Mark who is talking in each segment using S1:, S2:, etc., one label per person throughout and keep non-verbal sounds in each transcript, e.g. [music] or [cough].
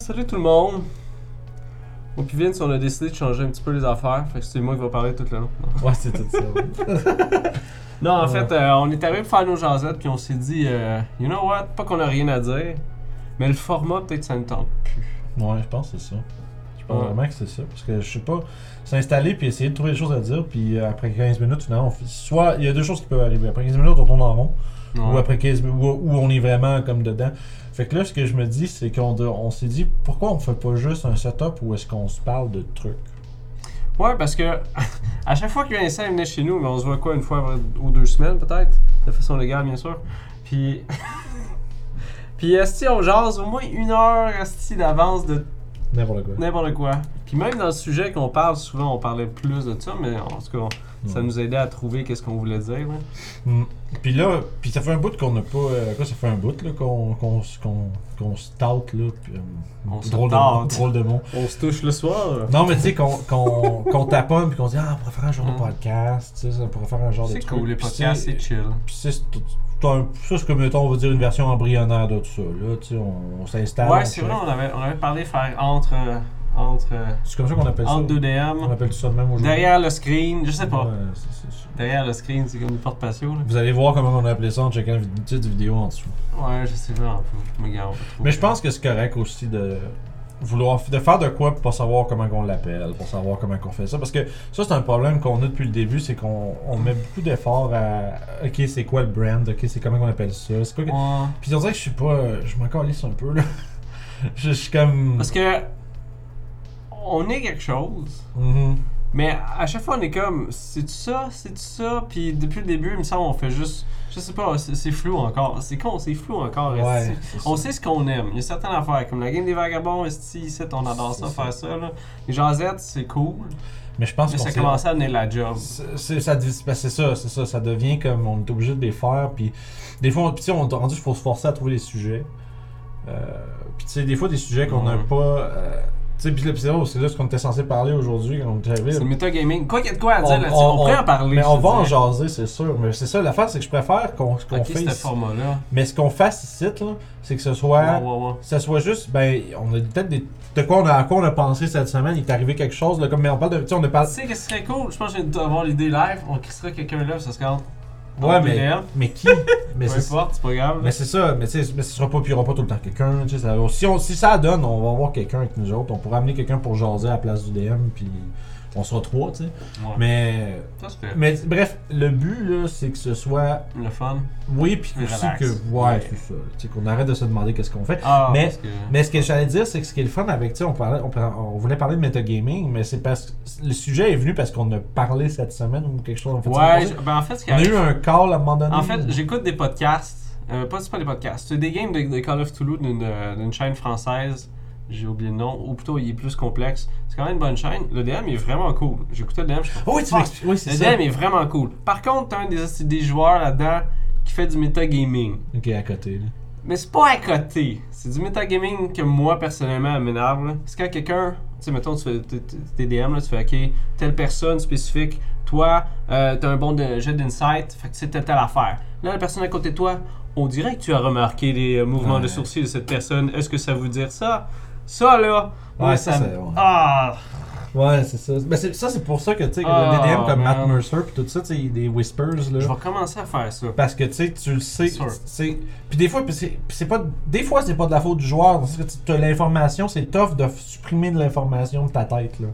S1: Salut tout le monde! Au Vince, on a décidé de changer un petit peu les affaires. Fait que c'est moi qui vais parler tout le long.
S2: Ouais, c'est tout ça. ouais.
S1: Non, en
S2: Ouais.
S1: fait, euh, on est arrivé pour faire nos jasettes, puis on s'est dit, euh, you know what, pas qu'on a rien à dire, mais le format, peut-être ça ne tente plus.
S2: Ouais, je pense que c'est ça. Je pense
S1: Ouais.
S2: vraiment que c'est ça. Parce que je sais pas, s'installer puis essayer de trouver des choses à dire, puis euh, après 15 minutes, finalement, on fait- soit il y a deux choses qui peuvent arriver. Après 15 minutes, on tourne en rond, ou
S1: Ouais.
S2: après 15 mi- ou, ou on est vraiment comme dedans. Fait que là, ce que je me dis, c'est qu'on de- on s'est dit, pourquoi on fait pas juste un setup où est-ce qu'on se parle de trucs
S1: Ouais, parce que [laughs] à chaque fois que Vincent venait chez nous, ben, on se voit quoi, une fois ou deux semaines peut-être, de façon légale bien sûr. Puis, [laughs] puis esti, on jase au moins une heure esti d'avance de
S2: N'importe quoi.
S1: n'importe quoi. Puis même dans le sujet qu'on parle souvent, on parlait plus de ça, mais en tout cas, on- ça
S2: Ouais.
S1: nous aidait à trouver qu'est-ce qu'on voulait dire. là.
S2: Mm. Puis là, puis ça fait un bout qu'on n'a pas. euh, quoi, ça fait un bout là, qu'on qu'on se- qu'on- qu'on se tâte, là. Puis, euh,
S1: On se
S2: drôle,
S1: tâte.
S2: de, drôle de mot.
S1: On se touche le soir.
S2: Non, mais tu sais, qu'on qu'on qu'on taponne puis qu'on se dit, ah, on pourrait faire un genre
S1: Mm.
S2: de podcast, tu sais, ça pourrait faire un genre de
S1: C'est
S2: truc.
S1: cool, les
S2: Puis
S1: podcasts,
S2: c'est-
S1: c'est chill.
S2: Puis c'est c'est- c'est un- ça, c'est comme, mettons, on va dire une version embryonnaire de tout ça, là, tu sais, on, on s'installe.
S1: Ouais,
S2: on
S1: c'est
S2: check.
S1: vrai, on avait, on avait parlé faire entre, euh, entre, euh,
S2: C'est comme ça qu'on appelle
S1: entre
S2: ça.
S1: deux
S2: On
S1: DM,
S2: appelle ça de même aujourd'hui.
S1: derrière le screen, je sais pas.
S2: Ouais, c'est- c'est sûr.
S1: Derrière le screen, c'est comme une porte patio. Là.
S2: Vous allez voir comment on a appelé ça en checkant la vid- petite vidéo en dessous.
S1: Ouais, je sais pas, mais regarde.
S2: Mais je pense que c'est correct aussi de vouloir de faire de quoi pour savoir comment on l'appelle, pour savoir comment on fait ça. Parce que ça, c'est un problème qu'on a depuis le début, c'est qu'on on met beaucoup d'efforts à OK, c'est quoi le brand, OK, c'est comment on appelle ça. C'est quoi que-
S1: Ouais.
S2: Puis on dirait que je suis pas. euh, Je m'en calisse un peu là. [laughs] je, je suis comme.
S1: Parce que. On est quelque chose,
S2: Mhm.
S1: mais à chaque fois on est comme, c'est ça, c'est ça, puis depuis le début, il me semble, on fait juste. Je sais pas, c'est c'est flou encore. C'est con, c'est flou encore. esti.
S2: Ouais. c'est
S1: On
S2: ça.
S1: sait ce qu'on aime. Il y a certaines affaires, comme la game des vagabonds, esti, ici, on adore ça,
S2: C'est ça.
S1: faire ça. Là. Les jasettes, c'est cool.
S2: Mais je pense
S1: Mais
S2: qu'on
S1: ça
S2: sait-
S1: commençait à donner la job.
S2: C'est c'est- ça dev- ben, c'est ça, c'est ça, ça devient comme on est obligé de les faire. Puis des fois, on, puis tu sais, on est rendu, faut se forcer à trouver des sujets. Euh, puis tu sais, des fois, des sujets qu'on n'a
S1: Ouais.
S2: pas. euh, tu sais, puis là, puis c'est là, c'est là ce qu'on était censé parler aujourd'hui quand on est arrivé.
S1: C'est le metagaming. Quoi qu'il y ait de quoi à
S2: On-
S1: dire là-dessus,
S2: on-
S1: on, pourrait en parler.
S2: Mais
S1: je
S2: on
S1: te
S2: va en
S1: dirais.
S2: jaser, c'est sûr. Mais c'est ça, l'affaire, c'est que je préfère qu'on qu'on
S1: Ok,
S2: fasse.
S1: ce format-là.
S2: Mais ce qu'on fasse ici, là, c'est que ce soit.
S1: Ouais, ouais, ouais.
S2: Que ça soit juste, ben, on a peut-être des. De quoi on a, à quoi on a pensé cette semaine, il est arrivé quelque chose, là, comme, mais on parle de. Tu sais, on a parlé.
S1: Tu sais, qu'est-ce qui serait cool? Je pense que je viens d'avoir l'idée live. On crissera quelqu'un là, ça se compte.
S2: Ouais, mais. Mais
S1: [laughs]
S2: qui Mais
S1: Peu
S2: c'est ça.
S1: importe, c'est pas grave.
S2: Mais c'est ça, mais tu sais, mais ce sera pas, puis il y aura pas tout le temps quelqu'un. tu sais, ça- si, on- si ça donne, on va avoir quelqu'un avec nous autres. On pourra amener quelqu'un pour jaser à la place du DM, puis on sera trois, tu sais.
S1: Ouais.
S2: Mais,
S1: Ça se fait.
S2: mais bref, le but, là, c'est que ce soit
S1: Le fun.
S2: oui, puis
S1: Mais
S2: aussi
S1: relax.
S2: que. Ouais,
S1: Ouais.
S2: c'est ça. Tu sais, qu'on arrête de se demander qu'est-ce qu'on fait.
S1: Ah,
S2: Mais-
S1: parce que...
S2: Mais ce que j'allais dire, c'est que ce qui est le fun avec, tu sais, on, parlait- on, par- on voulait parler de metagaming, mais c'est parce que le sujet est venu parce qu'on a parlé cette semaine ou quelque chose. en fait,
S1: Ouais,
S2: c'est
S1: je- ben en fait, ce qui
S2: on a
S1: arrive...
S2: eu un call à un moment donné.
S1: En fait, j'écoute des podcasts. Euh, pas, c'est pas des podcasts. C'est des games de, de Call of Toulouse d'une euh, d'une chaîne française. J'ai oublié le nom. Ou plutôt, il est plus complexe. C'est quand même une bonne chaîne. Le DM est vraiment cool. J'écoutais le DM. je suis
S2: Oh, oui, tu
S1: Ah,
S2: m'expliques. Oui, c'est
S1: Le
S2: ça.
S1: DM est vraiment cool. Par contre, t'as un des, des joueurs là-dedans qui fait du metagaming.
S2: Ok, à côté, là.
S1: Mais c'est pas à côté. C'est du metagaming que moi, personnellement, m'énerve. là. C'est quand quelqu'un, tu sais, mettons, tu fais t- t- tes DM, là, tu fais, OK, telle personne spécifique, toi, euh, t'as un bon de- jet d'insight, fait que tu sais telle, telle affaire. Là, la personne à côté de toi, on dirait que tu as remarqué les euh, mouvements de
S2: Ouais.
S1: sourcils de cette personne. Est-ce que ça veut dire ça? Ça, là, moi,
S2: Ouais, ça,
S1: me-
S2: c'est- ouais.
S1: Ah!
S2: Ouais, c'est ça. Ben, c'est, ça, c'est pour ça que, tu sais, que
S1: Ah,
S2: des DM comme Matt
S1: man.
S2: Mercer pis tout ça, tu sais, des whispers,
S1: Je
S2: là.
S1: vais commencer à faire ça.
S2: Parce que, tu sais, tu le sais.
S1: Sûr.
S2: c'est Puis des fois, pis c'est, pis c'est pas... Des fois, c'est pas de la faute du joueur. Parce que tu as l'information, c'est tough de supprimer de l'information de ta tête, là.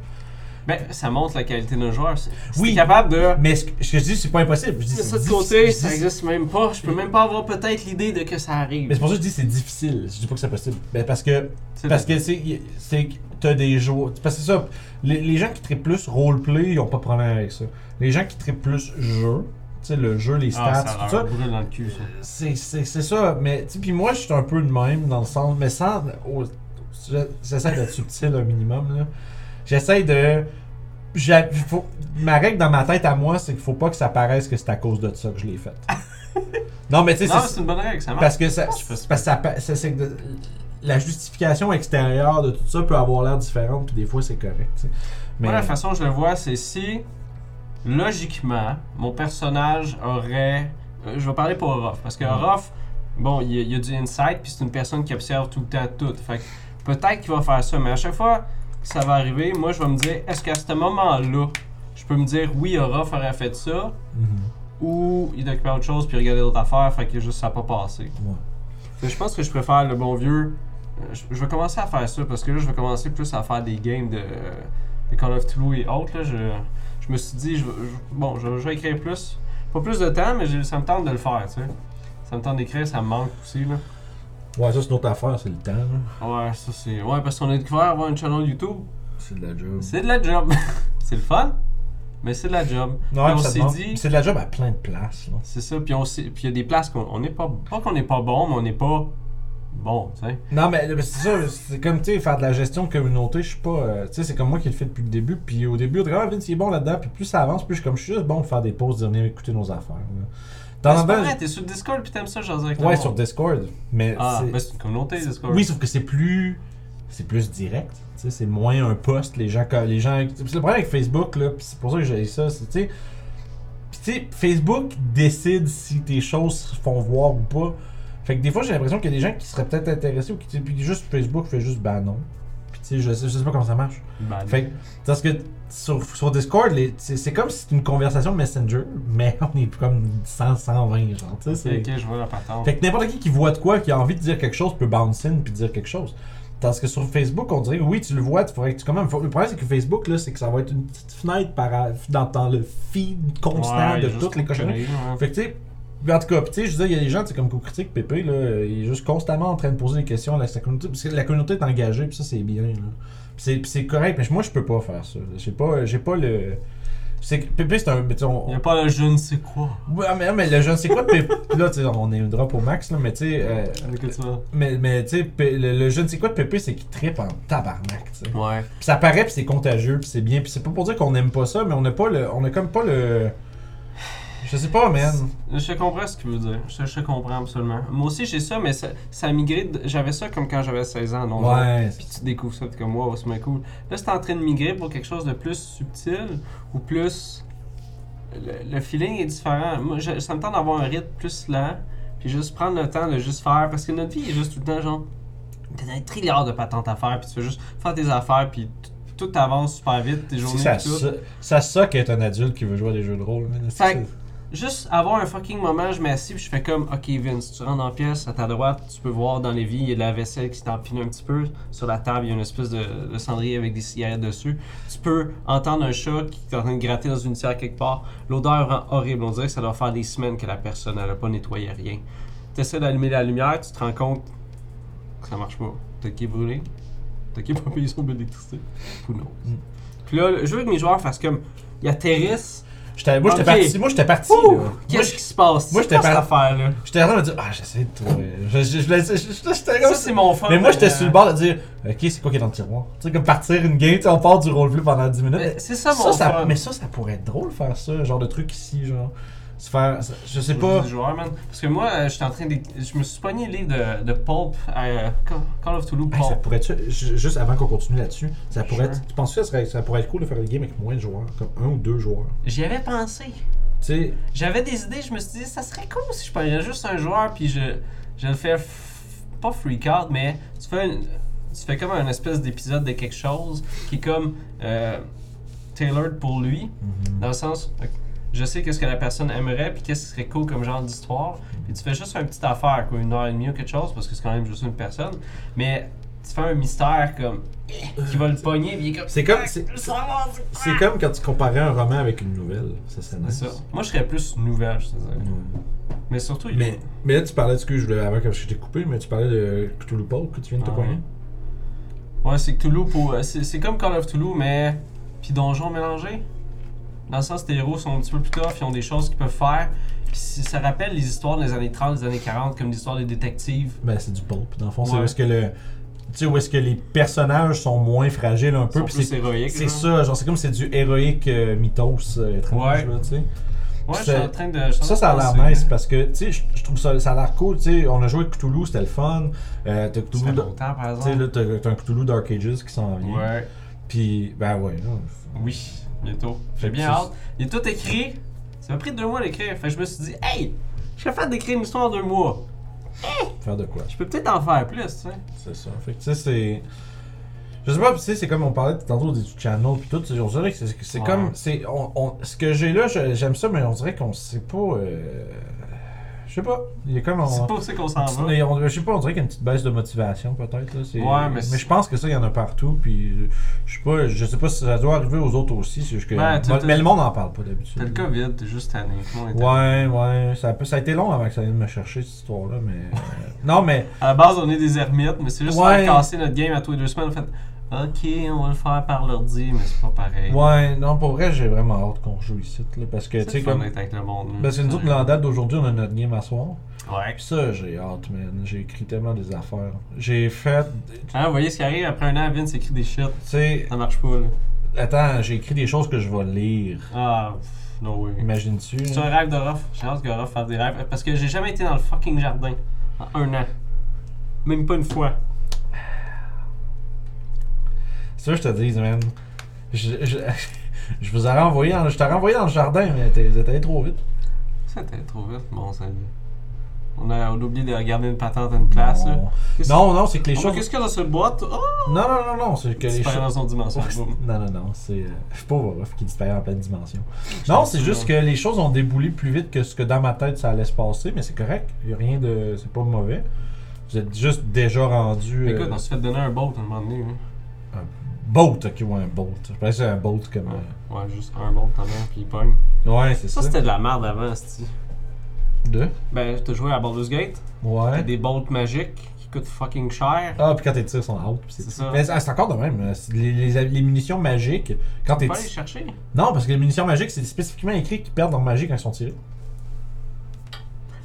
S1: Ben, ça montre la qualité d'un joueur. Si si
S2: Oui.
S1: t'es capable de...
S2: Mais ce que, ce que je dis, c'est pas impossible. Je dis,
S1: Mais ça
S2: c'est
S1: de
S2: difficile.
S1: côté,
S2: Je
S1: ça
S2: dis-
S1: existe même pas. Je peux même pas avoir peut-être l'idée de que ça arrive.
S2: Mais c'est pour ça que je dis c'est difficile. Je dis pas que c'est possible. Ben, parce que
S1: C'est
S2: Parce que c'est c'est que t'as des joueurs. Parce que c'est ça. Les, les gens qui trippent plus roleplay, ils ont pas de problème avec ça. Les gens qui trippent plus jeu, tu sais, le jeu, les stats,
S1: ah,
S2: tout
S1: ça
S2: ça.
S1: leur brûle dans le cul, ça.
S2: C'est c'est- c'est ça. Mais tu sais, puis moi, je suis un peu de même dans le sens, mais sans. au- je- J'essaie d'être subtil un minimum là. J'essaie de. j'a- faut- ma règle dans ma tête à moi, c'est qu'il faut pas que ça paraisse que c'est à cause de ça que je
S1: [laughs]
S2: l'ai faite. non, mais tu sais,
S1: Non,
S2: c'est-
S1: c'est une bonne règle, ça marche.
S2: parce que ça,
S1: Moi, je fais ça.
S2: parce que ça, pa- ça- c'est que de- la justification extérieure de tout ça peut avoir l'air différente, puis des fois c'est correct. tu sais. Mais
S1: Moi, la façon que je le vois, c'est si, logiquement, mon personnage aurait. euh, je vais parler pour Orof, parce que
S2: Ouais.
S1: Orof, bon, il y, a- il y a du insight, puis c'est une personne qui observe tout le temps tout. Fait que peut-être qu'il va faire ça, mais à chaque fois que ça va arriver, moi je vais me dire, est-ce qu'à ce moment-là, je peux me dire, oui, Orof aurait fait ça,
S2: Mhm,
S1: ou il occupait autre chose puis il regardait d'autres affaires, fait que juste ça n'a pas passé.
S2: Ouais.
S1: Mais je pense que je préfère le bon vieux. euh, Je, je vais commencer à faire ça parce que là, je vais commencer plus à faire des games de, de Call of Cthulhu et autres. là. Je, je me suis dit, je, je- bon, je, je vais écrire plus. Pas plus de temps, mais j'ai- ça me tente de le faire, tu sais. Ça me tente d'écrire, ça me manque aussi, là.
S2: Ouais, ça c'est une autre affaire, c'est le temps. là.
S1: Ouais, ça c'est. Ouais, parce qu'on a découvert avoir une channel YouTube.
S2: C'est de la job.
S1: C'est de la job. [laughs] c'est le fun, mais c'est de la job.
S2: Non,
S1: Puis on
S2: absolument.
S1: s'est dit-
S2: C'est de la job à plein de places. Là.
S1: C'est ça, puis on s'est- puis il y a des places qu'on on n'est pas. Pas qu'on n'est pas bon, mais on n'est pas bon, tu sais.
S2: Non, mais euh, c'est ça, c'est comme, tu sais, faire de la gestion de communauté, je suis pas. euh, tu sais, c'est comme moi qui le fais depuis le début. Puis au début, au travers, Vince, il est bon là-dedans. Puis plus ça avance, plus je suis comme, je suis juste bon pour faire des pauses, de venir écouter nos affaires. Là.
S1: Mais
S2: Dans
S1: c'est pas
S2: l'avant-
S1: vrai, t'es sur Discord puis t'aimes ça, j'en avec le
S2: Ouais,
S1: monde.
S2: sur Discord. Mais
S1: Ah,
S2: c'est-
S1: ben, c'est une communauté, Discord.
S2: Oui, sauf que c'est plus. C'est plus direct. tu sais, C'est moins un poste. Les gens. Les gens c'est le problème avec Facebook, là. pis c'est pour ça que j'ai ça. C'est, tu sais, pis tu sais, Facebook décide si tes choses se font voir ou pas. Fait que des fois, j'ai l'impression qu'il y a des gens qui seraient peut-être intéressés ou qui. tu sais, Puis juste Facebook fait juste bah non. Puis tu sais, je sais, je sais pas comment ça marche.
S1: Ben,
S2: Fait que. Parce que sur, sur Discord, les- c'est, c'est comme si c'était une conversation Messenger, mais [laughs] on est comme 100, 120, genre. tu sais, c'est-
S1: ok, je vois la patente.
S2: fait que n'importe qui qui voit de quoi, qui a envie de dire quelque chose, peut bounce in puis dire quelque chose. Parce que sur Facebook, on dirait, oui, tu le vois, tu faudrait que tu quand même. faut- Le problème, c'est que Facebook, là, c'est que ça va être une petite fenêtre par, dans, dans le feed constant
S1: Ouais,
S2: de
S1: juste
S2: toutes les
S1: pour
S2: cochonneries.
S1: créer, ouais.
S2: Fait que, tu sais, en tout cas, pis tu sais, je veux dire, il y a des gens, tu sais, comme co-critique, Pépé, là, euh, il est juste constamment en train de poser des questions à la, sa communauté, parce que la communauté est engagée, puis ça, c'est bien, là. Puis c'est- puis c'est correct, mais moi, je peux pas faire ça. là. J'ai pas, j'ai pas le. C'est que Pépé, c'est un. mais tu sais, on-
S1: Il n'y a pas le je ne sais quoi.
S2: Ouais, mais, mais le je ne sais quoi de Pépé. [laughs] là, tu sais, on est une drop au max, là, mais tu sais. euh,
S1: Avec le tueur.
S2: mais, mais tu sais, Pé- le, le je ne sais quoi de Pépé, c'est qu'il tripe en tabarnak, tu sais.
S1: Ouais.
S2: Puis ça paraît, puis c'est contagieux, puis c'est bien. Puis c'est pas pour dire qu'on aime pas ça, mais on n'a pas le. On a comme pas le. Je sais pas, man.
S1: Je comprends ce que tu veux dire. Je, je comprends absolument. Moi aussi, j'ai ça, mais ça, ça a migré. de- J'avais ça comme quand j'avais 16 ans. non?
S2: Ouais.
S1: Puis tu découvres ça, t'es comme, wow, c'est bien cool. Là, c'est en train de migrer pour quelque chose de plus subtil ou plus. Le, le feeling est différent. Moi, je- ça me tente d'avoir un rythme plus lent, puis juste prendre le temps de juste faire. Parce que notre vie est juste tout le temps, genre, t'as un trilliard de patentes à faire, puis tu veux juste faire tes affaires, puis t- tout avance super vite, tes
S2: Si
S1: journées,
S2: ça,
S1: puis tout.
S2: ça, ça soque être un adulte qui veut jouer à des jeux de rôle, man.
S1: Fait que- Juste avoir un fucking moment, je m'assis puis je fais comme, ok Vince, tu rentres en pièce, à ta droite, tu peux voir dans les vies, il y a de la vaisselle qui s'empile un petit peu. Sur la table, il y a une espèce de, de cendrier avec des cigarettes dessus. Tu peux entendre un chat qui est en train de gratter dans une serre quelque part. L'odeur rend horrible. On dirait que ça doit faire des semaines que la personne n'a pas nettoyé rien. Tu essaies d'allumer la lumière, tu te rends compte que ça marche pas. T'as qui est brûlé, t'as qui est pas payé son bill d'électricité. Who knows? Puis là, je veux que mes joueurs fassent comme, ils atterrissent.
S2: J'étais- Moi, j'étais
S1: Ok.
S2: parti. Moi, j'étais parti.
S1: Ouh!
S2: là. Moi,
S1: Qu'est-ce qui se passe? C'est
S2: moi, j'étais
S1: quoi
S2: pas-
S1: cette affaire-là.
S2: J'étais en train de dire, ah, j'essaie de trouver. Je- je- je laissais- je- je- J'étais
S1: Ça,
S2: comme
S1: c'est mon fun.
S2: Mais moi, j'étais
S1: euh,
S2: sur le bord de dire, ok, c'est quoi qui est dans le tiroir? Tu sais, comme partir une game, tu sais, on part du roleplay pendant 10 minutes.
S1: Mais C'est ça mon
S2: Ça, ça-
S1: fun.
S2: mais ça, ça pourrait être drôle faire ça, genre de truc ici, genre. Se faire. ça- Je sais pas.
S1: Du joueur, man. Parce que moi, euh, j'étais en train de. Je me suis pogné le livre de, de Pulp, euh, Call Call of Toulouse
S2: Hey, ça
S1: Pulp.
S2: pourrait être, juste avant qu'on continue là-dessus, ça pourrait
S1: Sure.
S2: être, tu penses que ça, serait- ça pourrait être cool de faire une game avec moins de joueurs, comme un ou deux joueurs.
S1: J'y avais pensé.
S2: Tu sais,
S1: J'avais des idées, je me suis dit, ça serait cool si je prenais juste un joueur, puis je, je le fais. f- Pas freak out, mais tu fais, une- tu fais comme un espèce d'épisode de quelque chose qui est comme. euh, tailored pour lui. Dans le sens, ok, je sais qu'est-ce que la personne aimerait, puis qu'est-ce qui serait cool comme genre d'histoire. Puis tu fais juste une petite affaire, quoi, une heure et demie ou quelque chose, parce que c'est quand même juste une personne. Mais tu fais un mystère comme. eh, qui va le pogner, puis il est comme. Ah,
S2: c'est comme, c'est c'est comme quand tu comparais un roman avec une nouvelle, ça c'est nice.
S1: C'est ça. Moi, je serais plus nouvelle, je te dirais.
S2: Ouais.
S1: Mais surtout, il-
S2: Mais, mais là, tu parlais de ce que je voulais avant quand je t'ai coupé, mais tu parlais de Cthulhu Paul que tu viens de te
S1: Ah.
S2: poigner.
S1: Ouais, c'est Cthulhu pour. euh, C'est c'est comme Call of Cthulhu, mais. Puis donjon mélangé. Dans le sens, tes héros sont un petit peu plus tough, ils ont des choses qu'ils peuvent faire. Puis si- ça rappelle les histoires des années 30, des années 40, comme l'histoire des détectives.
S2: Ben, c'est du pulp. Dans le fond, c'est
S1: Ouais.
S2: où est-ce que le. Tu sais, où est-ce que les personnages sont moins fragiles un peu.
S1: Sont
S2: puis
S1: plus
S2: c'est-
S1: héroïques,
S2: C'est
S1: là.
S2: ça, genre, c'est comme c'est du héroïque euh, mythos euh, étrange,
S1: Ouais.
S2: là, tu sais.
S1: Ouais, je suis
S2: C'est-
S1: en train de. je suis en
S2: Ça, ça
S1: train de
S2: a l'air
S1: penser.
S2: nice parce que, tu sais, je- je trouve ça, ça a l'air cool, tu sais. On a joué avec Cthulhu, c'était le fun. Euh,
S1: Ça
S2: t'as
S1: fait
S2: Cthulhu. Tu
S1: longtemps, par
S2: sais, là,
S1: exemple.
S2: t'as t'as un Cthulhu Dark Ages qui s'en vient.
S1: Ouais.
S2: Puis, ben ouais, là.
S1: Oui, bientôt. J'ai
S2: Fait que
S1: bien
S2: ça,
S1: hâte. Il est tout écrit. Ça m'a pris deux mois à l'écrire. Fait que je me suis dit, hey, je suis capable d'écrire une histoire en deux mois.
S2: Faire de quoi?
S1: Je peux peut-être en faire plus, tu sais.
S2: C'est ça. Fait que tu sais, c'est. Je sais pas, tu sais, c'est comme on parlait tantôt du channel puis tout, tu sais, on dirait que c'est, c'est
S1: Ouais.
S2: comme. C'est, on, on- ce que j'ai là, je- j'aime ça, mais on dirait qu'on sait pas. euh, Je sais pas. Il y a comme. on-
S1: C'est pas où c'est qu'on s'en va.
S2: Mais on- je sais pas, on dirait qu'il y a une petite baisse de motivation peut-être. là, c'est-
S1: Ouais, mais c'est-
S2: je pense que ça, il y en a partout. Puis je sais pas, je sais pas si ça doit arriver aux autres aussi. c'est juste que-
S1: Ben, t'as-
S2: mais,
S1: t'as-
S2: le monde en parle pas d'habitude.
S1: T'as le COVID, t'es juste tanné. Comment on est tanné?
S2: Ouais, ouais. Ça a, ça a été long avant que ça vienne me chercher cette histoire-là, mais. euh, non, mais.
S1: À la base, on est des ermites, mais c'est juste
S2: Ouais.
S1: faire casser notre game à tous les deux semaines. En fait, ok, on va le faire par l'ordi, mais c'est pas pareil.
S2: Ouais, non, pour vrai, j'ai vraiment hâte qu'on joue ici. là, parce que,
S1: C'est
S2: tu sais,
S1: le fun hein.
S2: comme.
S1: d'être avec le monde. là.
S2: Parce que nous autres, dans la date d'aujourd'hui, on a notre game à soir.
S1: Ouais.
S2: Puis ça, j'ai hâte, man. J'ai écrit tellement des affaires. J'ai fait. Tu
S1: Ah, vous voyez ce qui arrive après un an, Vince écrit des shit.
S2: sais,
S1: Ça marche pas, là.
S2: attends, j'ai écrit des choses que je vais lire.
S1: Ah, pff, no way.
S2: Imagines-tu?
S1: C'est
S2: là?
S1: un rêve de Ruff. J'ai hâte que Ruff fasse des rêves. Parce que j'ai jamais été dans le fucking jardin en un an. Même pas une fois.
S2: C'est sûr, je te dis, man. Je, je, je vous aurais envoyé dans, je t'aurais envoyé dans le jardin, mais t'es- vous êtes allé trop vite.
S1: C'était trop vite, bon salut. On a, on a oublié de regarder une patente à une place, là.
S2: non.
S1: Qu'est-ce-
S2: non, non, c'est que les
S1: Oh,
S2: choses.
S1: hein. Qu'est-ce qu'il y a dans cette boîte? Oh!
S2: Non, non, non, non, c'est que les
S1: Disparaît dans
S2: choses.
S1: son dimension. Boum.
S2: Non, non, non, c'est euh, c'est pas Waruf qui disparaît en pleine dimension. Non, c'est juste que les choses ont déboulé plus vite que ce que dans ma tête ça allait se passer, mais c'est correct. Il a rien de. C'est pas mauvais. Vous êtes juste déjà rendu. euh,
S1: Écoute, on se fait donner un bolt à un moment donné. hein.
S2: boat, ok, ou un boat. Je pensais que c'est un boat comme.
S1: Ouais.
S2: euh,
S1: ouais, juste un bolt quand même, puis il pogne.
S2: Ouais, c'est ça.
S1: Ça, c'était de la merde avant, cest
S2: Deux.
S1: Ben, t'as joué à Baldur's Gate, t'as
S2: Ouais.
S1: des bolts magiques qui coûtent fucking cher.
S2: Ah, puis quand t'es tiré, sont out. puis
S1: C'est
S2: C'est
S1: ça.
S2: ça. Mais c'est c'est encore de même. euh, c'est Les, les- les munitions magiques, quand
S1: Tu
S2: t'es.
S1: peux aller les chercher.
S2: Non, parce que les munitions magiques, c'est spécifiquement écrit qu'ils perdent leur magie quand ils sont tirés.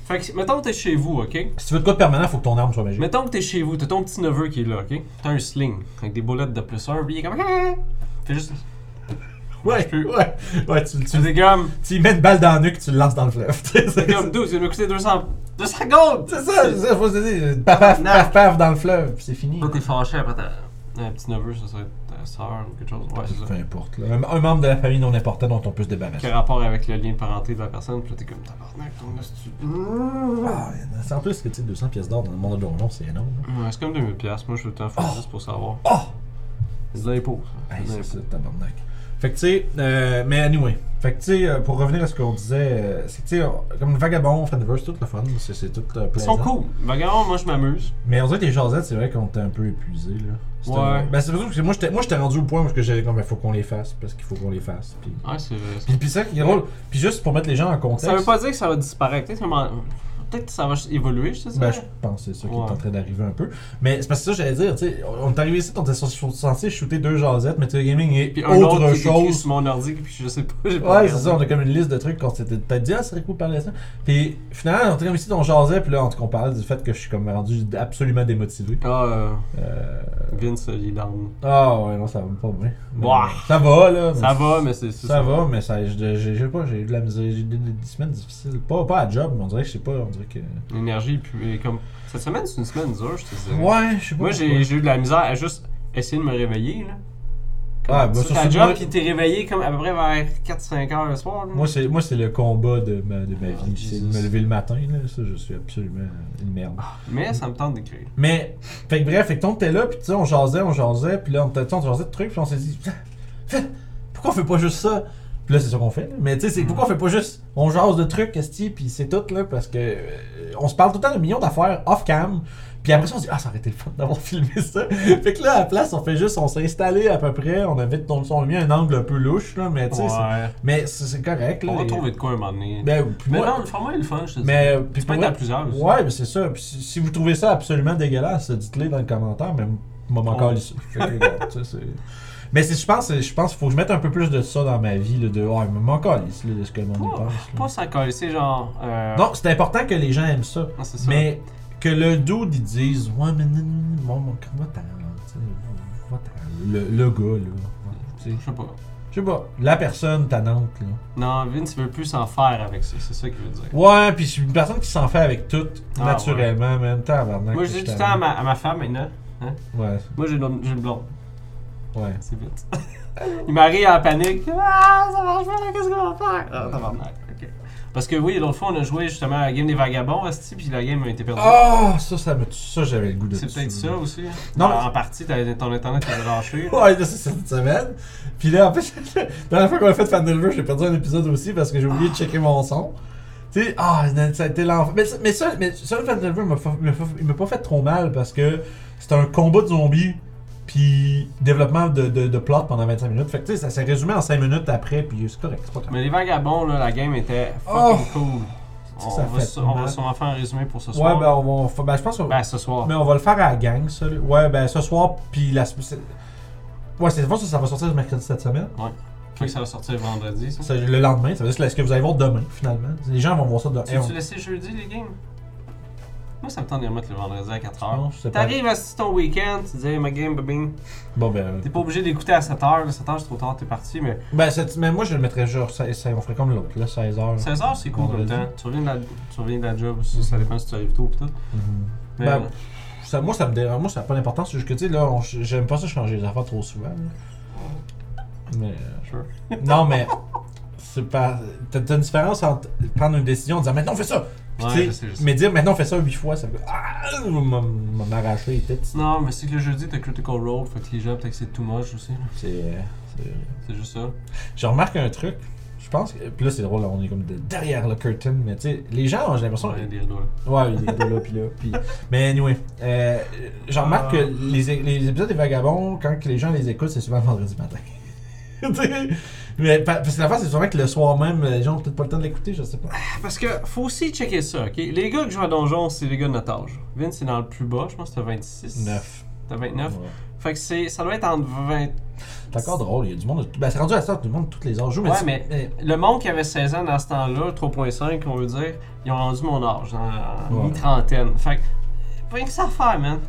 S1: Fait que, mettons que t'es chez vous, ok?
S2: Si tu veux de quoi de permanent, faut que ton arme soit magique.
S1: Mettons que t'es chez vous, t'as ton petit neveu qui est là, ok? T'as un sling avec des boulettes de plus 1, puis il est comme. [laughs] Ah! Fais juste.
S2: Ouais, ouais. Ouais, tu,
S1: Tu
S2: tu,
S1: dis comme.
S2: tu y mets une balle dans la nuque, tu le lances dans le fleuve. [laughs] c'est ça,
S1: T'es comme,
S2: c'est
S1: d'où? Ça m'a coûté 200. 200 gold!
S2: ça, faut se dire. Paf, paf,
S1: Non.
S2: paf, paf, dans le fleuve, puis c'est fini.
S1: Toi, t'es fâché après ta. Un petit neveu, ça serait ta soeur ou quelque chose. Ouais, c'est ça.
S2: Peu importe. là. Un, un membre de la famille non important dont on peut se débarrasser.
S1: Qui a rapport avec le lien de parenté de la personne, puis là, t'es comme, tabarnak, ton astuce.
S2: Ah, c'est en plus que tu sais, 200 pièces d'or dans le monde de donjon, c'est énorme. là.
S1: Ouais, c'est comme 2000$, piastres. moi, je veux t'en faire juste pour savoir.
S2: Oh!
S1: C'est de l'impôt, ça.
S2: Hey,
S1: C'est de
S2: c'est
S1: l'impôt.
S2: ça, tabarnak. Fait que tu sais, euh, mais anyway. Fait que tu sais, euh, pour revenir à ce qu'on disait, euh, c'est que tu sais, on- comme Vagabond, Fredverse, tout le fun, c'est, c'est tout euh,
S1: Ils sont
S2: plaisant.
S1: cool. Vagabond, moi, je m'amuse.
S2: Mais on dirait que les jasettes, c'est vrai qu'on était un peu épuisés, là. C'était-
S1: Ouais.
S2: Ben c'est surtout que moi j'étais, moi j'étais rendu au point où j'avais comme, ben faut qu'on les fasse, parce qu'il faut qu'on les fasse. Puis,
S1: Ouais, c'est vrai. ça.
S2: puis, puis ça qui est drôle, puis juste pour mettre les gens en contexte.
S1: Ça veut pas dire que ça va disparaître. Peut-être que ça va- peut-être que ça va évoluer, je sais
S2: Ben,
S1: pas.
S2: je pense que c'est ça qui
S1: Ouais.
S2: est en train d'arriver un peu. Mais c'est parce que ça, j'allais dire, tu sais, on est arrivé ici, on était sur- censé shooter deux jasettes, mais tu sais, gaming est
S1: Puis un
S2: autre,
S1: autre, qui est écrit
S2: chose.
S1: sur mon ordi, puis je sais pas. j'ai pas
S2: Ouais, c'est
S1: regardé.
S2: ça, on a comme une liste de trucs qu'on s'était peut-être dit, ah, ça serait cool de parler de ça. Puis finalement, on était comme ici, on jasait, puis là, en tout cas, on parlait du fait que je suis comme rendu absolument démotivé.
S1: Ah, euh,
S2: Euh,
S1: Vince, il est down.
S2: Ah ouais, non, ça va pas bien. Mais
S1: Ouah.
S2: Ça va, là. mais
S1: Bah. Ça va, mais c'est
S2: Ça, va, mais ça, je, je- je sais pas, j'ai eu de la misère, j'ai eu des, des semaines difficiles. Pas, pas à job, mais on dirait que je sais pas, on dirait que.
S1: L'énergie, puis et comme. Cette semaine, c'est une semaine dure, je te dis.
S2: Ouais, je sais pas.
S1: Moi,
S2: pourquoi.
S1: j'ai j'ai eu de la misère à juste essayer de me réveiller, là.
S2: Ah, bah,
S1: Comme, sur
S2: sur
S1: ta
S2: ce-
S1: job,
S2: moi-
S1: puis t'es réveillé comme à peu près vers 4-5 heures le soir. là.
S2: Moi, c'est, moi, c'est le combat de ma, de ma
S1: Ah,
S2: vie.
S1: Jesus.
S2: C'est de me lever le matin, là. Ça, je suis absolument une merde.
S1: Mais ça me tente d'écrire.
S2: Mais, fait que bref, fait que on était là, puis tu sais, on jasait, on jasait, puis là, on, était- tu sais, on jasait de trucs, puis on s'est dit, pourquoi on fait pas juste ça? Puis là, c'est ça qu'on fait. là. Mais tu sais, c'est
S1: Mm.
S2: pourquoi on fait pas juste, on jase de trucs, esti, puis c'est tout, là, parce que euh, on se parle tout le temps de millions d'affaires off-cam. Puis après ça, on se dit, ah, ça aurait été le fun d'avoir [laughs] filmé ça. fait que là, à la place, on fait juste, on s'est installé à peu près, on avait on, on a mis un angle un peu louche, là, mais tu sais, c'est- mais c'est, c'est correct, là.
S1: On va
S2: Et-
S1: trouver de quoi un moment donné.
S2: Ben, puis
S1: mais
S2: moi-
S1: non, le format est le fun, je te dis.
S2: mais euh, puis
S1: tu peux
S2: pour
S1: être à
S2: vrai-
S1: plusieurs aussi.
S2: Ouais, mais c'est ça. Puis si, si vous trouvez ça absolument dégueulasse, dites-le dans le commentaire, mais moi encore ici. Mais c'est- je pense, c'est- je pense qu'il faut que je mette un peu plus de ça dans ma vie, là, de ouais, mais m'en calisse, là, de ce que le monde y
S1: Pas,
S2: pense. là.
S1: pas sans coller, c'est genre. euh,
S2: Non, c'est important que les gens aiment ça.
S1: non, c'est ça.
S2: Mais que le dude il dise Ouais, mais non, non, non, bon, bon, comment t'as. tu sais, va-t'en. Le, le gars, là. tu sais.
S1: Je sais pas.
S2: Je sais pas, la personne tannante, là.
S1: Non, Vince il veut plus s'en faire avec ça, c'est ça qu'il veut dire.
S2: Ouais, puis je suis une personne qui s'en fait avec tout,
S1: Ah,
S2: naturellement, même temps,
S1: Moi, je dis tout le temps à ma, à ma femme maintenant.
S2: Ouais,
S1: Moi, j'ai une, j'ai une blonde.
S2: ouais.
S1: C'est vite. [laughs] Il m'arrive en panique. Ah, ça marche pas, qu'est-ce qu'on va faire? Ah, tabarnak. Ok. Parce que oui, l'autre fois, on a joué justement à la game des vagabonds, esti, puis la game a été perdue.
S2: Ah, ça, ça me tue. Ça, j'avais le goût de
S1: c'est peut-être ça aussi.
S2: Non,
S1: Ah,
S2: mais-
S1: en partie, t'avais- ton internet t'avait lâché. là.
S2: [laughs] Ouais, là, c'est cette semaine. Puis là, en fait, [laughs] la dernière fois qu'on a fait Fan Deliver, j'ai perdu un épisode aussi parce que j'ai
S1: Ah.
S2: oublié de checker mon son. Tu sais, ah, ça a été l'enfer. Mais, ça- mais ça, mais ça, le Fan Deliver, m'a fa- m'a fa- il m'a pas fait trop mal parce que c'était un combat de zombies. Puis développement de, de, de plot pendant 25 minutes. Fait que tu sais, ça s'est résumé en 5 minutes après, puis c'est correct, c'est pas grave.
S1: Mais les vagabonds, là, la game était fucking cool.
S2: Oh! Ça,
S1: On,
S2: ça
S1: va,
S2: fait
S1: su- on va
S2: mal.
S1: sûrement faire un résumé pour ce soir.
S2: Ouais, ben, on va, ben je pense qu'on
S1: Ben, ce soir.
S2: Mais on va le faire à la gang, ça. là. Ouais, ben ce soir, puis la. c'est- Ouais, c'est bon, ça, ça va sortir le mercredi cette semaine.
S1: Je crois que ça va sortir vendredi. Ça.
S2: Ça, le lendemain, ça veut dire que- est-ce que vous allez voir demain, finalement Les gens vont voir ça eh, demain.
S1: Tu tu laissé jeudi les games Moi, ça me tente de les remettre le vendredi à 4h.
S2: Non, je sais pas.
S1: T'arrives à ce- ton week-end, tu dis hey, ma game, bing.
S2: Bon, ben.
S1: T'es pas obligé d'écouter à 7h. 7h, c'est trop tard, t'es parti. Mais
S2: Ben, cette- mais moi, je le mettrais genre, ça, ça- on ferait comme l'autre, là, 16h.
S1: 16h, c'est cool comme
S2: Vendredi.
S1: temps. Tu reviens, de la, tu reviens de la job aussi, ça dépend si tu arrives tôt ou tout. Mais,
S2: Ben, Ça, moi, ça me dérange. Moi, ça n'a pas d'importance. C'est juste que, tu sais, là, on- j'aime pas ça changer les affaires trop souvent. là. Mais.
S1: sure.
S2: euh, non, mais. C'est pas. T'as t'as une différence entre prendre une décision en disant maintenant on fait ça Puis,
S1: Ouais,
S2: tu sais,
S1: je sais, je sais.
S2: Mais dire maintenant on fait ça huit fois, ça peut. Ah, m'a- m'a- M'arracher les têtes.
S1: Non, mais c'est que le jeudi, t'as Critical Role, fait que les gens, peut-être que c'est too much aussi. là.
S2: C'est. euh, c'est-
S1: C'est juste ça.
S2: Je remarque un truc. Je pense que. Puis là, c'est drôle, on est comme de- derrière le curtain, mais tu sais, les gens, j'ai l'impression.
S1: Ouais, des doigts.
S2: Ouais, il est de là, puis là. Puis... Mais anyway, euh, je remarque
S1: Ah.
S2: que les, é- les épisodes des Vagabonds, quand que les gens les écoutent, c'est souvent le vendredi matin. [laughs] Tu sais, mais pa- parce que l'affaire, c'est souvent que le soir même, les gens ont peut-être pas le temps de l'écouter, je sais pas.
S1: Parce que faut aussi checker ça, ok? Les gars qui jouent à Donjon, c'est les gars de notre âge. Vince, c'est dans le plus bas, je pense que t'as 26.
S2: Neuf.
S1: T'as 29.
S2: Ouais.
S1: Fait que c'est, ça doit être entre 20.
S2: C'est encore drôle, il y a du monde. de- Ben, c'est rendu à ça, tout le monde, de toutes les âges.
S1: Ouais,
S2: [laughs]
S1: mais- Le monde qui avait 16 ans dans ce temps-là, 3.5, on veut dire, ils ont rendu mon âge, en
S2: Ouais.
S1: mi-trentaine. Fait que, pas rien que ça à faire, man.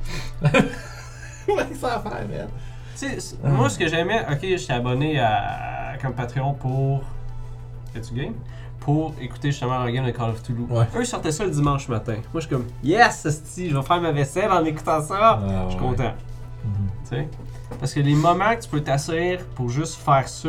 S2: mais. ça à faire, man.
S1: Tu sais, c-
S2: Ah.
S1: moi, ce que j'aimais, ok, j'étais abonné à, comme Patreon pour. tu game? Pour écouter justement la game de Call of Toulouse.
S2: Ouais.
S1: Eux sortaient ça le dimanche matin. Moi, je suis comme, yes, esti, je vais faire ma vaisselle en écoutant ça.
S2: Ah,
S1: Je suis
S2: ouais.
S1: content.
S2: Mhm.
S1: Tu sais? Parce que les moments que tu peux t'asseoir pour juste faire ça,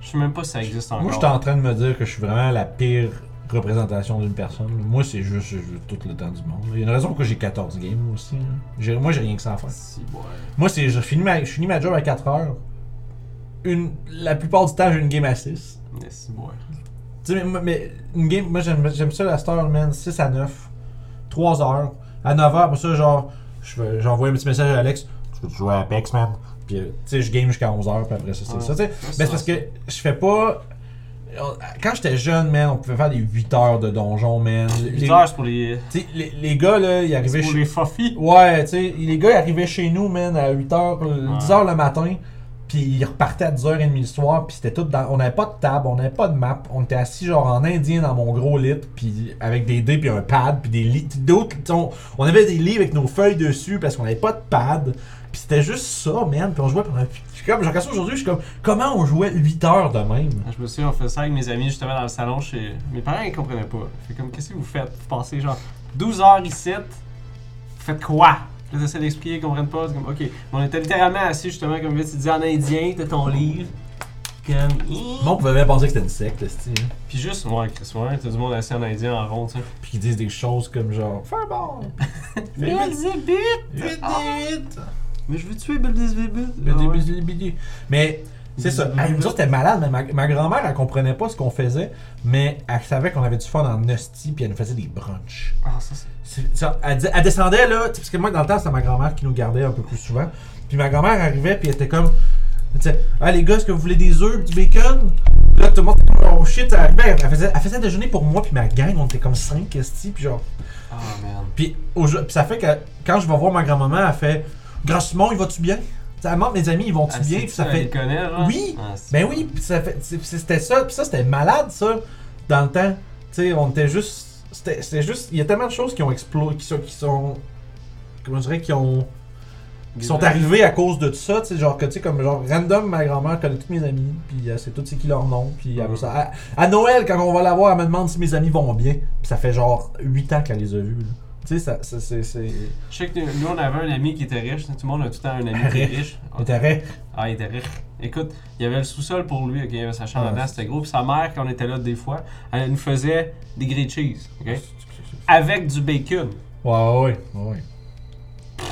S1: je sais même pas si ça existe encore.
S2: Moi, je suis en train de me dire que je suis vraiment la pire représentation d'une personne. Moi, c'est juste je veux tout le temps du monde. Il y a une raison pourquoi j'ai 14 games aussi. là. J'ai- Moi, j'ai rien que ça à faire.
S1: Si, ouais.
S2: Moi, c'est, je finis ma, je finis ma job à 4 heures. Une, la plupart du temps, j'ai une game à 6.
S1: Mais si, ouais.
S2: Tu sais, mais, mais une game, moi, j'aime, j'aime ça la star, man, 6 à 9. 3 heures. À 9 heures, pour ça, genre, je vais- j'envoie un petit message à Alex. Je veux te jouer à Apex, man. Puis, euh, tu sais, je game jusqu'à 11 heures, puis après ça, c'est
S1: Ouais.
S2: ça. Tu sais,
S1: Ouais,
S2: ben,
S1: ça,
S2: c'est parce que je fais pas. on- Quand j'étais jeune, man, on pouvait faire des 8 heures de donjon, man. Les,
S1: 8 heures, c'est pour les.
S2: tu sais, les, les gars, là, ils
S1: C'est
S2: arrivaient
S1: pour
S2: chez-
S1: les fofis.
S2: Ouais, tu sais, les gars ils arrivaient chez nous, man, à 8h,
S1: Ouais.
S2: 10h le matin, puis ils repartaient à 10h30 le soir, puis c'était tout dans... On n'avait pas de table, on n'avait pas de map, on était assis genre en indien dans mon gros lit, puis avec des dés, puis un pad, puis des lits, d'autres... On, on avait des lits avec nos feuilles dessus parce qu'on n'avait pas de pad, puis c'était juste ça, man, puis on jouait pendant... Je suis comme, j'ai l'impression aujourd'hui, je suis comme, comment on jouait 8 heures de même?
S1: Je me souviens, on fait ça avec mes amis justement dans le salon chez. Mes parents, ils comprenaient pas. Fait comme, qu'est-ce que vous faites Vous passez genre 12 heures ici, vous faites quoi Puis là, t'essaies d'expliquer, ils comprennent pas. C'est comme, ok. Mais on était littéralement assis justement, comme vite, tu disais en indien, t'as ton livre. Comme.
S2: Bon, on pouvait bien penser que c'était une secte, le style. hein.
S1: Puis juste, ouais, Chris, ouais, t'as du monde assis en indien en rond, tu sais.
S2: Puis ils disent des choses comme genre... Fais un bord! Vite, vite!
S1: Mais je veux tuer Belzébuth!
S2: Le début du libidi. Mais c'est ça.
S1: Libidi.
S2: Elle nous autres, c'était malade. Mais ma, ma grand-mère, elle comprenait pas ce qu'on faisait, mais elle savait qu'on avait du fun en hostie, puis elle nous faisait des brunchs.
S1: Ah, ça, c'est.
S2: C'est- ça, elle, dis- elle descendait là, tu sais, parce que moi, dans le temps, c'était ma grand-mère qui nous gardait un peu plus souvent. Puis ma grand-mère arrivait, puis elle était comme. Tu sais, ah les gars, est-ce que vous voulez des œufs, du bacon? Là, tout le monde était comme, oh shit, elle arrivait, elle faisait, elle faisait déjeuner pour moi, puis ma gang, on était comme 5 esti, puis genre.
S1: Ah, man.
S2: Puis, au- puis ça fait que quand je vais voir ma grand-maman, elle fait Grand Simon, il va-tu bien Ça demande mes amis, ils vont-tu bien Puis ça fait.
S1: Connaît, genre?
S2: Oui!
S1: Ah, c'est-
S2: Ben oui, puis ça fait. c'est- puis C'était ça, puis ça, c'était malade, ça, dans le temps. Tu sais, on était juste. C'était c'était juste. Il y a tellement de choses qui ont explosé, qui sont. Qui sont comment je dirais, qui ont. Qui sont arrivées à cause de tout ça, tu sais, genre que tu sais, comme genre random, ma grand-mère connaît tous mes amis, puis euh, c'est tout c'est qui leur nom, puis
S1: Mhm.
S2: elle veut ça. À, à Noël, quand on va la voir, elle me demande si mes amis vont bien, puis ça fait genre 8 ans qu'elle les a vus, là. Tu sais, ça, ça, c'est- c'est.
S1: Je sais que nous, nous, on avait un ami qui était riche. Tout le monde a tout le temps un ami qui est riche.
S2: Intérêt.
S1: Ah, il était riche. Écoute, il y avait le sous-sol pour lui, ok, il avait sa chambre
S2: Ah,
S1: dedans, c'était gros. Puis sa mère, quand on était là des fois, elle nous faisait des grilled cheese, ok?
S2: Ouais,
S1: Avec du bacon.
S2: ouais, ouais, ouais.
S1: hein.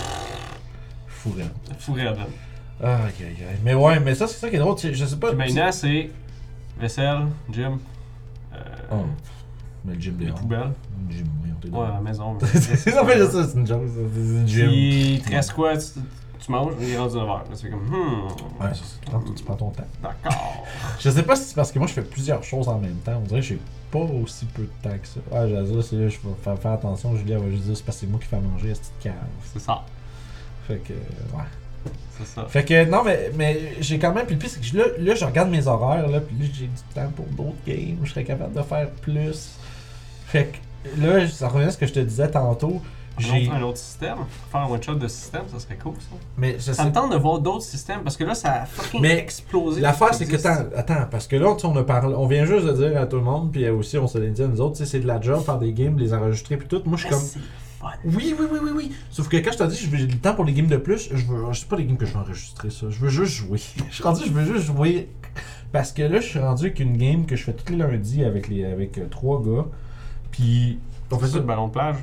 S2: Fourré.
S1: Fourré à peine.
S2: Ah, aïe, aïe, aïe. Mais ouais, mais ça, c'est ça qui est drôle. tu sais, Je sais pas.
S1: Puis maintenant, c'est vaisselle, gym, euh,
S2: Oh. Mais le gym
S1: les
S2: dehors.
S1: poubelles.
S2: Le Gym, oui, on t'est
S1: Ouais, à la
S2: dehors.
S1: maison.
S2: [laughs] C'est non, mais c'est ça, c'est une joke. ça, C'est une gym.
S1: Puis, il te reste quoi? Tu, tu manges, il est rendu 9 heures. Là, tu fais comme, hmm,
S2: Ouais, ça, c'est quand Ah, tu prends ton temps.
S1: d'accord.
S2: Je sais pas si c'est parce que moi je fais plusieurs choses en même temps. On dirait que j'ai pas aussi peu de temps que ça. Ah, Jésus, c'est là, je vais faire, faire attention. Julia va juste dire c'est parce que c'est moi qui fais à manger à cette petite cave.
S1: C'est ça,
S2: Fait que, ouais.
S1: c'est ça.
S2: Fait que, non, mais, mais j'ai quand même. Puis le pire, c'est que je- là, là, je regarde mes horaires, là, puis là, j'ai du temps pour d'autres games. Je serais capable de faire plus. Fait que, là, ça revient à ce que je te disais tantôt. J'ai.
S1: J'ai un autre système, faire un one-shot de système, ça serait cool ça.
S2: Mais je
S1: Ça
S2: sais
S1: me tente de voir d'autres systèmes parce que là, ça a fucking
S2: Mais
S1: explosé.
S2: L'affaire, c'est que
S1: Existe.
S2: attends, attends, parce que là, tu sais, on a parlé, on vient juste de dire à tout le monde, puis aussi on se l'a dit à nous autres, tu sais, c'est de la job, faire des games, les enregistrer, puis tout. Moi, je
S1: Mais
S2: suis comme,
S1: c'est fun.
S2: oui, oui, oui, oui, oui. Sauf que quand je t'ai dit, je veux- j'ai du temps pour les games de plus, je veux, c'est pas les games que je veux enregistrer, ça. Je veux juste jouer. [laughs] je suis rendu, je veux juste jouer. Parce que là, je suis rendu avec une game que je fais tous les lundis avec les, avec euh, trois gars. Puis, on
S1: C'est
S2: fait ça.
S1: ça le ballon de plage.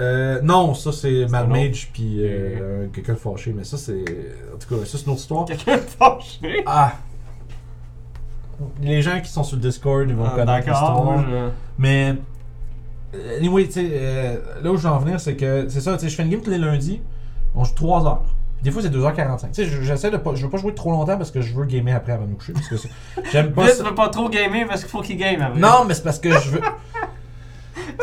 S2: Euh, non, ça c'est Mad
S1: un autre.
S2: Mage puis euh, quelqu'un de fâché, mais ça c'est, en tout cas, ça c'est une autre histoire.
S1: Quelqu'un de fâché.
S2: Ah! Les gens qui sont sur le Discord, ils vont
S1: Ah,
S2: connaître l'histoire.
S1: D'accord. je-
S2: Mais, euh, anyway, tu sais, euh, là où je veux en venir, c'est que, c'est ça, tu sais, je fais une game tous les lundis, on joue 3 heures. Des fois, c'est 2h45. Tu sais, je- j'essaie de pas, je veux pas jouer trop longtemps parce que je veux gamer après avant de me coucher. Parce que c'est- j'aime pas
S1: Là, tu
S2: ça.
S1: veux pas trop gamer parce qu'il faut qu'il game avec.
S2: Non, mais c'est parce que je veux.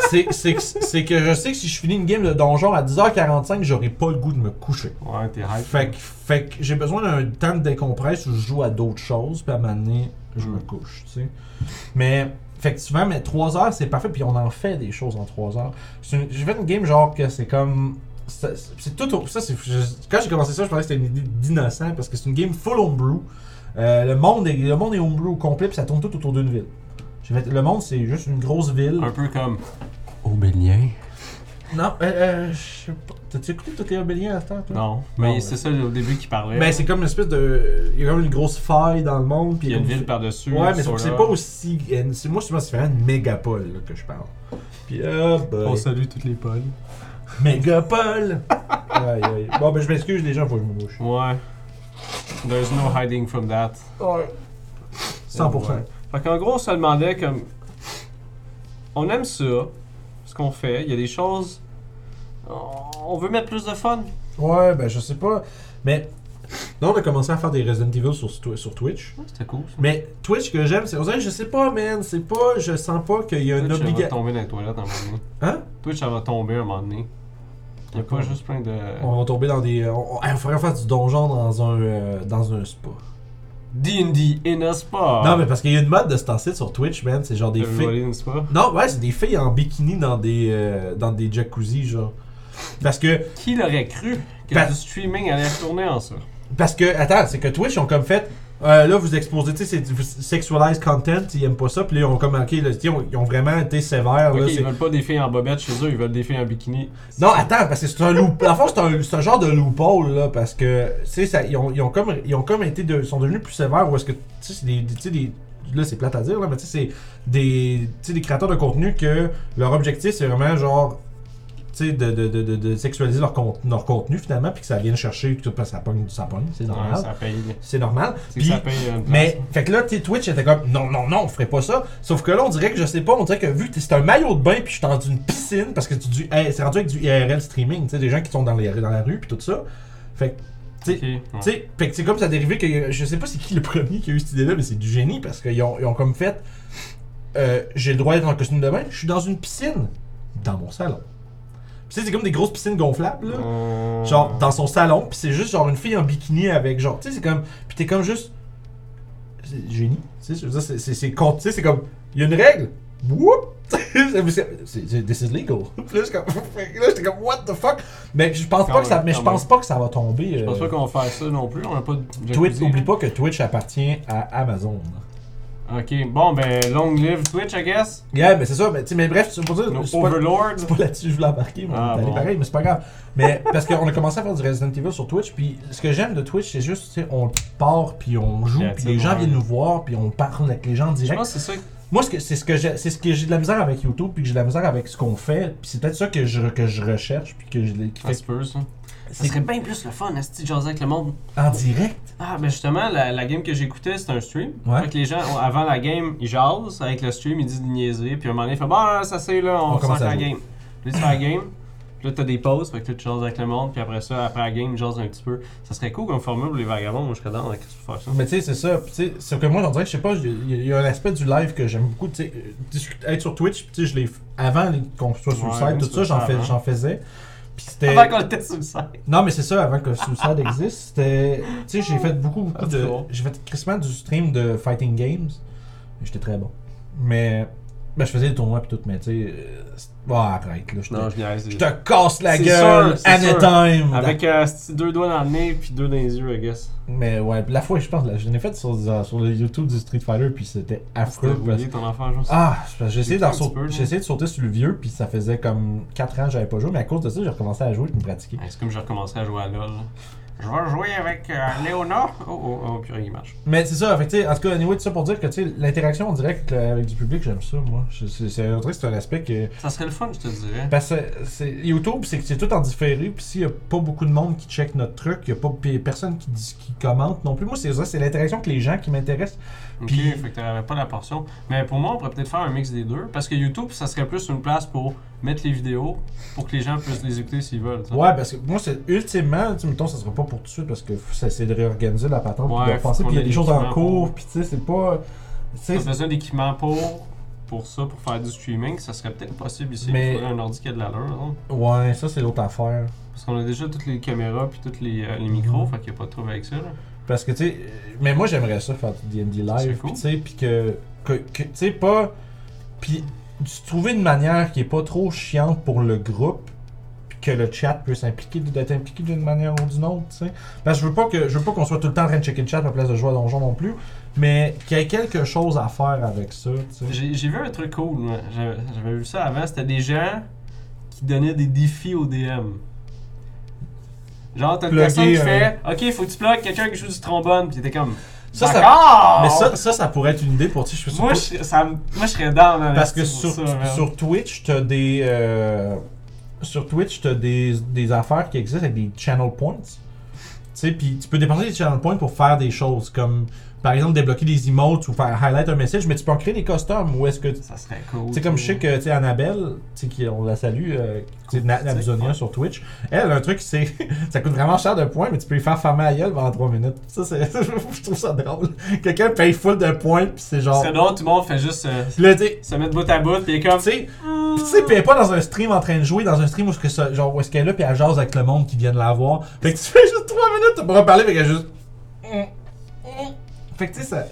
S2: C'est, c'est, que- c'est que je sais que si je finis une game de donjon à 10h45, j'aurai pas le goût de me coucher.
S1: Ouais, t'es hype.
S2: Fait que, fait que j'ai besoin d'un temps de décompresse où je joue à d'autres choses, puis à un moment donné, je me
S1: Mm.
S2: couche, tu sais. Mais, fait que souvent, mais 3 heures, c'est parfait, puis on en fait des choses en 3 heures. C'est une- J'ai fait une game genre que c'est comme. C'est c'est tout. au- Ça, c'est- je- quand j'ai commencé ça, je pensais que c'était une idée d'innocent, parce que c'est une game full homebrew. Euh, le, monde est, le monde est homebrew au complet, puis ça tourne tout autour d'une ville. J'ai fait- le monde, c'est juste une grosse ville.
S1: Un peu comme. Aubélien.
S2: Non, euh, euh, je sais pas. T'as-tu écouté tous les obéliens à ce temps, toi?
S1: Non, mais
S2: ouais.
S1: c'est ça au début qu'il parlait.
S2: Ben, c'est comme une espèce de. Il y a comme une grosse faille dans le monde. Puis
S1: il y a une
S2: comme-
S1: ville par-dessus.
S2: Ouais, mais c'est-
S1: Solar.
S2: c'est pas aussi. c'est- Moi, souvent, c'est vraiment une mégapole là, que je parle. Puis, ah, ben.
S1: On salue toutes les polles.
S2: Mégapole! [laughs] aïe, aïe. Bon, ben, je m'excuse, les gens, faut que je me bouche.
S1: Ouais. There's no hiding from that.
S2: 100%.
S1: Ouais. Fait qu'en gros, on se demandait comme. On aime ça, ce qu'on fait. Il y a des choses. On veut mettre plus de fun.
S2: Ouais, ben, je sais pas. Mais. Là, on a commencé à faire des Resident Evil sur, Twi- sur Twitch.
S1: Ouais, C'était cool. ça.
S2: Mais Twitch que j'aime, c'est. on dirait, Je sais pas, man. C'est pas. Je sens pas qu'il y a une
S1: Twitch, elle va
S2: obligation.
S1: tomber dans les toilettes à un moment donné.
S2: Hein?
S1: Twitch, elle va tomber à un moment donné. Il y a pas
S2: D'accord.
S1: juste plein de.
S2: On va tomber dans des. On, on- hey, on ferait faire du donjon dans un, euh, dans un spa.
S1: D&D in a spa.
S2: Non, mais parce qu'il y a une mode de ce temps-ci sur Twitch, man. C'est genre des filles.
S1: Ah. Everybody in a spa.
S2: Non, ouais, c'est des filles en bikini dans des, euh, dans des jacuzzi, genre. Parce que,
S1: Qui l'aurait cru que
S2: Ben-
S1: du streaming allait retourner en ça?
S2: parce que, attends, c'est que Twitch ont comme fait, euh, là, vous exposez, tu sais, c'est du sexualized content, ils aiment pas ça, puis là, ils ont comme, ok, là, tu sais, ils ont- ils ont vraiment été sévères,
S1: Ok,
S2: Ah, là,
S1: ils
S2: c'est-
S1: veulent pas des filles en bobette chez eux, ils veulent des filles en bikini.
S2: Non, attends, parce que c'est un loop. En fait, c'est un, c'est un genre de loophole, là, parce que, tu sais, ça- ils ont, ils ont comme, ils ont comme été, de, sont devenus plus sévères, ou est-ce que, tu sais, c'est des, des- tu sais, des- là, c'est plate à dire, là, mais tu sais, c'est des, tu sais, des créateurs de contenu que leur objectif, c'est vraiment, genre, tu sais, de, de, de, de, de sexualiser leur, con- leur contenu, finalement, puis que ça vienne chercher, que ça- ça pogne, ça pogne, c'est normal.
S1: Ouais, ça paye.
S2: C'est normal.
S1: C'est que
S2: Puis,
S1: ça paye euh, une place. hein.
S2: mais, fait que là, tu sais, Twitch était comme, non, non, non, on ferait pas ça. Sauf que là, on dirait que je sais pas, on dirait que vu que c'est un maillot de bain puis je suis dans une piscine, parce que tu du, eh, c'est rendu avec du IRL streaming, tu sais, des gens qui sont dans, les, dans la rue puis tout ça. Fait que, tu sais,
S1: Ok, ouais.
S2: tu sais, fait que c'est comme ça a dérivé que je sais pas c'est qui le premier qui a eu cette idée-là, mais c'est du génie parce qu'ils ont, ils ont comme fait euh, j'ai le droit d'être en costume de bain, je suis dans une piscine dans mon salon. Puis tu sais, c'est comme des grosses piscines gonflables là.
S1: Euh,
S2: Genre dans son salon, puis c'est juste genre une fille en bikini avec genre, tu sais, c'est comme, puis t'es comme juste c'est génie, tu sais, je veux dire, c'est- c'est c'est con- tu sais, c'est comme, il y a une règle, whoop, [laughs] Tu sais, c'est- c'est c'est- this is legal. [laughs] Puis là, je suis comme, fait que là, j'étais comme, what the fuck, mais je pense
S1: Quand
S2: pas que ça,
S1: même,
S2: mais je
S1: quand
S2: pense
S1: même.
S2: pas que ça va tomber.
S1: Je pense
S2: euh,
S1: pas qu'on va faire ça non plus, on a pas de.
S2: Twitch,
S1: jacuzzi,
S2: oublie
S1: là.
S2: pas que Twitch appartient à Amazon.
S1: Ok, bon, ben, long live Twitch, I guess.
S2: Yeah, mais c'est ça. Mais, tu sais, mais bref, c'est pour dire.
S1: Nos
S2: c'est pas-
S1: overlords.
S2: C'est [laughs] pas là-dessus que je voulais embarquer, mais
S1: Ah,
S2: on est allé
S1: bon.
S2: pareil, mais c'est pas grave. Mais parce qu'on a commencé à faire du Resident Evil sur Twitch, puis ce que j'aime de Twitch, c'est juste, tu sais, on part, puis on joue,
S1: Yeah,
S2: puis
S1: c'est
S2: les gens
S1: vrai.
S2: viennent nous voir, puis on parle avec les gens en
S1: Je
S2: direct.
S1: pense que c'est ça.
S2: Moi, ce que- c'est ce que j'ai, c'est ce que j'ai de la misère avec YouTube, puis que j'ai de la misère avec ce qu'on fait, puis c'est peut-être ça que je, que je recherche, puis que je, qui
S1: Ah, Ça
S2: fait
S1: se peut, ça. Ça
S2: C'est-
S1: serait bien plus le fun, hein, Asti, de jaser avec le monde.
S2: en direct.
S1: Ah, ben justement, la, la game que j'écoutais, c'était un stream.
S2: Ouais.
S1: Fait que les gens, on- avant la game, ils jasent avec le stream, ils disent de niaiser, puis à un moment donné, ils font Bon, ça c'est là, on,
S2: On commence
S1: commence
S2: à
S1: la
S2: jouer.
S1: game. Puis là, tu fais la game, puis là, t'as des pauses, fait que là, tu jases avec le monde, puis après ça, après la game, ils jasent un petit peu. Ça serait cool comme formule pour les vagabonds, moi je serais dans, qu'est-ce que tu peux faire ça.
S2: Mais tu sais, c'est ça. Puis, tu sais, sauf que moi, on dirait, je sais pas, il y, a- il y a un aspect du live que j'aime beaucoup. Tu sais, euh, discuter- être sur Twitch, puis tu sais, je l'ai f- avant les- qu'on soit sur
S1: Ouais,
S2: le site,
S1: tu
S2: tout
S1: peux
S2: ça, j'en,
S1: le
S2: fais,
S1: faire avant.
S2: j'en faisais. Puis c'était.
S1: hein. Avant qu'on le teste sur le site.
S2: Non, mais c'est ça, avant que Suicide existe, c'était. Tu sais, j'ai fait beaucoup, beaucoup
S1: Ah, c'est
S2: de.
S1: bon.
S2: J'ai fait crissement du stream de Fighting Games. J'étais très bon. Mais. Ben, je faisais des tournois pis tout, mais tu sais. euh, c'est- Bon, arrête, là. Je
S1: Non,
S2: te,
S1: je niaise.
S2: je te casse la
S1: C'est sûr,
S2: gueule,
S1: c'est
S2: anytime!
S1: Avec euh, asti, deux doigts dans le nez, puis deux dans les yeux, I guess.
S2: Mais ouais, la fois, je pense, là, je l'ai fait sur, euh, sur le YouTube du Street Fighter pis c'était affreux.
S1: T'as
S2: parce-
S1: oublié ton enfant, genre.
S2: Ah, c'est parce que j'ai essayé,
S1: J'ai
S2: d'en
S1: fait un
S2: sauter-
S1: petit peu, là.
S2: j'ai essayé de sauter sur le vieux, puis ça faisait comme 4 ans que j'avais pas joué, mais à cause de ça, j'ai recommencé à jouer et me pratiquer.
S1: Ouais, C'est comme je recommencerai à jouer à LOL. là. Je vais jouer avec euh, Léonard. Oh, oh, oh, purée, il marche.
S2: Mais c'est ça, fait que, tu sais, en tout cas, niveau de ça pour dire que tu sais, l'interaction en direct euh, avec du public, j'aime ça, moi. Je- C'est c'est- on dirait que c'est un aspect que.
S1: Ça serait le fun, je te dirais.
S2: Parce que c'est- YouTube, c'est que c'est tout en différé, puis s'il y a pas beaucoup de monde qui check notre truc, il y a pas puis personne qui, dis- qui commente non plus. Moi, c'est ça, c'est l'interaction avec les gens qui m'intéresse.
S1: Ok,
S2: puis-
S1: fait que t'avais pas la portion. Mais pour moi, on pourrait peut-être faire un mix des deux. Parce que YouTube, ça serait plus une place pour mettre les vidéos pour que les gens puissent les écouter s'ils veulent. tu sais.
S2: Ouais, parce que moi, c'est ultimement, tu sais, mettons, ça sera pas pour tout de suite, parce que faut- ça c'est de réorganiser la patente,
S1: Ouais,
S2: puis de
S1: faut
S2: repenser,
S1: qu'on
S2: puis il y a
S1: ait
S2: des choses en
S1: l'équipement
S2: cours,
S1: pour-
S2: puis tu sais, c'est pas. tu sais,
S1: T'as besoin d'équipement pour, pour ça, pour faire du streaming. Ça serait peut-être possible ici.
S2: Mais-
S1: Mais... un ordi qui a de l'allure. hein.
S2: Ouais, ça c'est l'autre affaire.
S1: Parce qu'on a déjà toutes les caméras puis tous les, euh, les micros.
S2: Mhm.
S1: Fait qu'il n'y a pas de trouble avec ça. là.
S2: Parce que tu sais, euh, mais moi j'aimerais ça faire du D&D
S1: C'est
S2: live,
S1: cool.
S2: tu sais, puis que, que, que- tu sais pas, puis tu- trouver une manière qui est pas trop chiante pour le groupe, puis que le chat peut s'impliquer, d'être impliqué d'une manière ou d'une autre, tu sais. Parce que je veux pas que, je veux pas qu'on soit tout le temps en train de checker le chat à la place de jouer à donjon non plus, mais qu'il y ait quelque chose à faire avec ça, tu sais.
S1: J'ai j'ai vu un truc cool, moi. J'avais j'avais vu ça avant. C'était des gens qui donnaient des défis au DM. Genre, t'as une
S2: Plugger
S1: personne qui
S2: un-
S1: fait Ok, faut que tu bloques quelqu'un qui joue du trombone. Puis t'es comme
S2: Ça, ça-
S1: D'accord!
S2: Mais ça, ça, ça pourrait être une idée pour, tu sais, je suis sûr
S1: moi,
S2: pas-
S1: je, ça me- moi, je serais down. hein,
S2: Parce que
S1: pour
S2: sur,
S1: ça, man.
S2: sur Twitch, t'as des. euh, sur Twitch, t'as des, des affaires qui existent avec des channel points. Tu sais, puis tu peux dépenser des channel points pour faire des choses comme, par exemple, débloquer des emotes ou faire highlight un message, mais tu peux en créer des customs ou est-ce que. Tu
S1: Ça serait cool.
S2: sais, comme je sais que, tu sais, Annabelle, tu sais, qui- on la salue, euh, tu sais, Nat Nabuzonia
S1: Ouais.
S2: sur Twitch, elle, un truc, c'est. [laughs] ça coûte vraiment cher de points, mais tu peux lui faire fermer la gueule pendant 3 minutes. Ça, c'est. [laughs] je trouve ça drôle. Quelqu'un paye full de points, puis c'est
S1: Ce
S2: genre.
S1: serait drôle, tout le monde fait juste euh,
S2: Puis là, tu sais,
S1: se mettre bout à bout. Puis il est comme Hmm.
S2: tu sais, tu sais, puis elle est pas dans un stream en train de jouer, dans un stream où est-ce que ça, genre, où est-ce qu'elle est là, puis elle jase avec le monde qui vient de la voir. Fait que tu fais juste 3 minutes pour en parler, fait qu'elle juste. Fait que tu sais, ça.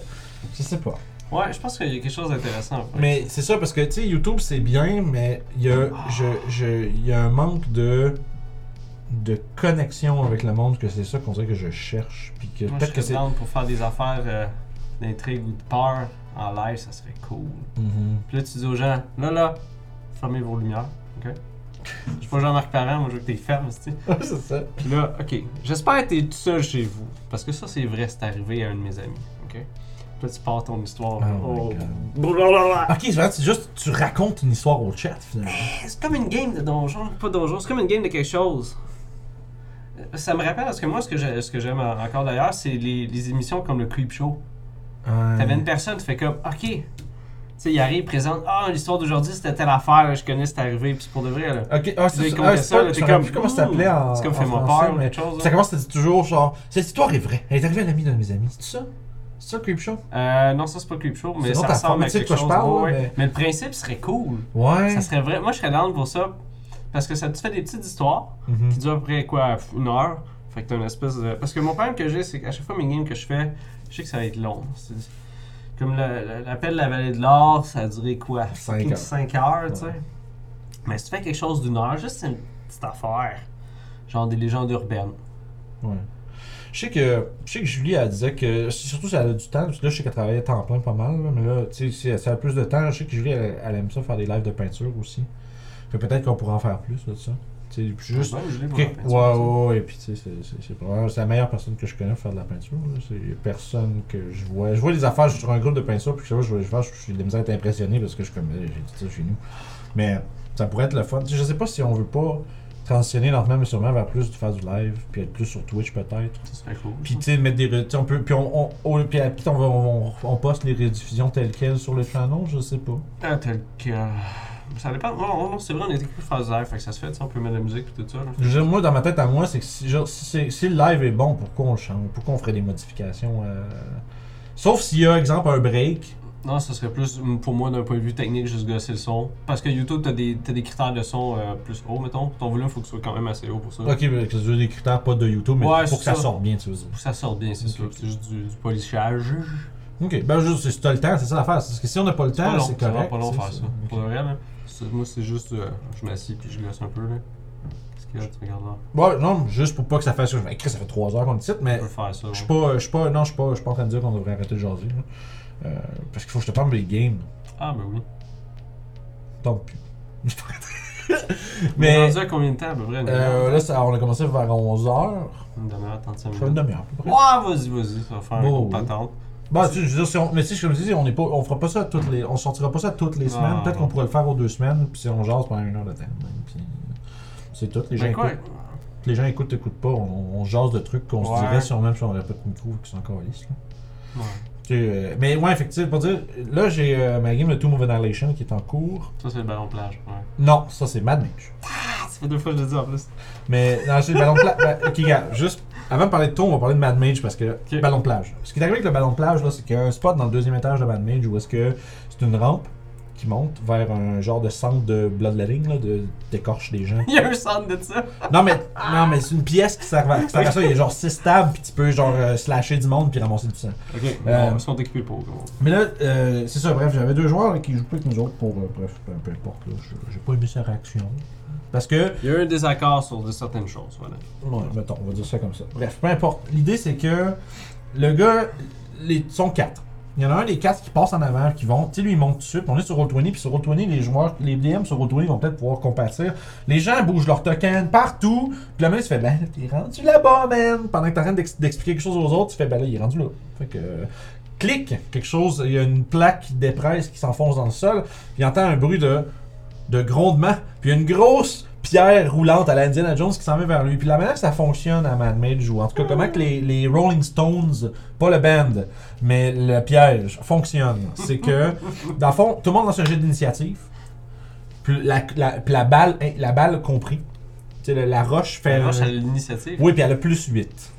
S2: Je sais pas.
S1: Ouais, je pense qu'il y a quelque chose d'intéressant. en fait.
S2: Mais c'est ça, parce que tu sais, YouTube c'est bien, mais il y, a- je, je- il y a un manque de. de connexion avec le monde, que c'est ça qu'on dirait que je cherche, puis que
S1: Moi,
S2: peut-être
S1: je
S2: que c'est.
S1: serais down pour faire des affaires euh, d'intrigue ou de peur en live. Ça serait cool.
S2: Mhm.
S1: Puis là, tu dis aux gens, là, là, fermez vos lumières. OK? Je suis pas Jean-Marc Parent, moi, je veux que t'es fermes, tu sais.
S2: [laughs] Ouais, c'est ça.
S1: Puis là, OK, j'espère que t'es tout seul chez vous. Parce que ça, c'est vrai, c'est arrivé à un de mes amis. OK? Puis là, tu pars ton histoire. là.
S2: Oh my God.
S1: Blablabla. Eh,
S2: Ok, c'est vrai, c'est juste, tu racontes une histoire au chat finalement.
S1: C'est comme une game de donjon, pas donjon, c'est comme une game de quelque chose. Euh, Ça me rappelle, parce que moi, ce que j'ai- ce que j'aime en- encore d'ailleurs, c'est les, les émissions comme le Creep Show.
S2: Euh,
S1: T'avais une personne, tu fais comme, OK. Tu sais, il arrive, présente, ah, l'histoire d'aujourd'hui, c'était telle affaire, je connais, c'est arrivé, puis pour de vrai, là.
S2: Ok, ah,
S1: Des
S2: c'est ça.
S1: comptes
S2: Ah,
S1: de
S2: c'est
S1: ça,
S2: pas-
S1: là,
S2: je
S1: t'es
S2: me
S1: comme,
S2: rappelle plus comment ça s'appelait en.
S1: C'est comme
S2: en
S1: fais-moi
S2: français,
S1: peur ou
S2: mais-
S1: quelque chose. hein.
S2: Ça
S1: là.
S2: commence, c'était toujours genre. Cette histoire est vraie. Elle est arrivée à l'ami d'un de mes amis. C'est ça C'est ça le creepshow
S1: Euh, non, ça c'est pas le Creepshow,
S2: C'est
S1: mais
S2: une
S1: ça
S2: autre affaire,
S1: ressemble
S2: mais
S1: à
S2: tu sais de
S1: quelque
S2: quoi
S1: chose.
S2: je parle,
S1: ouais, ouais.
S2: mais-
S1: mais... le principe serait cool.
S2: Ouais.
S1: Ça serait vrai. Moi, je serais down pour ça parce que ça te fait des petites histoires
S2: Mhm.
S1: qui durent à peu près quoi, une heure. Fait que t'as une espèce de. Parce que mon problème que j'ai, c'est qu'à chaque fois mes games que je fais, je sais que ça va être long. C'est- Comme la- la- l'appel de la vallée de l'or, ça a duré quoi
S2: Cinq
S1: fucking
S2: heures.
S1: cinq heures, tu
S2: Ouais.
S1: sais. Mais si tu fais quelque chose d'une heure, juste une petite affaire, genre des légendes urbaines.
S2: Ouais. Je sais que, je sais que Julie, elle disait que, surtout si elle a du temps, parce que là, je sais qu'elle travaillait temps plein pas mal, là, mais là, tu sais, si elle- si elle a plus de temps, je sais que Julie, elle, elle aime ça faire des lives de peinture aussi. Fait peut-être qu'on pourra en faire plus de ça. Tu sais, puis juste.
S1: Ouais, je l'ai
S2: Ok,
S1: pour la peinture,
S2: ouais,
S1: ça.
S2: ouais, ouais, et puis tu sais, c'est- c'est- c'est probablement- c'est la meilleure personne que je connais pour faire de la peinture. là. C'est y a personne que je vois. Je vois les affaires, je suis sur un groupe de peinture, puis je sais pas, je vois les affaires, je suis de la misère à être impressionné parce que je suis comme, eh, j'ai dit ça chez nous. Mais ça pourrait être le fun. Tu sais, Je sais pas si on veut pas transitionner lentement mais sûrement vers plus de faire du live, puis être plus sur Twitch peut-être.
S1: Ça serait cool.
S2: Puis tu sais, mettre des. re- tu sais, on peut, puis on, on, on- puis à- puis on, va- on, on poste les rediffusions telles quelles sur le channel, je sais pas.
S1: Ah, tel que. Ça dépend. Non, non, non, c'est vrai, on était plus phasaire, fait que ça se fait, tu sais, on peut mettre de la musique et tout ça. là.
S2: Je veux dire, moi, dans ma tête à moi, c'est que si, genre, si, c'est- si le live est bon, pourquoi on le change Pourquoi on ferait des modifications euh, Sauf s'il y a, exemple, un break.
S1: Non, ce serait plus mm, pour moi d'un point de vue technique, juste gosser le son. Parce que YouTube, t'as des, t'as des critères de son euh, plus haut, mettons. Ton volume, faut que ce soit quand même assez haut pour ça.
S2: Ok, mais que ce soit des critères pas de YouTube, mais
S1: Ouais,
S2: pour
S1: c'est
S2: que ça,
S1: ça.
S2: sorte bien, tu veux dire.
S1: Pour que ça sorte bien, c'est
S2: Ok,
S1: sûr.
S2: ok.
S1: C'est juste du, du polissage.
S2: Ok, ben juste, c'est- si t'as le temps, c'est ça l'affaire. Parce que si on n'a pas le
S1: C'est pas
S2: temps,
S1: long,
S2: c'est
S1: ça va
S2: correct.
S1: pas long
S2: tu sais,
S1: faire ça.
S2: c'est-
S1: Pour
S2: ok.
S1: le vrai, là. c'est- Moi, c'est juste. euh, je m'assis puis je gosse un peu, là. Qu'est-ce qu'il y a, tu regardes là
S2: Ouais, non, mais juste pour pas que ça fasse. Ben, Chris, ça fait 3 heures qu'on le titre, mais
S1: On peut faire ça.
S2: je suis
S1: ouais.
S2: pas, je suis pas, non, je suis pas, je suis pas en train de dire qu'on devrait arrêter de jaser. là. Euh, parce qu'il faut que je te parle des games.
S1: Ah, ben oui.
S2: Tant pis. [laughs]
S1: Mais. On est
S2: mais
S1: rendu à combien de temps, à peu près une
S2: euh,
S1: demi-heure?
S2: là, ça- on a commencé vers 11h.
S1: Une demi-heure, 35
S2: Ça fait une
S1: minutes.
S2: demi-heure à peu près.
S1: Ouais, vas-y, vas-y, ça va faire
S2: Bon,
S1: une
S2: oui.
S1: patente.
S2: Bah, tu sais, je veux dire, si on, mais tu sais, comme je dis, on est pas, on fera pas ça toutes les, on sortira pas ça toutes les
S1: Non,
S2: semaines. Peut-être
S1: non.
S2: qu'on pourrait le faire aux deux semaines, puis si on jase pendant une heure de temps. ben, Puis c'est tout. Les gens,
S1: Ben quoi?
S2: écoutent, les gens écoutent, écoutent pas. On, on jase de trucs qu'on
S1: Ouais.
S2: se dirait si on même si on aurait pas de micro qui sont encore lisses. là.
S1: Ouais.
S2: Tu sais, euh, mais ouais, effectivement, pour dire, là j'ai euh, ma game de Tomb of Annihilation qui est en cours.
S1: Ça, c'est le ballon de plage. Ouais.
S2: Non, ça c'est Mad Mage.
S1: Ah, ça fait deux fois que je le dis en plus.
S2: Mais non, c'est le ballon de plage. ok, gars, juste avant de parler de tour, on va parler de Mad Mage parce que.
S1: Ok.
S2: Ballon de plage. Ce qui est arrivé avec le ballon de plage, là, c'est qu'il y a un spot dans le deuxième étage de Mad Mage où est-ce que c'est une rampe qui monte vers un genre de centre de bloodletting, là, de décorche des gens.
S1: [laughs] Il y a un centre de ça.
S2: non, mais, non, mais c'est une pièce qui sert à, qui sert à ça. Il y a genre 6 tables, puis tu peux genre euh, slasher du monde puis ramasser du sang.
S1: Ok,
S2: Euh,
S1: bon, ils sont équipés pour. gros.
S2: Mais là, euh, c'est ça, bref, j'avais deux joueurs là, qui jouent plus que nous autres pour. euh, bref, peu, peu importe, là. J'ai- J'ai pas aimé sa réaction. Parce que.
S1: Il y a eu un désaccord sur de certaines choses, voilà.
S2: Ouais, mettons, on va dire ça comme ça. Bref, peu importe. L'idée, c'est que le gars, les sont quatre. Il y en a un des quatre qui passe en avant, qui vont. Tu sais, lui, il monte tout de suite. puis On est sur Roll20, puis sur Roll20, les joueurs, les DM sur Roll20 vont peut-être pouvoir compatir. Les gens bougent leur token partout. Puis le mec, tu fais, ben, t'es rendu là-bas, man. Pendant que t'es en train d'ex- d'expliquer quelque chose aux autres, tu fais, ben là, il est rendu là. Fait que. euh, Clique quelque chose, il y a une plaque qui dépresse qui s'enfonce dans le sol, puis il entend un bruit de de grondement, puis une grosse pierre roulante à la Indiana Jones qui s'en va vers lui. Puis la manière que ça fonctionne à Mad Mage, ou en tout cas comment que les, les Rolling Stones, pas le band, mais le piège, fonctionne, c'est que, dans le fond, tout le monde lance un jet d'initiative, puis la, la, puis la balle, hein, la balle compris, Tu sais, la, la roche fait...
S1: La roche
S2: un-
S1: à l'initiative.
S2: Euh, Oui, puis elle a plus 8.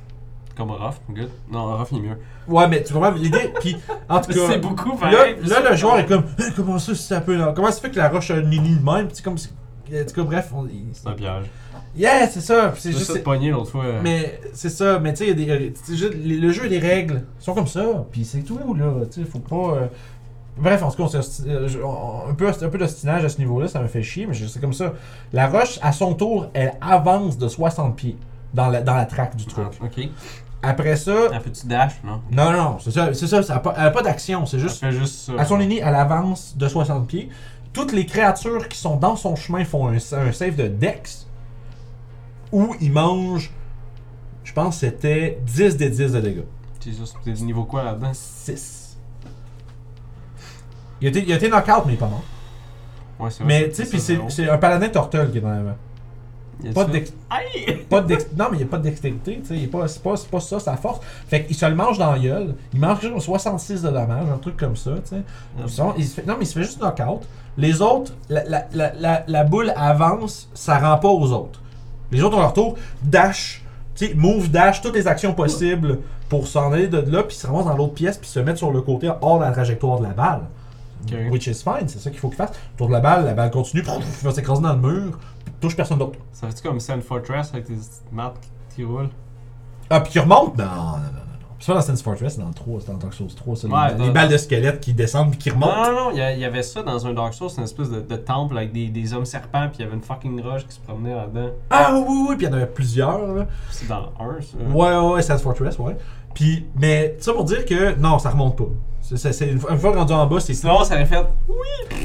S1: Comme Ruff, good. Non, Ruff, il est mieux.
S2: Ouais, mais tu comprends l'idée? Puis,
S1: [laughs]
S2: en tout cas...
S1: C'est beaucoup,
S2: Là,
S1: pareil.
S2: là, le joueur est comme, Hein, comment ça, c'est un peu. Comment ça fait que la roche a une ligne de même? C'est comme. si- En tout cas, bref, on, il-
S1: C'est un piège.
S2: Yeah, c'est ça. Puis C'est
S1: J'ai
S2: juste.
S1: juste de pogner l'autre fois. euh,
S2: Mais c'est ça. Mais tu sais, il y a des- c'est juste- les- le jeu a des règles. Ils sont comme ça. Puis c'est tout là. Tu sais, faut pas. euh, Bref, en tout cas, on s'est osti- euh, je- on- un peu, un peu d'ostinage à ce niveau-là, ça me fait chier, mais je- c'est comme ça. La roche, à son tour, elle avance de 60 pieds dans la, dans la traque du truc.
S1: Ok.
S2: Après ça,
S1: Un petit dash, non?
S2: non, non, c'est ça, c'est ça, ça a pas- elle n'a pas d'action, c'est
S1: Je
S2: juste
S1: fais juste ça.
S2: à son ligne, elle avance de 60 pieds. Toutes les créatures qui sont dans son chemin font un, un save de Dex. Où il mange, je pense que c'était 10 des 10 de dégâts.
S1: T'es juste t'es du niveau quoi là-dedans?
S2: 6. Il a été, il a été knockout, mais il est pas mort.
S1: Ouais, c'est
S2: mais tu sais, puis c'est-
S1: zéro.
S2: c'est un paladin turtle qui est dans la main.
S1: Y a
S2: Pas
S1: ça?
S2: de, dex-
S1: Aïe!
S2: pas de dex- non, mais il n'y a pas de dextérité. tu sais, il est pas- C'est pas, c'est pas ça sa force. Fait qu'il se le mange dans la gueule. Il mange genre 66 de dommages, un truc comme ça. tu sais. Ils sont- il se fait- non, mais il se fait juste knock-out. Les autres, la, la- la- la- la boule avance, ça rend pas aux autres. Les autres ont leur tour, dash, tu sais, move, dash, toutes les actions possibles pour s'en aller de là, puis se ramassent dans l'autre pièce, puis se mettre sur le côté hors de la trajectoire de la balle.
S1: Ok.
S2: Which is fine, c'est ça qu'il faut qu'ils fassent. Tour de la balle, la balle continue, pff, va s'écraser dans le mur, touche personne d'autre.
S1: Ça fait-tu comme Sand Fortress avec tes petites maps qui, qui roulent?
S2: Ah, puis qui remonte Non, non, non, non. non. C'est pas dans Sense Fortress, c'est dans le 3, c'est dans Dark Souls 3, ça. les-
S1: Ouais,
S2: les,
S1: dans- Ah.
S2: balles de squelette qui descendent puis qui remontent.
S1: Non, non, non, il y, a- il y avait ça dans un Dark Souls, c'est une espèce de, de temple avec des, des hommes serpents, puis il y avait une fucking roche qui se promenait là-dedans.
S2: Ah oui, oui, oui, puis il y en avait plusieurs, là.
S1: C'est dans un, ça.
S2: Ouais, ouais, ouais, Sense Fortress, ouais. Puis, mais ça pour dire que non, ça remonte pas. C'est- C'est, c'est une, fois, une fois rendu en bas, c'est ça.
S1: Sinon, ça aurait fait.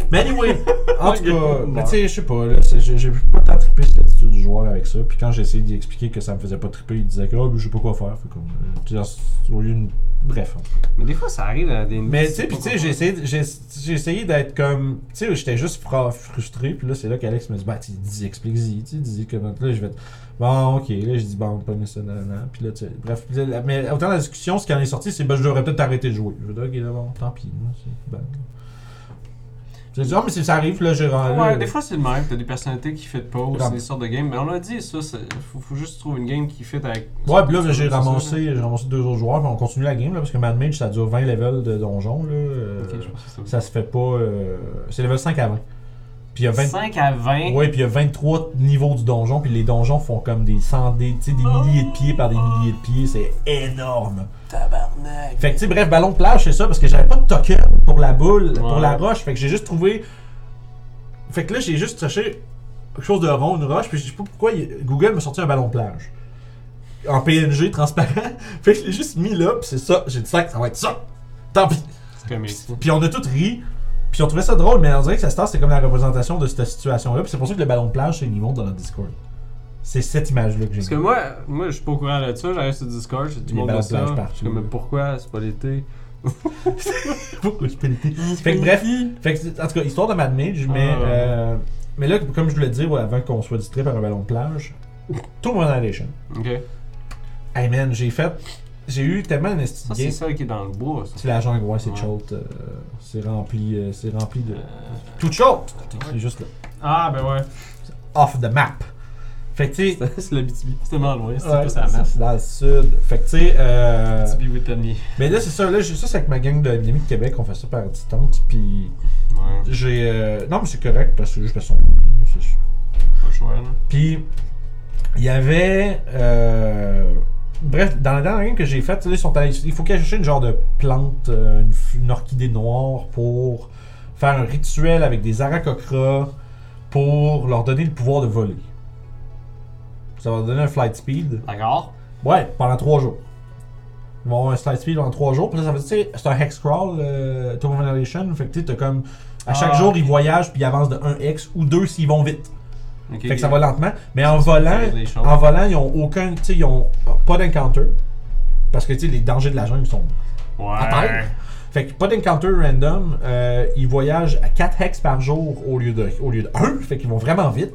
S2: Mais anyway,
S1: [laughs] Ok.
S2: en tout cas, mais
S1: Bon.
S2: tu sais, je sais pas, là, c'est- j'ai, j'ai pas tant trippé cette attitude du joueur avec ça. Puis quand j'ai essayé d'y expliquer que ça me faisait pas tripper, il disait que oh, je sais pas quoi faire. Fait comme, euh, tu sais, au lieu d'une. Bref. en tout cas.
S1: Mais des fois, ça arrive à des.
S2: Mais tu sais, puis tu sais, j'ai essayé, de- j'ai, j'ai essayé d'être comme. Tu sais, j'étais juste fra- frustré, puis là, c'est là qu'Alex me dit, bah, tu dis, explique-y, tu sais, dis comment. Là, je vais. être, Bon, ok, là, je dis, bon, pas nécessairement. Puis là, tu sais, bref. puis là, la- mais autant la discussion, ce qui en est sorti, c'est, ben, je devrais peut-être arrêter de jouer. Je veux dire, ok, là, bon, tant pis, là, c'est ben, J'ai dit, ah, mais si ça arrive, là, j'ai rendu.
S1: Ouais, des fois, c'est le même. T'as des personnalités qui fit pas, ou c'est
S2: Grave.
S1: des sortes de games. Mais on l'a dit, ça, c'est- faut, faut juste trouver une game qui fit avec.
S2: Ouais, puis là, j'ai
S1: C'est ça, là.
S2: ramassé, euh, j'ai ramassé deux autres joueurs, puis on continue la game, là, parce que Mad Mage, ça dure 20 levels de donjon, là. euh,
S1: Ok, je pense que c'est ça.
S2: ça se fait pas. euh, c'est level 5 à 20. Puis il y a 20.
S1: 5 à 20.
S2: Ouais, puis il y a 23 niveaux du donjon, puis les donjons font comme des cent- des, tu sais, des milliers de pieds par des milliers de pieds, c'est énorme.
S1: Tabarnak.
S2: Fait que, tu sais, bref, ballon de plage, c'est ça, parce que j'avais pas de token pour la boule, pour
S1: Ouais.
S2: la roche, fait que j'ai juste trouvé. Fait que là, j'ai juste cherché quelque chose de rond, une roche, puis je sais pas pourquoi il- Google m'a sorti un ballon de plage. En PNG transparent. [laughs] fait que je l'ai juste mis là, puis c'est ça, j'ai dit ça, ça va être ça. Tant pis.
S1: C'est comique, ça.
S2: Puis on a tous ri. Puis on trouvait ça drôle, mais on dirait que ça se passe, c'est comme la représentation de cette situation-là. Puis c'est pour ça que le ballon de plage, c'est une immonde dans notre Discord. C'est cette image-là que j'ai.
S1: Parce que moi, moi, je suis pas au courant là-dessus. J'arrive sur Discord, j'ai tout
S2: Les
S1: le monde
S2: balles
S1: voit
S2: de plage
S1: ça. Je
S2: partout.
S1: suis comme, mais pourquoi C'est pas l'été.
S2: Pourquoi je peux le dire? Fait que bref. Fait que, c'est- en tout cas, histoire de Mad Mage, mais,
S1: Ah.
S2: euh, mais là, comme je voulais dire ouais, avant qu'on soit distrait par un ballon de plage, tout mon Annihilation.
S1: Ok.
S2: Hey man, j'ai fait. J'ai eu tellement une esti
S1: Ça,
S2: de
S1: Ah, c'est
S2: game.
S1: celle qui est dans le bois, ça.
S2: C'est la jungle, ouais, c'est
S1: Ouais.
S2: Cholt. euh, c'est rempli, euh, c'est rempli de.
S1: Euh,
S2: Tout Cholt! C'est écrit juste là.
S1: Ah, ben ouais.
S2: Off the map. Fait que, tu sais,
S1: [laughs] C'est le BTB. C'est tellement loin. C'est
S2: Ouais,
S1: plus à la
S2: ça,
S1: masse.
S2: c'est dans le sud. Fait que tu sais, euh,
S1: BTB with Penny.
S2: mais là c'est ça, là j'ai ça c'est avec ma gang de d'amis de Québec, on fait ça par distance, puis
S1: Ouais,
S2: j'ai, euh, non mais c'est correct parce que je fais son, c'est sûr.
S1: pas le choix, là.
S2: Puis il y avait, euh, bref, dans la dernière game que j'ai faite, là, ils sont allés- il faut qu'elle cherche une genre de plante, euh, une, f- une orchidée noire pour faire un rituel avec des aracocras pour leur donner le pouvoir de voler. Ça va leur donner un flight speed.
S1: D'accord.
S2: Ouais, pendant trois jours. Ils vont avoir un slide speed pendant trois jours. Puis là, ça veut dire, tu sais, c'est un hex crawl, euh, Tomb of Annihilation. Fait que tu sais, t'as comme. À chaque
S1: Ah,
S2: jour,
S1: ok.
S2: ils voyagent puis ils avancent de 1 hex ou 2 s'ils vont vite.
S1: Ok.
S2: Fait que ça va lentement. Mais en volant,
S1: c'est les choses.
S2: en volant, ils ont aucun. Tu sais, ils ont pas d'encounter. Parce que tu sais, les dangers de la jungle sont.
S1: Ouais.
S2: Attends. Fait que pas d'encounter random. euh, ils voyagent à 4 hex par jour au lieu de, au lieu de 1. Fait qu'ils vont vraiment vite.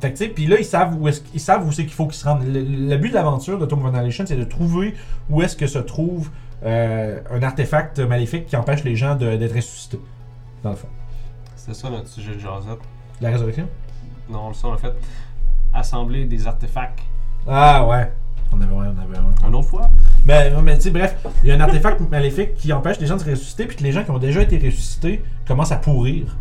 S2: Fait que tu sais, puis là, ils savent où, est-ce- ils savent où c'est qu'il faut qu'ils se rendent. Le, le but de l'aventure de Tomb of Annihilation, c'est de trouver où est-ce que se trouve euh, un artefact maléfique qui empêche les gens de- d'être ressuscités. Dans le fond.
S1: C'est ça notre sujet de jasette.
S2: La résurrection
S1: Non, ça, on a fait. Assembler des artefacts.
S2: Ah ouais. On avait, ouais, on avait un.
S1: Un autre fois.
S2: Mais, Ben, mais tu sais, bref, il y a un artefact [laughs] maléfique qui empêche les gens de se ressusciter, puis que les gens qui ont déjà été ressuscités commencent à pourrir.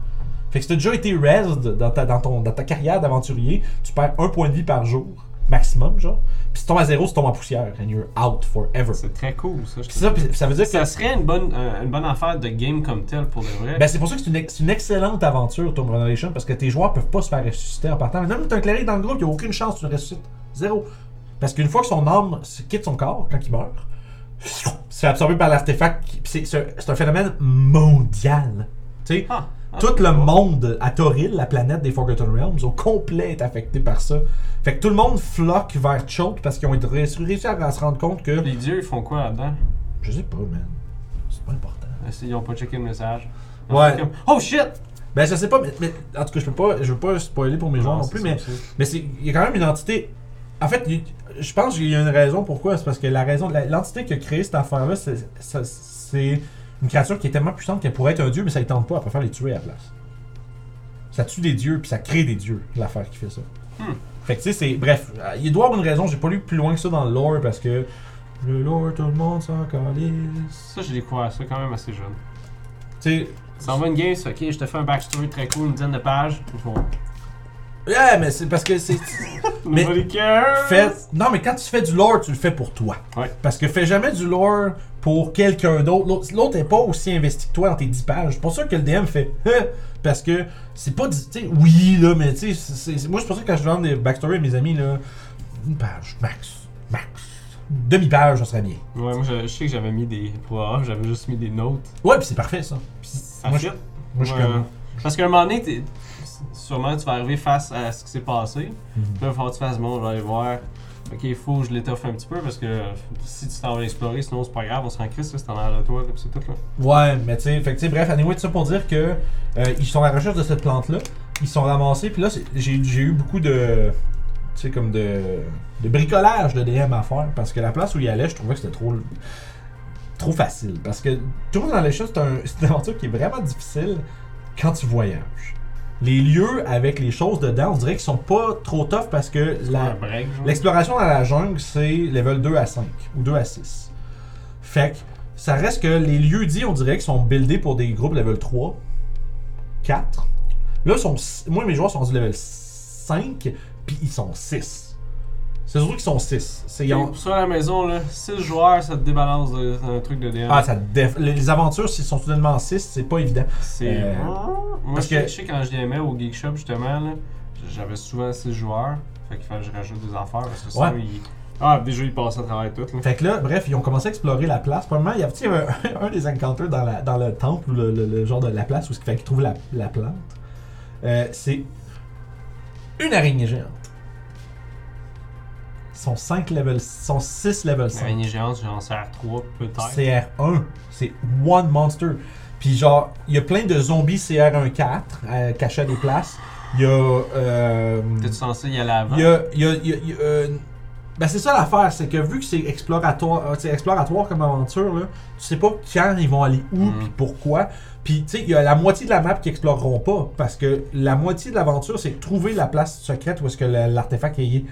S2: Fait que si t'as déjà été raised dans ta, dans ton, dans ta carrière d'aventurier, tu perds un point de vie par jour, maximum, genre. Puis si tu tombes à zéro, tu tombes en poussière, and you're out forever.
S1: C'est très cool, ça. je
S2: Puis
S1: te
S2: ça,
S1: dis.
S2: puis ça veut dire que.
S1: Ça serait une bonne, euh, une bonne affaire de game comme tel pour de vrai.
S2: Ben, c'est pour ça que c'est une, ex- c'est une excellente aventure, Tomb Raider parce que tes joueurs peuvent pas se faire ressusciter en partant. Même si t'as un cleric dans le groupe, il n'y a aucune chance que tu le ressuscites. Zéro. Parce qu'une fois que son âme se- quitte son corps, quand il meurt, c'est absorbé par l'artefact. qui- pis C'est c'est un- c'est un phénomène mondial. Tu sais,
S1: Ah, ah,
S2: tout
S1: c'est
S2: le
S1: bon.
S2: monde à Toril, la planète des Forgotten Realms, au complet est affecté par ça. Fait que tout le monde floque vers Chote parce qu'ils ont été- réussi à se rendre compte que.
S1: Les dieux, ils font quoi là-dedans
S2: Je sais pas, man. C'est pas important.
S1: Ils ont pas checké le message. Ils
S2: Ouais.
S1: ont fait comme, oh shit
S2: Ben, je sais pas, mais, mais- en tout cas, je peux pas, je veux pas spoiler pour mes joueurs non
S1: c'est
S2: plus,
S1: ça
S2: mais
S1: aussi.
S2: mais c'est- il y a quand même une entité. En fait, il- je pense qu'il y a une raison pourquoi. C'est parce que la raison, la- l'entité qui a créé cette affaire-là, c'est- ça- c'est une créature qui est tellement puissante qu'elle pourrait être un dieu, mais ça ne tente pas. Elle préfère les tuer à la place. Ça tue des dieux, puis ça crée des dieux, l'affaire qui fait ça.
S1: Hmm.
S2: Fait que tu sais, c'est. Bref, euh, il doit y avoir une raison. J'ai pas lu plus loin que ça dans le lore parce que. Le lore, tout le monde s'en calisse.
S1: Ça, j'ai découvert ça quand même assez jeune.
S2: Tu sais,
S1: Ça en va une game, c'est ok, je te fais un backstory très cool, une dizaine de pages. Ils font.
S2: Yeah, mais c'est parce que c'est. Mais-
S1: Nobody cares.
S2: Fais- Non, mais quand tu fais du lore, tu le fais pour toi.
S1: Ouais.
S2: Parce que fais jamais du lore pour quelqu'un d'autre. L'autre- L'autre n'est pas aussi investi que toi dans tes 10 pages. C'est pour ça que le DM fait Hein? Parce que c'est pas. du- tu sais, oui, là, mais tu sais, c'est- c'est- moi, c'est pour ça que quand je demande des backstories à mes amis, là, une page, max, max. Demi-page, ça serait bien.
S1: Ouais, moi je, je sais que j'avais mis des. Pour avoir, j'avais juste mis des notes.
S2: Ouais, puis c'est parfait, ça.
S1: Puis ça
S2: Moi,
S1: fit.
S2: Moi, je suis
S1: Ouais.
S2: comme.
S1: Parce qu'à un moment donné, t'es- sûrement tu vas arriver face à ce qui s'est passé. Puis
S2: Mhm.
S1: Là, il va falloir que tu fasses bon, je vais aller voir. Ok, il faut que je l'étoffe un petit peu parce que si tu t'en vas explorer, sinon c'est pas grave, on se rend crise, là, c'est en arrière de toi, là, puis c'est tout là.
S2: Ouais, mais tu sais, fait que tu sais, bref, anyway, tout ça pour dire que euh, ils sont à la recherche de cette plante-là, ils sont ramassés, puis là, c'est- j'ai j'ai eu beaucoup de. Tu sais, comme de. de bricolage de DM à faire, parce que la place où il allait, je trouvais que c'était trop. trop facile. Parce que tout le monde dans les choses, c'est un- [laughs] c'est une aventure qui est vraiment difficile quand tu voyages. Les lieux avec les choses dedans, on dirait qu'ils sont pas trop tough parce que la,
S1: Un break, genre.
S2: L'exploration dans la jungle, c'est level 2 à 5 ou 2 à 6. Fait que ça reste que les lieux dits, on dirait qu'ils sont buildés pour des groupes level 3, 4. Là, ils sont, s- moi, mes joueurs sont rendus level 5, puis ils sont 6. C'est surtout qu'ils sont 6. C'est, ils
S1: Puis,
S2: ont-
S1: Pour ça, à la maison, là, 6 joueurs, ça te débalance de- un truc de DM.
S2: Ah, ça déf- Les les aventures, s'ils sont soudainement 6, c'est pas évident.
S1: c'est.
S2: euh,
S1: Ah, Moi,
S2: parce
S1: je, sais-
S2: que-
S1: je sais, quand je DMais au Geek Shop, justement, là, j'avais souvent 6 joueurs. Fait qu'il fallait que je rajoute des affaires parce que sinon,
S2: Ouais.
S1: ils- Ah, déjà, ils passaient à travers tout, là.
S2: Fait que là, bref, ils ont commencé à explorer la place. Premièrement, il y avait, tu sais, il y avait un, [laughs] un des encounters dans, la- dans le temple, ou le, le- le genre de la place où ce qui fait qu'ils trouvent la, la plante. Euh, c'est une araignée géante. Ils sont 5 level, ils sont 6 level 5.
S1: Araignée géante, j'en sers 3 peut-être.
S2: CR1, c'est One Monster. Puis genre, il y a plein de zombies CR1-4 euh, cachés à des places. Il y a... euh,
S1: T'es-tu censé y aller avant?
S2: il y a, il y a- il y a- il y a, euh, ben c'est ça l'affaire, c'est que vu que c'est exploratoire, euh, c'est exploratoire comme aventure, là, tu sais pas quand ils vont aller où
S1: Mm.
S2: puis pourquoi. Puis tu sais, il y a la moitié de la map qui exploreront pas parce que la moitié de l'aventure c'est trouver la place secrète où est-ce que le- l'artefact est.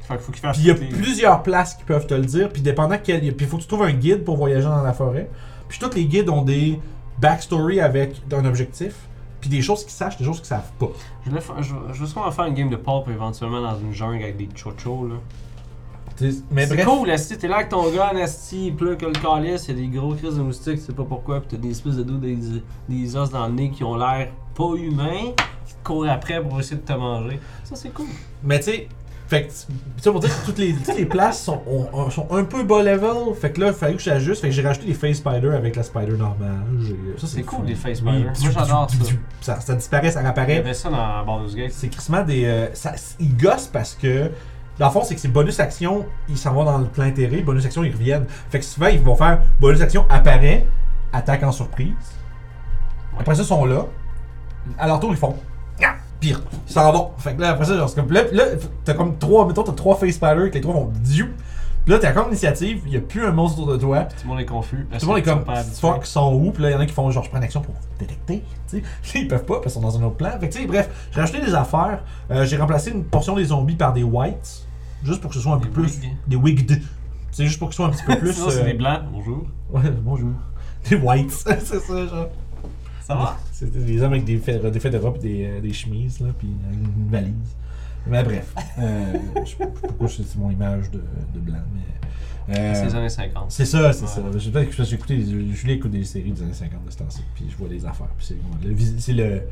S1: Fait qu'il faut qu'il fasse
S2: Puis il y a
S1: toutes les-
S2: plusieurs places qui peuvent te le dire, puis dépendant quel, puis il faut que tu trouves un guide pour voyager dans la forêt. Puis tous les guides ont des backstories avec un objectif, puis des choses qu'ils sachent, des choses qu'ils savent pas.
S1: Je voulais fa- je, je veux sûrement faire une game de pop éventuellement dans une jungle avec des chochos là.
S2: Tu sais, Mais
S1: C'est
S2: bref,
S1: cool, Asti, t'es là avec ton gars, Asti, il pleut que le calice, il y a des gros crises de moustiques, tu sais pas pourquoi, pis t'as des espèces de dos, des, des os dans le nez qui ont l'air pas humains, qui te courent après pour essayer de te manger. Ça c'est cool.
S2: Mais tu sais, fait que, ça pour dire que toutes les, toutes les places sont, ont- ont- sont un peu bas level. Fait que là, il fallait que j'ajuste. Fait que j'ai rajouté les face spider avec la spider normale. J'ai- Ça,
S1: C'est cool,
S2: le fun.
S1: les face
S2: Oui.
S1: spider. Moi, j'adore ça.
S2: ça. Ça disparaît, ça
S1: Il y
S2: réapparaît.
S1: avait ça dans Baldur's Gate.
S2: C'est crissement des. euh, ça, ils gossent parce que. Dans le fond, c'est que ces bonus actions, ils s'en vont dans le plein intérêt. Bonus actions, ils reviennent. Fait que souvent, ils vont faire bonus action apparaît, attaque en surprise. Après ça, ils sont là. À leur tour, ils font. Ah! Pire. Ils s'en vont. Fait que là, après ça, genre, c'est comme. Là, là, t'as comme trois. Mettons, t'as trois face que les trois vont. Diou. Puis là, t'as comme initiative, il n'y a plus un monstre autour de toi.
S1: Tout le monde est confus.
S2: Tout le monde est comme, fuck,
S1: Fox.
S2: sont où? Puis là, il y en a qui font genre, je prends une action pour détecter. tu sais. [laughs] Ils peuvent pas parce qu'ils sont dans un autre plan. Fait que, tu sais, bref, j'ai racheté des affaires. Euh, j'ai remplacé une portion des zombies par des whites. Juste pour que ce soit un
S1: Des
S2: peu plus.
S1: wigged.
S2: Des wigged. C'est juste pour que ce soit un petit
S1: [laughs]
S2: peu plus.
S1: Sinon, c'est
S2: euh,
S1: des blancs. Bonjour.
S2: Ouais, bonjour. [laughs] Des whites. c'est ça, genre.
S1: Ça va?
S2: C'est des hommes avec des faits, des faits de robe, des, euh, des chemises, là, puis une valise. Mais bref. Euh, je sais pas pourquoi c'est c'est mon image de, de blanc, mais. euh,
S1: C'est les années 50.
S2: c'est ça, c'est
S1: Ouais.
S2: ça. Je- parce que J'ai écouté, des- Julien écoute des séries des années 50 de ce temps-ci, puis je vois des affaires. Puis c'est vraiment le, vis- c'est le,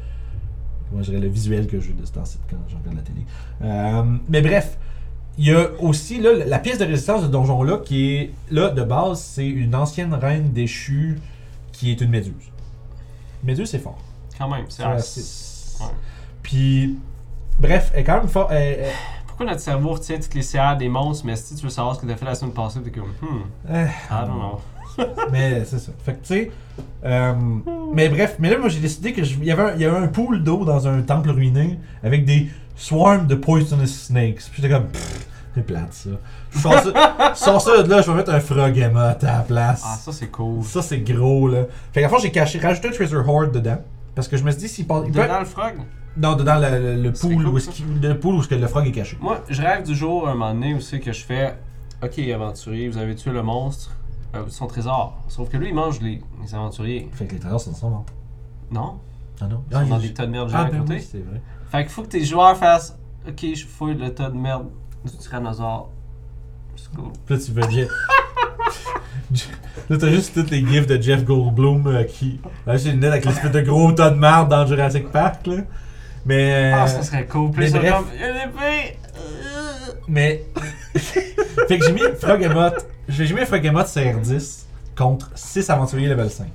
S2: comment je dirais, le visuel que je veux de ce temps-ci quand je regarde la télé. Euh, mais bref, il y a aussi là, la pièce de résistance de donjon-là qui est, là, de base, c'est une ancienne reine déchue qui est une méduse. Méduse, c'est fort.
S1: Quand même, Ah, c'est
S2: Ouais,
S1: un-
S2: c'est-
S1: Ouais.
S2: Puis, bref, elle est quand même fort. elle- elle-
S1: Pourquoi notre cerveau retient toutes les CR des monstres, mais si tu veux savoir ce que t'as fait la semaine passée, t'es comme, hmm,
S2: elle- euh,
S1: I don't know.
S2: Mais c'est ça. Fait que tu sais. euh, mais bref, mais là, moi j'ai décidé que je- il y avait un, il y avait un pool d'eau dans un temple ruiné avec des swarms de poisonous snakes. Puis j'étais comme, Pfff, c'est plate ça. Je sors ça, je sors ça de là, je vais mettre un frog emot à la place.
S1: Ah, ça c'est cool.
S2: ça, c'est gros là. Fait qu'à la fois, j'ai caché, rajouté un treasure hoard dedans. Parce que je me suis dit, s'il passe. il peut-
S1: Dedans le frog?
S2: Non, dedans le, le- le
S1: C'est
S2: pool
S1: cool,
S2: où est-ce
S1: ça.
S2: qu'il- le pool où est-ce que le frog est caché.
S1: Moi, je rêve du jour, un moment donné, où c'est que je fais Ok, aventurier, vous avez tué le monstre, euh, son trésor. Sauf que lui, il mange les, les aventuriers.
S2: Fait que les trésors sont ensemble.
S1: Non
S2: Ah non.
S1: Ils sont dans des tas de merde géants
S2: ah,
S1: à
S2: ben
S1: côté.
S2: oui, c'est vrai.
S1: Fait qu'il faut que tes joueurs fassent Ok, je fouille le tas de merde du tyrannosaure. C'est cool.
S2: Puis là, tu veux dire. Là, t'as juste toutes les gifs de Jeff Goldblum euh, qui. Là, j'ai une lunette avec l'espèce de gros tas de merde dans Jurassic Park, là. Mais. euh,
S1: Ah, ça serait cool. Plus
S2: mais
S1: ça
S2: bref.
S1: comme une épée. Euh.
S2: Mais. [laughs] fait que j'ai mis Frogemot. J'ai mis Frogemot CR10 contre 6 aventuriers level 5.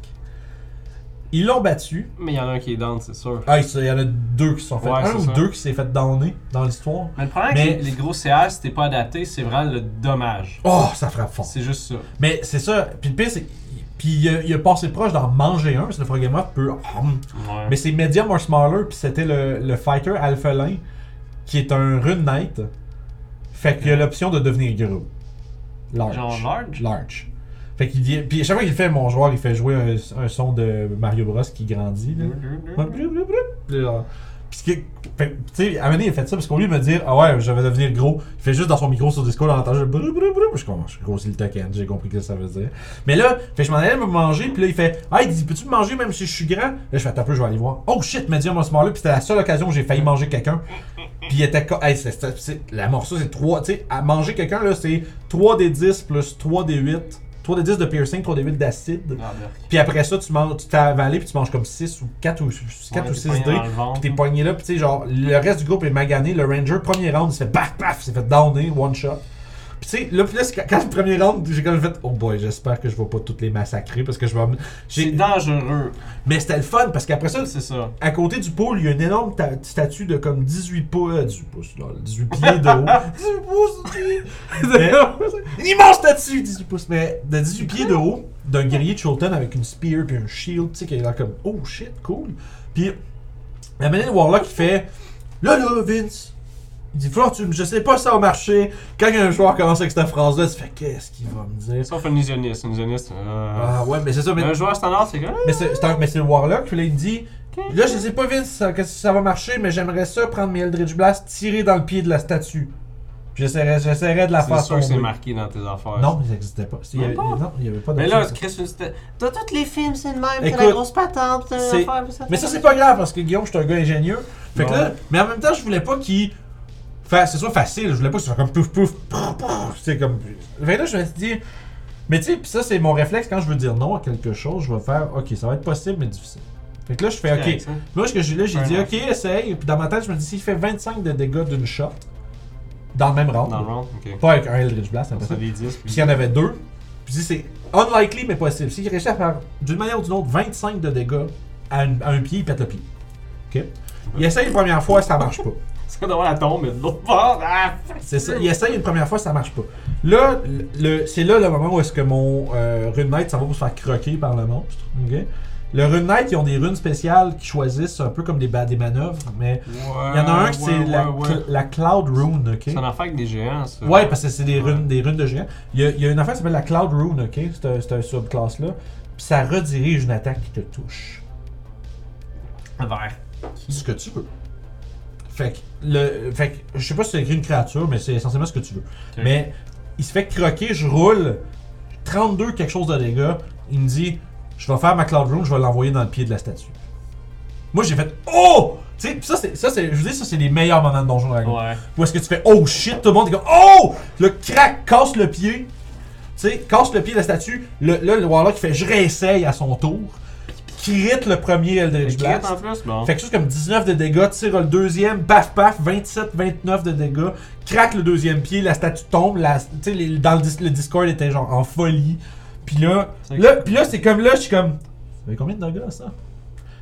S2: Ils l'ont battu.
S1: Mais il y en a un qui est down, c'est sûr.
S2: Ah, il y en a deux qui se sont fait.
S1: Ouais,
S2: un
S1: c'est
S2: ou
S1: ça.
S2: deux qui s'est fait downer dans l'histoire.
S1: Mais le problème
S2: Mais-
S1: avec les, les gros CR, si t'es pas adapté, c'est vraiment le dommage.
S2: Oh, ça frappe fort.
S1: C'est juste ça.
S2: Mais c'est ça. Puis le pire, c'est. Puis il a, il a passé proche d'en manger un, parce que le Frogemot peut.
S1: Ouais.
S2: Mais c'est Medium or Smaller, puis c'était le, le Fighter Alphelin, qui est un Rune Knight. Fait qu'il a l'option de devenir gros. Large.
S1: Genre large?
S2: Large. Fait qu'il dit. Puis à chaque fois qu'il le fait, mon joueur, il fait jouer un, un son de Mario Bros qui grandit. Là. Ouais, bloup, bloup, bloup. Puis là, puis ce qui est- fait- tu sais, à un moment donné, il a fait ça parce qu'au lieu de me dire, ah ouais, je vais devenir gros, il fait juste dans son micro sur Discord, on entend juste brou, brou, brou. Je comprends, je grossis le token, j'ai compris ce que ça veut dire. Mais là, fait, je m'en allais me manger, puis là, il fait, ah, il dit, peux-tu me manger même si je suis grand? Là, je fais, attends un peu, je vais aller voir. Oh shit, Medium Osmar là, puis c'était la seule occasion où j'ai failli manger quelqu'un. Puis il était, co- hey, c'est- c'est- c'est- la morceau, c'est 3, tu sais, à manger quelqu'un, là, c'est 3 des 10 plus 3 des 8. 3 des 10 de piercing, 3 des 8 d'acide.
S1: Ah, berk.
S2: Puis après ça, tu manges, tu t'es avalé, puis tu manges comme 6 ou 4 ou, 4
S1: Ouais,
S2: ou
S1: t'es
S2: 6
S1: poigné
S2: dés.
S1: dans le ventre.
S2: Puis t'es poigné là, puis tu sais, genre, le reste du groupe est magané. Le Ranger, premier round, il se fait paf paf, il s'est fait downer, one shot. Puis tu sais, là, puis là, c'est quand- quand le premier round, j'ai comme fait, oh boy, j'espère que je vais pas toutes les massacrer parce que je vais. me-
S1: C'est
S2: j'ai-
S1: dangereux.
S2: Mais c'était le fun parce qu'après ça,
S1: C'est ça.
S2: à côté du pôle, il y a une énorme ta- statue de comme 18 pouces, euh, 18 pouces, là, 18 pieds [laughs] de haut. 18 pouces, [laughs] mais- Une immense statue, 18 pouces, mais de 18 pieds de haut, d'un guerrier de Chulton avec une spear puis un shield, tu sais, qui est là comme, oh shit, cool. Puis, la manière de Warlock, il fait, là, là, Vince, il dit, Flore, tu, je sais pas si ça va marcher. Quand un joueur commence avec cette phrase-là, tu fais, qu'est-ce qu'il va me dire?
S1: Sauf un illusionniste. Un illusionniste. euh,
S2: Ah ouais, mais c'est ça, mais
S1: Un joueur standard, c'est hein, comme.
S2: mais c'est c'est un- mais c'est le Warlock, puis là il dit Là je sais pas Vince ça- que si ça va marcher, mais j'aimerais ça prendre mes Eldritch Blast, tirer dans le pied de la statue. Puis J'essaierais j'essaierais de la
S1: C'est
S2: faire
S1: sûr que c'est
S2: tomber.
S1: marqué dans tes affaires.
S2: Non, mais ça n'existait pas. Il y avait,
S1: Même pas.
S2: non, il y avait pas
S1: Mais
S2: d'option.
S1: là, Chris, c'était- t'as tous les films, c'est le même. T'as la
S2: Écoute,
S1: grosse patente. euh, t'as
S2: c'est-
S1: l'affaire, puis
S2: Mais ça, c'est pas grave parce que Guillaume, je suis un gars ingénieux. Fait que
S1: Ouais.
S2: là, mais en même temps, je voulais pas qu'il. Enfin, c'est soit facile, je voulais pas que ce soit comme pouf pouf, pouf, pouf, c'est comme. Fait que là, je me suis dit. Mais tu sais, pis ça, c'est mon réflexe quand je veux dire non à quelque chose, je vais faire ok, ça va être possible mais difficile. Fait que là, je fais
S1: C'est
S2: ok.
S1: correct, ça.
S2: Moi, ce que j'ai là, j'ai
S1: Fair
S2: dit
S1: enough.
S2: ok, essaye. Puis dans ma tête, je me dis s'il fait 25 de dégâts d'une shot, dans le même round,
S1: Dans le round, ok.
S2: pas avec un Eldritch Blast, c'est
S1: Ça
S2: impossible.
S1: les 10.
S2: Puis s'il y en avait deux, puis si c'est unlikely mais possible. S'il réussit à faire d'une manière ou d'une autre 25 de dégâts à, une- à un pied, il pète le pied. Ok? Il essaye une première fois, ça marche pas.
S1: C'est comme d'avoir la tombe, mais de l'autre bord. Ah, fuck.
S2: C'est ça. Il essaye une première fois, ça marche pas. Là, le- le- c'est là le moment où est-ce que mon euh, Rune Knight, ça va pour se faire croquer par le monstre. ok? Le Rune Knight, ils ont des runes spéciales qui choisissent un peu comme des, ba- des manœuvres, mais
S1: Il
S2: il y en a un qui c'est la, cl- la Cloud Rune, ok?
S1: C'est une affaire avec des géants, ça.
S2: Ouais, parce que c'est des
S1: Ouais.
S2: runes, des runes de géants. Il y a, il y a une affaire qui s'appelle la Cloud Rune, ok? C'est un, c'est un subclasse là. Puis ça redirige une attaque qui te touche.
S1: Vert.
S2: Ce que tu veux. Fait que, le, fait que je sais pas si c'est écrit une créature, mais c'est essentiellement ce que tu veux.
S1: Ok.
S2: Mais il se fait croquer, je roule 32 quelque chose de dégâts. Il me dit Je vais faire ma Cloud Rune, je vais l'envoyer dans le pied de la statue. Moi j'ai fait Oh! Tu sais, pis ça c'est, ça c'est, je vous dis, ça c'est les meilleurs moments de Donjon Dragon.
S1: Ouais.
S2: Où est-ce que tu fais oh shit, tout le monde est comme oh Le crack casse le pied. Tu sais, casse le pied de la statue. Le, là, le Warlock il fait je réessaye à son tour. Crit le premier Eldritch
S1: Des
S2: Blast.
S1: en plus, bon.
S2: Fait que chose comme 19 de dégâts, tire le deuxième, paf paf, 27, 29 de dégâts, craque le deuxième pied, la statue tombe, la, tu sais, les- dans le, dis- le Discord était genre en folie. Puis là,
S1: C'est
S2: là, puis là c'est comme là, je suis comme, ça fait combien de dégâts ça?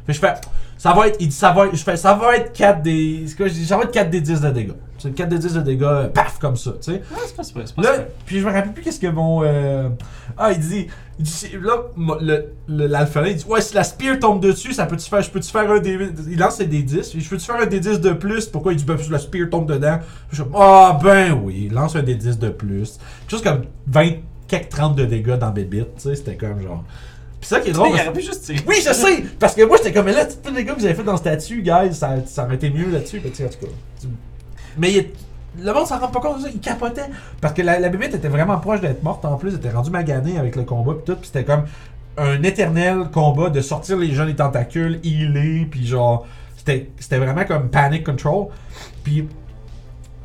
S2: Fait que je fais, ça va être, il dit ça va être, je fais, ça va être 4 des, c'est quoi, je dis, ça va être 4 des 10 de dégâts. C'est 4 des 10 de dégâts, euh, paf, comme ça, tu sais.
S1: Ah, c'est pas super, c'est pas
S2: Là,
S1: super.
S2: puis je me rappelle plus qu'est-ce que mon. euh, Ah, il dit. il dit, c'est- là, mo- le- le- l'alphelin, il dit Ouais, si la spear tombe dessus, ça peut-tu faire. Je peux-tu faire un des. Il lance des 10. Je peux-tu faire un des 10 de plus Pourquoi il dit Ben, si la spear tombe dedans. Je suis comme, Ah, ben oui, il lance un des 10 de plus. Quelque chose comme 20, quelques 30 de dégâts dans Bébite. Tu sais, c'était comme genre. Puis ça qui est drôle.
S1: Mais il
S2: parce-
S1: aurait pu juste tirer.
S2: [laughs] oui, je sais! Parce que moi, j'étais comme, mais là, tous les gars que vous avez fait dans le statut, guys, ça, ça aurait été mieux là-dessus. Mais tu sais, en tout cas. tu- Mais il est- le monde s'en rend pas compte de ça, il capotait. Parce que la, la bébête était vraiment proche d'être morte en plus, elle était rendue maganée avec le combat pis tout, pis c'était comme un éternel combat de sortir les jeunes des tentacules, healer, pis genre. C'était c'était vraiment comme panic control. Puis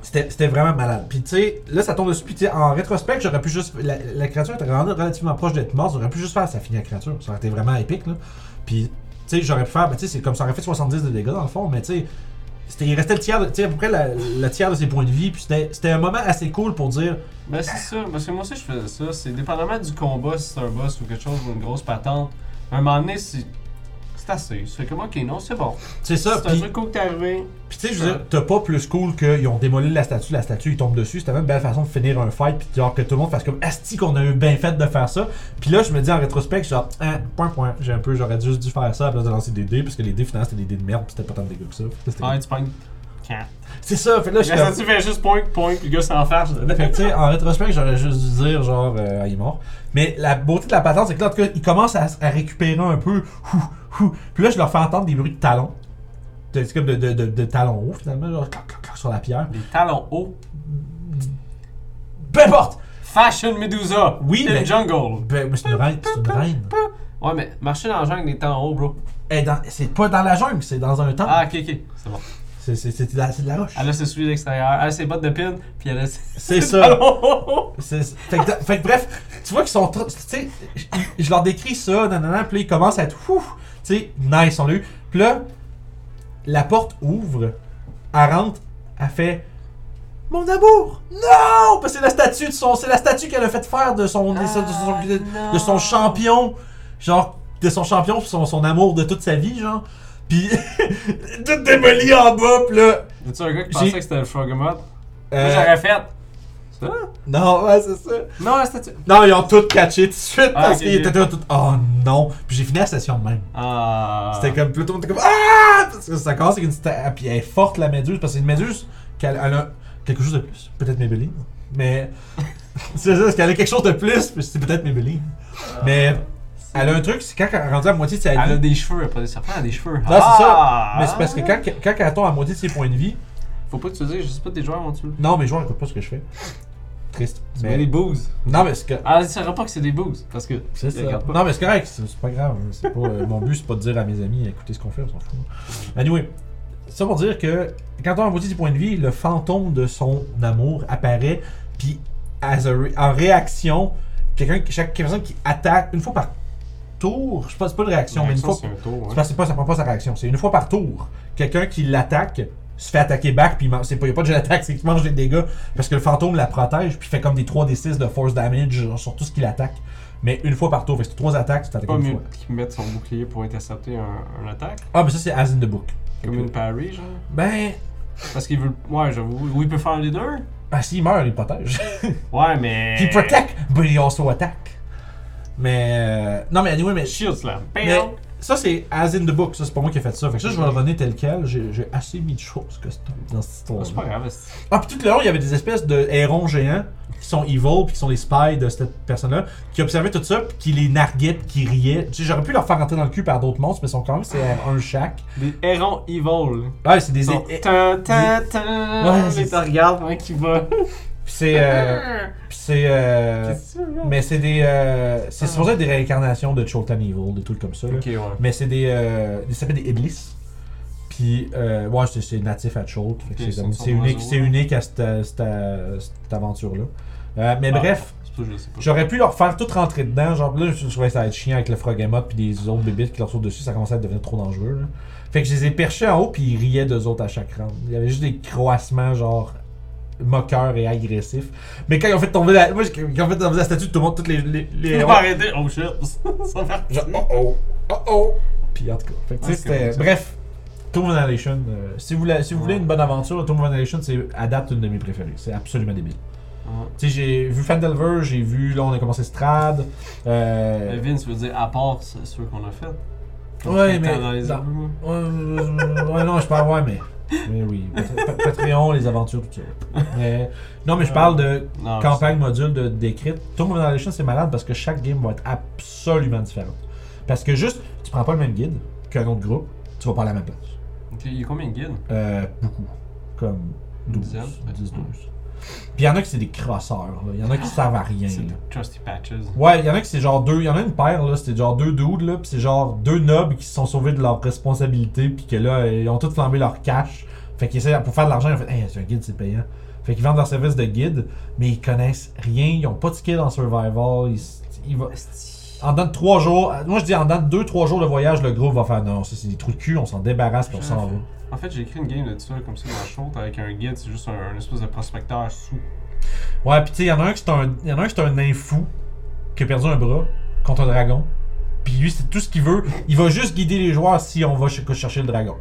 S2: c'était c'était vraiment malade. Puis tu sais, là ça tombe dessus. Puis tu sais, en rétrospect, j'aurais pu juste. La, la créature était rendue relativement proche d'être morte. J'aurais pu juste faire sa fille la créature. Ça aurait été vraiment épique là. Puis tu sais, j'aurais pu faire. Ben, tu sais, c'est comme ça aurait fait 70 de dégâts dans le fond. Mais tu sais, c'était- il restait le tiers, de- tu sais, à peu près la- le tiers de ses points de vie. Puis c'était c'était un moment assez cool pour dire.
S1: Ben c'est ça, parce que moi aussi je faisais ça. C'est dépendamment du combat, si c'est un boss ou quelque chose ou une grosse patente. À un moment donné, c'est c'est assez. C'est comme ok, non, c'est bon.
S2: C'est
S1: C'est
S2: ça.
S1: un
S2: puis-
S1: truc cool que t'es arrivé.
S2: Puis tu sais, je veux dire, t'as pas plus cool qu'ils ont démoli la statue, la statue, ils tombent dessus. C'était même une belle façon de finir un fight, puis genre que tout le monde fasse comme Asti qu'on a eu bien fait de faire ça. Puis là, je me dis en rétrospect, je suis genre, hein, point, point, j'ai un peu, j'aurais juste dû faire ça à la place de lancer des dés, parce que les dés finalement c'était des dés de merde, puis c'était pas tant de dégâts que ça. Fait que c'était-
S1: Ouais, tu pognes. Quand?
S2: C'est ça, fait que là, je suis
S1: La [laughs]
S2: comme-
S1: statue fait juste point, point, puis le gars s'en
S2: [laughs]
S1: fâche.
S2: fait que, tu sais, en rétrospect, j'aurais juste dû dire, genre, euh, Ah, il est mort. Mais la beauté de la patente, c'est que là, en tout cas, il commence à, à récupérer un peu. Hou, hou. Puis là, je leur fais entendre des bruits de talons. De, c'est comme de, de, de, de talons hauts, finalement, genre, clac, clac, clac, sur la pierre.
S1: Les talons hauts.
S2: Peu importe!
S1: Fashion Medusa!
S2: Oui,
S1: C'est
S2: mais-
S1: une jungle!
S2: Ben, mais c'est une reine, c'est une reine.
S1: Ouais, mais marcher dans la jungle avec des talons hauts, bro.
S2: Elle est dans- c'est pas dans la jungle, c'est dans un temple.
S1: Ah, ok, ok, c'est bon.
S2: C'est, c'est, c'est de la, c'est de la roche.
S1: Elle a ses souliers d'extérieur, elle a ses bottes de pin, puis elle a ses
S2: [laughs] C'est ça.
S1: talons hauts. [laughs]
S2: C'est- c'est- fait, que, fait que bref, tu vois qu'ils sont trop. Tu sais, je- je leur décris ça, nanana, puis là, ils commencent à être ouf. Tu sais, nice, on l'a eu. Puis là, la porte ouvre, elle rentre, elle fait. Mon amour! Non! Parce que c'est la statue de son. C'est la statue qu'elle a fait faire de son. de, son- de son-
S1: Ah,
S2: de- de
S1: non.
S2: son champion. Genre, de son champion, puis son, son amour de toute sa vie, genre. Puis, [laughs] tout démoli en bas, puis là.
S1: Y'a-tu un gars qui
S2: J'ai-
S1: pensait que c'était le Frogamot? Moi,
S2: euh,
S1: j'aurais fait. Ça?
S2: non, ouais, c'est ça.
S1: Non, la statue.
S2: Non, ils ont tout catché tout de suite
S1: Ah,
S2: parce
S1: ok,
S2: qu'ils
S1: ok.
S2: étaient tout. Oh non! Puis j'ai fini la session de même.
S1: Ah.
S2: C'était comme plutôt. comme Ah! Parce que ça commence avec une sta- ah, Puis elle est forte la méduse parce que c'est une méduse qu'elle elle a quelque chose de plus. Peut-être Maybelline. Mais. [laughs] c'est ça, parce qu'elle a quelque chose de plus. puis C'est peut-être Maybelline. Mais elle a un truc, c'est quand elle est rendue à moitié de sa vie.
S1: Ah. Elle a des cheveux, elle a pas des serpents, elle a des cheveux. Ah.
S2: Non, c'est ça. Mais c'est parce que quand, quand elle tombe à moitié de ses points de vie.
S1: Faut pas que tu dises, je sais pas, tes joueurs vont tu
S2: Non, mes joueurs n'écoutent pas ce que je fais. Triste.
S1: Tu mets
S2: Mais...
S1: des booze.
S2: Non, mais c'est que.
S1: Ah, tu sauras pas que c'est des booze, parce que.
S2: C'est ça.
S1: Regarde pas.
S2: Non, mais c'est correct, c'est c'est pas grave. hein. C'est pas, euh, mon but, c'est pas de dire à mes amis, écoutez ce qu'on fait, on s'en fout. Anyway, ça pour dire que quand on a maudit du point de vie, le fantôme de son amour apparaît, puis as a ré- en réaction, quelqu'un, qui- chaque personne qui attaque une fois par tour, je sais pas, c'est pas de réaction, mais une fois.
S1: c'est un tour.
S2: C'est
S1: hein.
S2: pas- c'est pas, ça prend pas sa réaction, c'est une fois par tour, quelqu'un qui l'attaque se fait attaquer back, puis il man- c'est pas, y a pas de l'attaque, c'est qu'il mange des dégâts, parce que le fantôme la protège, puis fait comme des 3d6 de force damage genre, sur tout ce qu'il attaque. Mais une fois par tour, fait que c'est trois attaques, tu
S1: C'est
S2: t'attaques
S1: pas
S2: une
S1: mieux
S2: fois.
S1: qu'ils mettent son bouclier pour intercepter un, un attaque,
S2: Ah, mais ça, c'est As in the Book.
S1: comme une parry, genre.
S2: Ben,
S1: Parce qu'il veut. Ouais, j'avoue. Ou il peut faire les deux.
S2: ah, s'il meurt, il protège. [laughs]
S1: Ouais, mais.
S2: He protect, but he also attack. Mais, euh, non, mais anyway, mais
S1: Shield slam. Bam!
S2: Mais ça, c'est as in the book. Ça, c'est pas moi qui ai fait ça. Fait que ça, je vais le runner tel quel. J'ai j'ai assez mis de choses que c'est- dans cette
S1: Ah,
S2: histoire.
S1: C'est pas grave. c'est-
S2: Ah, puis tout le long, il y avait des espèces de hérons géants qui sont evil, puis qui sont les spies de cette personne-là, qui observaient tout ça, puis qui les narguaient, puis qui riaient. Tu sais, j'aurais pu leur faire rentrer dans le cul par d'autres monstres, mais ils sont quand même c'est euh, un chaque.
S1: Des hérons evil.
S2: Ouais, c'est des.
S1: Ton-
S2: é- é-
S1: Tin, tin, tin.
S2: Ouais,
S1: Mais
S2: c'est-
S1: t'en regardes, hein, qui va.
S2: Puis c'est. euh,
S1: [laughs]
S2: puis c'est. euh,
S1: Qu'est-ce que tu veux?
S2: Mais c'est des. euh, c'est supposé être des réincarnations de Choltan Evil, des trucs comme ça. là.
S1: Ok, ouais.
S2: Mais c'est des. Euh, ça s'appelle des Iblis. Puis, euh, ouais, c'est- c'est natif à Cholt. Fait que
S1: Ok,
S2: c'est comme-
S1: c'est
S2: C'est
S1: un
S2: unique,
S1: oiseau,
S2: c'est
S1: là.
S2: unique à cette, cette- cette aventure-là. Euh, mais
S1: Ah,
S2: bref.
S1: C'est pas, je sais pas.
S2: J'aurais pu leur faire tout rentrer dedans, genre là je trouvais que ça allait être chiant avec le frog et puis des autres bébites qui leur sautent dessus, ça commençait à devenir trop dangereux. là. Fait que je les ai perchés en haut puis ils riaient d'eux autres à chaque round. Il y avait juste des croassements genre moqueurs et agressifs. Mais quand ils ont fait tomber la. Moi j'ai- quand ils ont fait tomber la statue, tout le monde, toutes les. les, les
S1: Il
S2: héros,
S1: va arrêter. Oh shit. [laughs] Ça va.
S2: genre, oh oh, oh oh. Puis en tout cas, fait que, tu sais,
S1: Ouais, Ah, c'est
S2: c'était-
S1: comme ça.
S2: Bref, Tomb of Annihilation, euh, si vous, voulez- si vous voulez une bonne aventure, Tomb of Annihilation c'est adapte une de mes préférées. C'est absolument débile. Tu sais, j'ai vu Fandelver, j'ai vu, là, on a commencé Strad.
S1: Mais
S2: Euh...
S1: Vince veut dire à part ce- ceux qu'on a fait.
S2: Ouais,
S1: Fait que
S2: mais-
S1: t'as dans les
S2: non.
S1: égouts, moi.
S2: Ouais, ouais, non, je parle, ouais, mais. Mais oui. Pat-
S1: [laughs]
S2: Patreon, les aventures, tout ça. Mais... Non, mais je parle de
S1: Non,
S2: campagne module de décrite. Tomb of Annihilation, c'est malade parce que chaque game va être absolument différente. Parce que juste, tu prends pas le même guide qu'un autre groupe, tu vas pas à la même place.
S1: c'est- Ok, il y a combien de guides
S2: Euh, beaucoup. Comme 12,
S1: Une dizaine,
S2: 10, 12. Puis il y en a qui c'est des crosseurs, là. Il y en a qui servent à rien.
S1: Ah, C'est
S2: là.
S1: Trusty Patches.
S2: Ouais, il y en a qui c'est genre deux. Il y en a une paire, là. C'était genre deux dudes, là. Puis c'est genre deux nobles qui se sont sauvés de leurs responsabilités. Puis que là, ils ont tous flambé leur cash. Fait qu'ils essaient, pour faire de l'argent, ils ont fait, hey, c'est un guide, c'est payant. Fait qu'ils vendent leur service de guide, mais ils connaissent rien. Ils ont pas de skill en survival. Ils, s- ils va- en dedans de trois jours, euh, moi je dis en dedans de deux, trois jours de voyage, le groupe va faire non, ça c'est des trous de cul, on s'en débarrasse puis on s'en va.
S1: En fait, j'ai écrit une game de ça, comme ça, dans la chaude, avec un guide, c'est juste un, un espèce de prospecteur sous.
S2: Ouais, pis tu sais, y'en a un qui c'est un, y en a un qui c'est un nain fou qui a perdu un bras contre un dragon. Puis lui, c'est tout ce qu'il veut. Il va juste guider les joueurs si on va ch- chercher le dragon.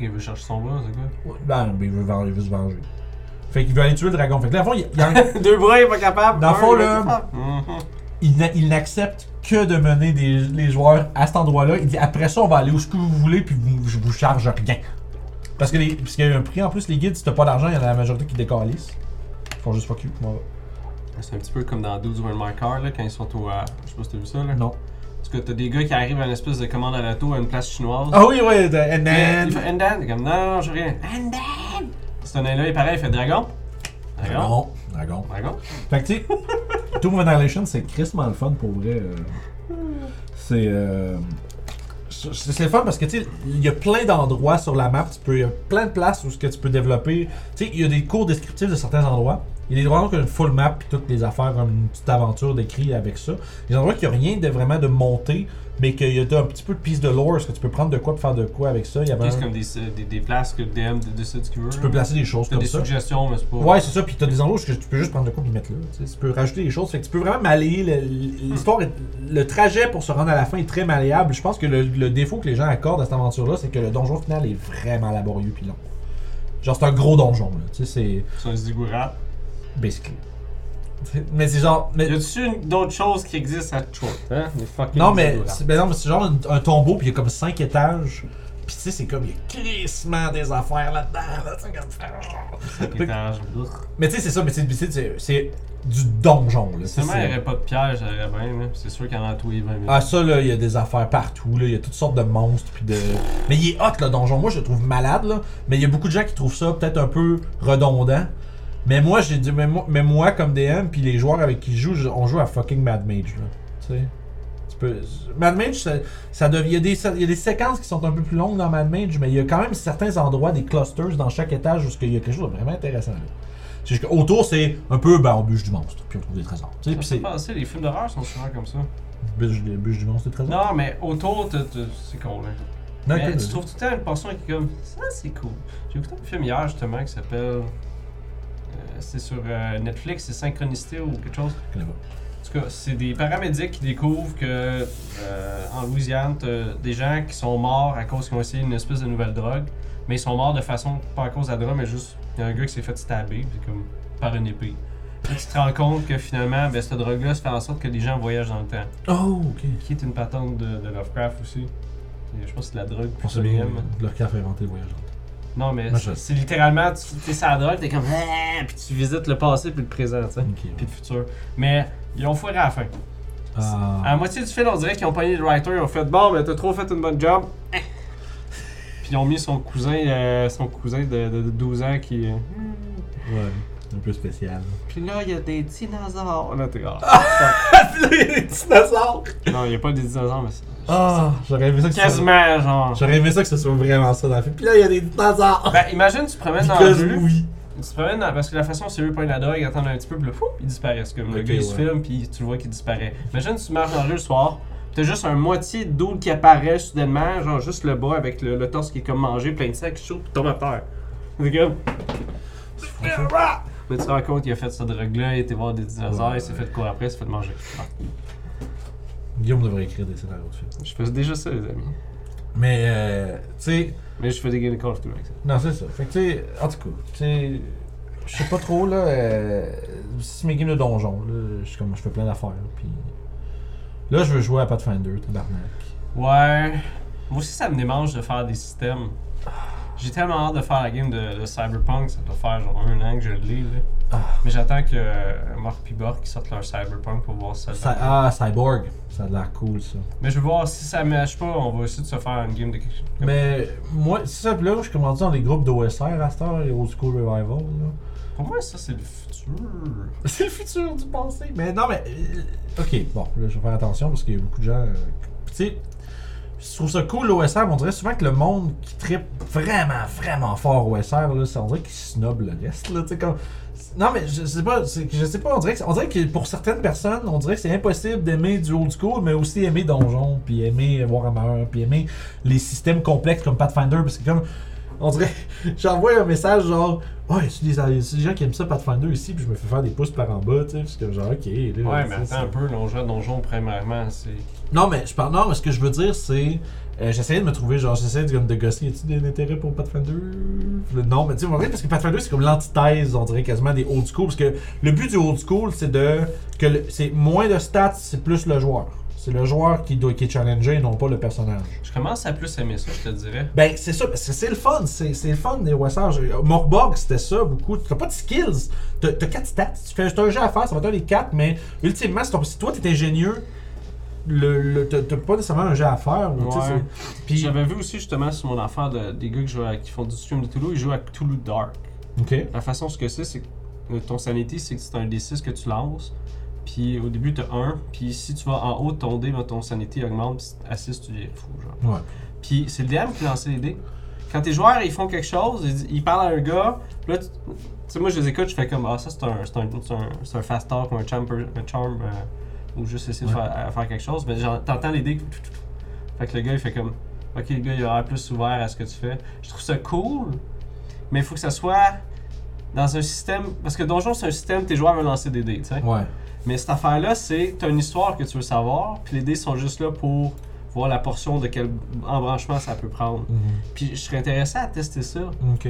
S1: Il veut chercher son bras, c'est quoi
S2: Ben, ben, il veut, ven- il veut se venger. Fait qu'il veut aller tuer le dragon. Fait que là, à fond, il, il en-
S1: [laughs] Deux bras, il est pas capable.
S2: Dans le
S1: un,
S2: fond,
S1: il est
S2: là-
S1: pas capable. Mhm.
S2: il n'a- il n'accepte que de mener des, les joueurs à cet endroit-là. Il dit après ça, on va aller où ce que vous voulez, puis vous- je vous charge rien. Parce que les- parce qu'il y a un prix en plus, les guides, si t'as pas d'argent, il y en a la majorité qui décalissent. Ils font juste fuck you, moi.
S1: C'est un petit peu comme dans Dudes Where My Car, là, quand ils sont au. euh, je sais pas si t'as vu ça, là.
S2: Non.
S1: Parce que t'as des gars qui arrivent à une espèce de commande à l'auto à une place chinoise.
S2: Ah oui, oui, de- and
S1: Puis,
S2: then.
S1: il fait Endan, il est comme non, non, j'ai rien. Endan C'est un là, il est pareil, il fait dragon. Dragon.
S2: Dragon. Dragon.
S1: Dragon.
S2: Fait que tu sais, Tomb of Annihilation, c'est crissement le fun pour vrai. euh. C'est. euh, c'est c'est le fun parce que tu sais, il y a plein d'endroits sur la map, tu peux, il y a plein de places où ce que tu peux développer. Tu sais, il y a des cours descriptifs de certains endroits. Il y a des endroits qui ont une full map puis toutes les affaires comme une petite aventure décrite avec ça. Il y a des endroits qui n'ont rien de vraiment de monté, mais qu'il y a un petit peu de piece de lore, est-ce que tu peux prendre de quoi pour faire de quoi avec ça. Il y avait
S1: C'est
S2: un-
S1: comme des, euh, des, des places que le DM dé- décide ce qu'il veut.
S2: Tu peux placer des choses
S1: T'as
S2: comme
S1: des
S2: ça.
S1: suggestions, mais c'est pas.
S2: Ouais, c'est ça. Puis t'as des endroits où tu peux juste prendre le coup et mettre là. tu sais. Tu peux rajouter des choses. Fait que tu peux vraiment malayer. le- L'histoire, est- le trajet pour se rendre à la fin est très malléable. Je pense que le, le défaut que les gens accordent à cette aventure-là, c'est que le donjon final est vraiment laborieux puis long. Genre, c'est un gros donjon, là. Tu sais, c'est.
S1: C'est un ziggurat.
S2: Basically. Mais c'est genre. mais-
S1: Y a-tu une- d'autres choses qui existent à Detroit Hein Des fucking
S2: Non, mais,
S1: ziggurats.
S2: c'est- ben non, mais c'est genre un, un tombeau, puis il y a comme 5 étages. Puis tu sais, c'est comme, il y a crissement des affaires là-dedans. là, tu sais, comme-
S1: Des étages. Brrr.
S2: mais tu sais, c'est ça, mais tu sais, c'est- c'est- c'est du donjon. Là.
S1: Si
S2: Ça,
S1: seulement il n'y
S2: c'est-
S1: aurait pas de piège, ça irait bien, là. C'est sûr qu'il y en a tous les 20 minutes.
S2: Ah ça là, il y a des affaires partout là, il y a toutes sortes de monstres puis de mais il est hot le donjon. Moi je le trouve malade là, mais il y a beaucoup de gens qui trouvent ça peut-être un peu redondant. Mais moi j'ai dit mais moi, mais moi, comme DM puis les joueurs avec qui je joue, je- on joue à fucking Mad Mage là. Tu sais. Tu peux Mad Mage ça, ça dev- il y a des ça- il y a des séquences qui sont un peu plus longues dans Mad Mage, mais il y a quand même certains endroits des clusters dans chaque étage où il y a quelque chose de vraiment intéressant là. C'est juste que autour c'est un peu ben on bûche du monstre puis on trouve des trésors. Tu sais,
S1: Ça
S2: puis
S1: fait
S2: c'est
S1: penser, les films d'horreur sont souvent comme ça.
S2: bûche, bûche du monstre des trésors.
S1: Non, mais autour, t'as- t'as- c'est hein. con, là.
S2: Non,
S1: mais
S2: écoute,
S1: tu trouves tout le temps une portion qui est comme ça, c'est cool. J'ai écouté un film hier justement qui s'appelle. euh, c'est sur euh, Netflix, c'est Synchronicité ou quelque chose.
S2: je connais pas.
S1: En tout cas, c'est des paramédics qui découvrent que euh, en Louisiane, t'as des gens qui sont morts à cause qu'ils ont essayé une espèce de nouvelle drogue, mais ils sont morts de façon pas à cause de la drogue, mais juste il y a un gars qui s'est fait stabber puis comme par une épée. Puis tu te rends compte que finalement, ben, cette drogue-là se fait en sorte que les gens voyagent dans le temps,
S2: Oh, ok.
S1: qui est une patente de, de Lovecraft aussi. Et je pense que c'est de la drogue
S2: On
S1: plus
S2: sait bien,
S1: OEM.
S2: Lovecraft a inventé le voyage.
S1: Non, mais
S2: Moi, je-
S1: c'est c'est littéralement, tu t'es sur la drogue, t'es comme, Ah! puis tu visites le passé, puis le présent, tu sais,
S2: Ok.
S1: puis le futur. Mais ils ont foiré à la fin. À
S2: Ah.
S1: la moitié du film, on dirait qu'ils ont pogné le writer, ils ont fait, bon, mais t'as trop fait une bonne job. [laughs] Hein. puis ils ont mis son cousin, euh, son cousin de, de- de 12 ans qui. euh,
S2: Ouais. Un peu [laughs] spécial.
S1: Puis là, il y a des dinosaures. Là, t'es comme,
S2: [laughs] les dinosaures!
S1: non, il y a pas des dinosaures, mais c'est
S2: Ah, j'aurais aimé ça que ce soit...
S1: quasiment genre.
S2: J'aurais aimé ça que ce soit vraiment ça dans le film. Puis là, il y a des dinosaures!
S1: Ben, imagine, tu te promènes dans la
S2: Because
S1: rue.
S2: oui.
S1: Tu te promènes dans- parce que la façon c'est eux prennent la drogue, ils attendent un petit peu, puis là, fou, ils disparaissent. Comme le
S2: Ok,
S1: gars, il se
S2: ouais.
S1: filme, puis tu le vois qu'il disparaît. Imagine, tu marches dans la rue le soir, t'as juste un moitié d'eau qui apparaît soudainement, genre juste le bas avec le, le torse qui est comme mangé, plein de sacs chaud, puis tombe à terre. C'est comme. Mais tu te rends compte qu'il a fait cette drogue-là, il était voir des dinosaures,
S2: Ouais,
S1: il s'est fait courir après, il s'est fait manger. Ah,
S2: Guillaume devrait écrire des scénarios de films.
S1: je faisais déjà ça, les amis.
S2: Mais, euh, tu sais,
S1: Mais je faisais des Call of Duty avec ça.
S2: non, c'est ça. Fait que, tu sais, en tout cas, tu sais, je sais pas trop, là, euh, si mes games de donjon, là, je suis comme, je fais plein d'affaires, puis... Là, je veux jouer à Pathfinder, tabarnak.
S1: Ouais. Moi aussi, ça me démange de faire des systèmes. J'ai tellement hâte de faire la game de, de Cyberpunk, ça doit faire genre un an que je l'ai. là.
S2: Ah.
S1: Mais j'attends que euh, Marc et Borg qui sortent leur Cyberpunk pour voir si ça.
S2: Cy- ah, Cyborg. Ça a l'air cool, ça.
S1: Mais je veux voir si ça marche pas, on va essayer de se faire une game de quelque chose.
S2: Mais moi, c'est ça, puis là, je suis commencé dans les groupes d'OSR à cette heure, les Old School Revival. là.
S1: Pour moi, ça, c'est le futur.
S2: C'est le futur du passé. Mais non, mais. euh, Ok, bon, là, je vais faire attention parce qu'il y a beaucoup de gens. euh, tu sais, je trouve ça cool l'OSR, mais on dirait souvent que le monde qui tripe vraiment, vraiment fort OSR, là, ça, on dirait qu'il snob le reste, là, tu sais, comme. Non, mais je sais pas, c'est que je sais pas, on dirait, que, on dirait que pour certaines personnes, on dirait que c'est impossible d'aimer du old school, mais aussi aimer Donjon, puis aimer Warhammer, puis aimer les systèmes complexes comme Pathfinder, parce que comme. On dirait, [laughs] j'envoie un message genre, oh, y a des, des gens qui aiment ça, Pathfinder ici, puis je me fais faire des pouces par en bas, tu sais, parce que genre, ok. là,
S1: Ouais,
S2: ça,
S1: mais attends
S2: ça-
S1: un peu, l'on joue à donjon primairement, c'est.
S2: non, mais je parle. Non, mais ce que je veux dire, c'est. euh, j'essayais de me trouver, genre, j'essayais de, comme, de gosser. Y a-tu de l'intérêt pour Pathfinder Puis là, Non, mais tu sais, on dirait, parce que Pathfinder, c'est comme l'antithèse, on dirait quasiment des old school. Parce que le but du old school, c'est de. que le- C'est moins de stats, c'est plus le joueur. C'est le joueur qui, doit, qui est challengé et non pas le personnage.
S1: Je commence à plus aimer ça, je te dirais.
S2: Ben, c'est ça, parce que c'est le fun, c'est c'est le fun des Wessers. Morborg, c'était ça beaucoup. T'as pas de skills, t'as 4 stats. Tu fais t'as un jeu à faire, ça va être un des 4, mais ultimement, si, ton- si toi t'es ingénieux, le, le- t'as t'as pas nécessairement un jeu à faire. ou tu sais,
S1: Ouais.
S2: c'est- Puis,
S1: J'avais vu aussi justement sur mon affaire de- des gars qui, jouent à- qui font du stream de Toulouse, ils jouent à Cthulhu Dark.
S2: ok.
S1: La façon ce que c'est, c'est que euh, ton sanity, c'est que c'est un D6 que tu lances. Puis au début, t'as 1. Puis si tu vas en haut de ton dé, ben, ton sanity augmente. Puis à 6, tu deviens fou. Genre.
S2: Ouais.
S1: Puis c'est le DM qui lance les dés. Quand tes joueurs ils font quelque chose, ils, disent- ils parlent à un gars, puis là, tu tu sais, moi je les écoute, je fais comme Ah, ça c'est un, c'est un, c'est un, c'est un fast talk ou un, champer, un charm, euh, ou juste essayer de
S2: Ouais.
S1: faire, à faire quelque chose, mais j'en- t'entends les dés. tout, tout, tout. Fait que le gars il fait comme Ok, le gars il a l'air plus ouvert à ce que tu fais. Je trouve ça cool, mais il faut que ça soit dans un système. Parce que Donjon c'est un système, tes joueurs veulent lancer des dés, tu sais.
S2: Ouais.
S1: Mais cette affaire-là, c'est t'as une histoire que tu veux savoir, puis les dés sont juste là pour voir la portion de quel embranchement ça peut prendre.
S2: Mhm.
S1: Puis je serais intéressé à tester ça.
S2: Ok.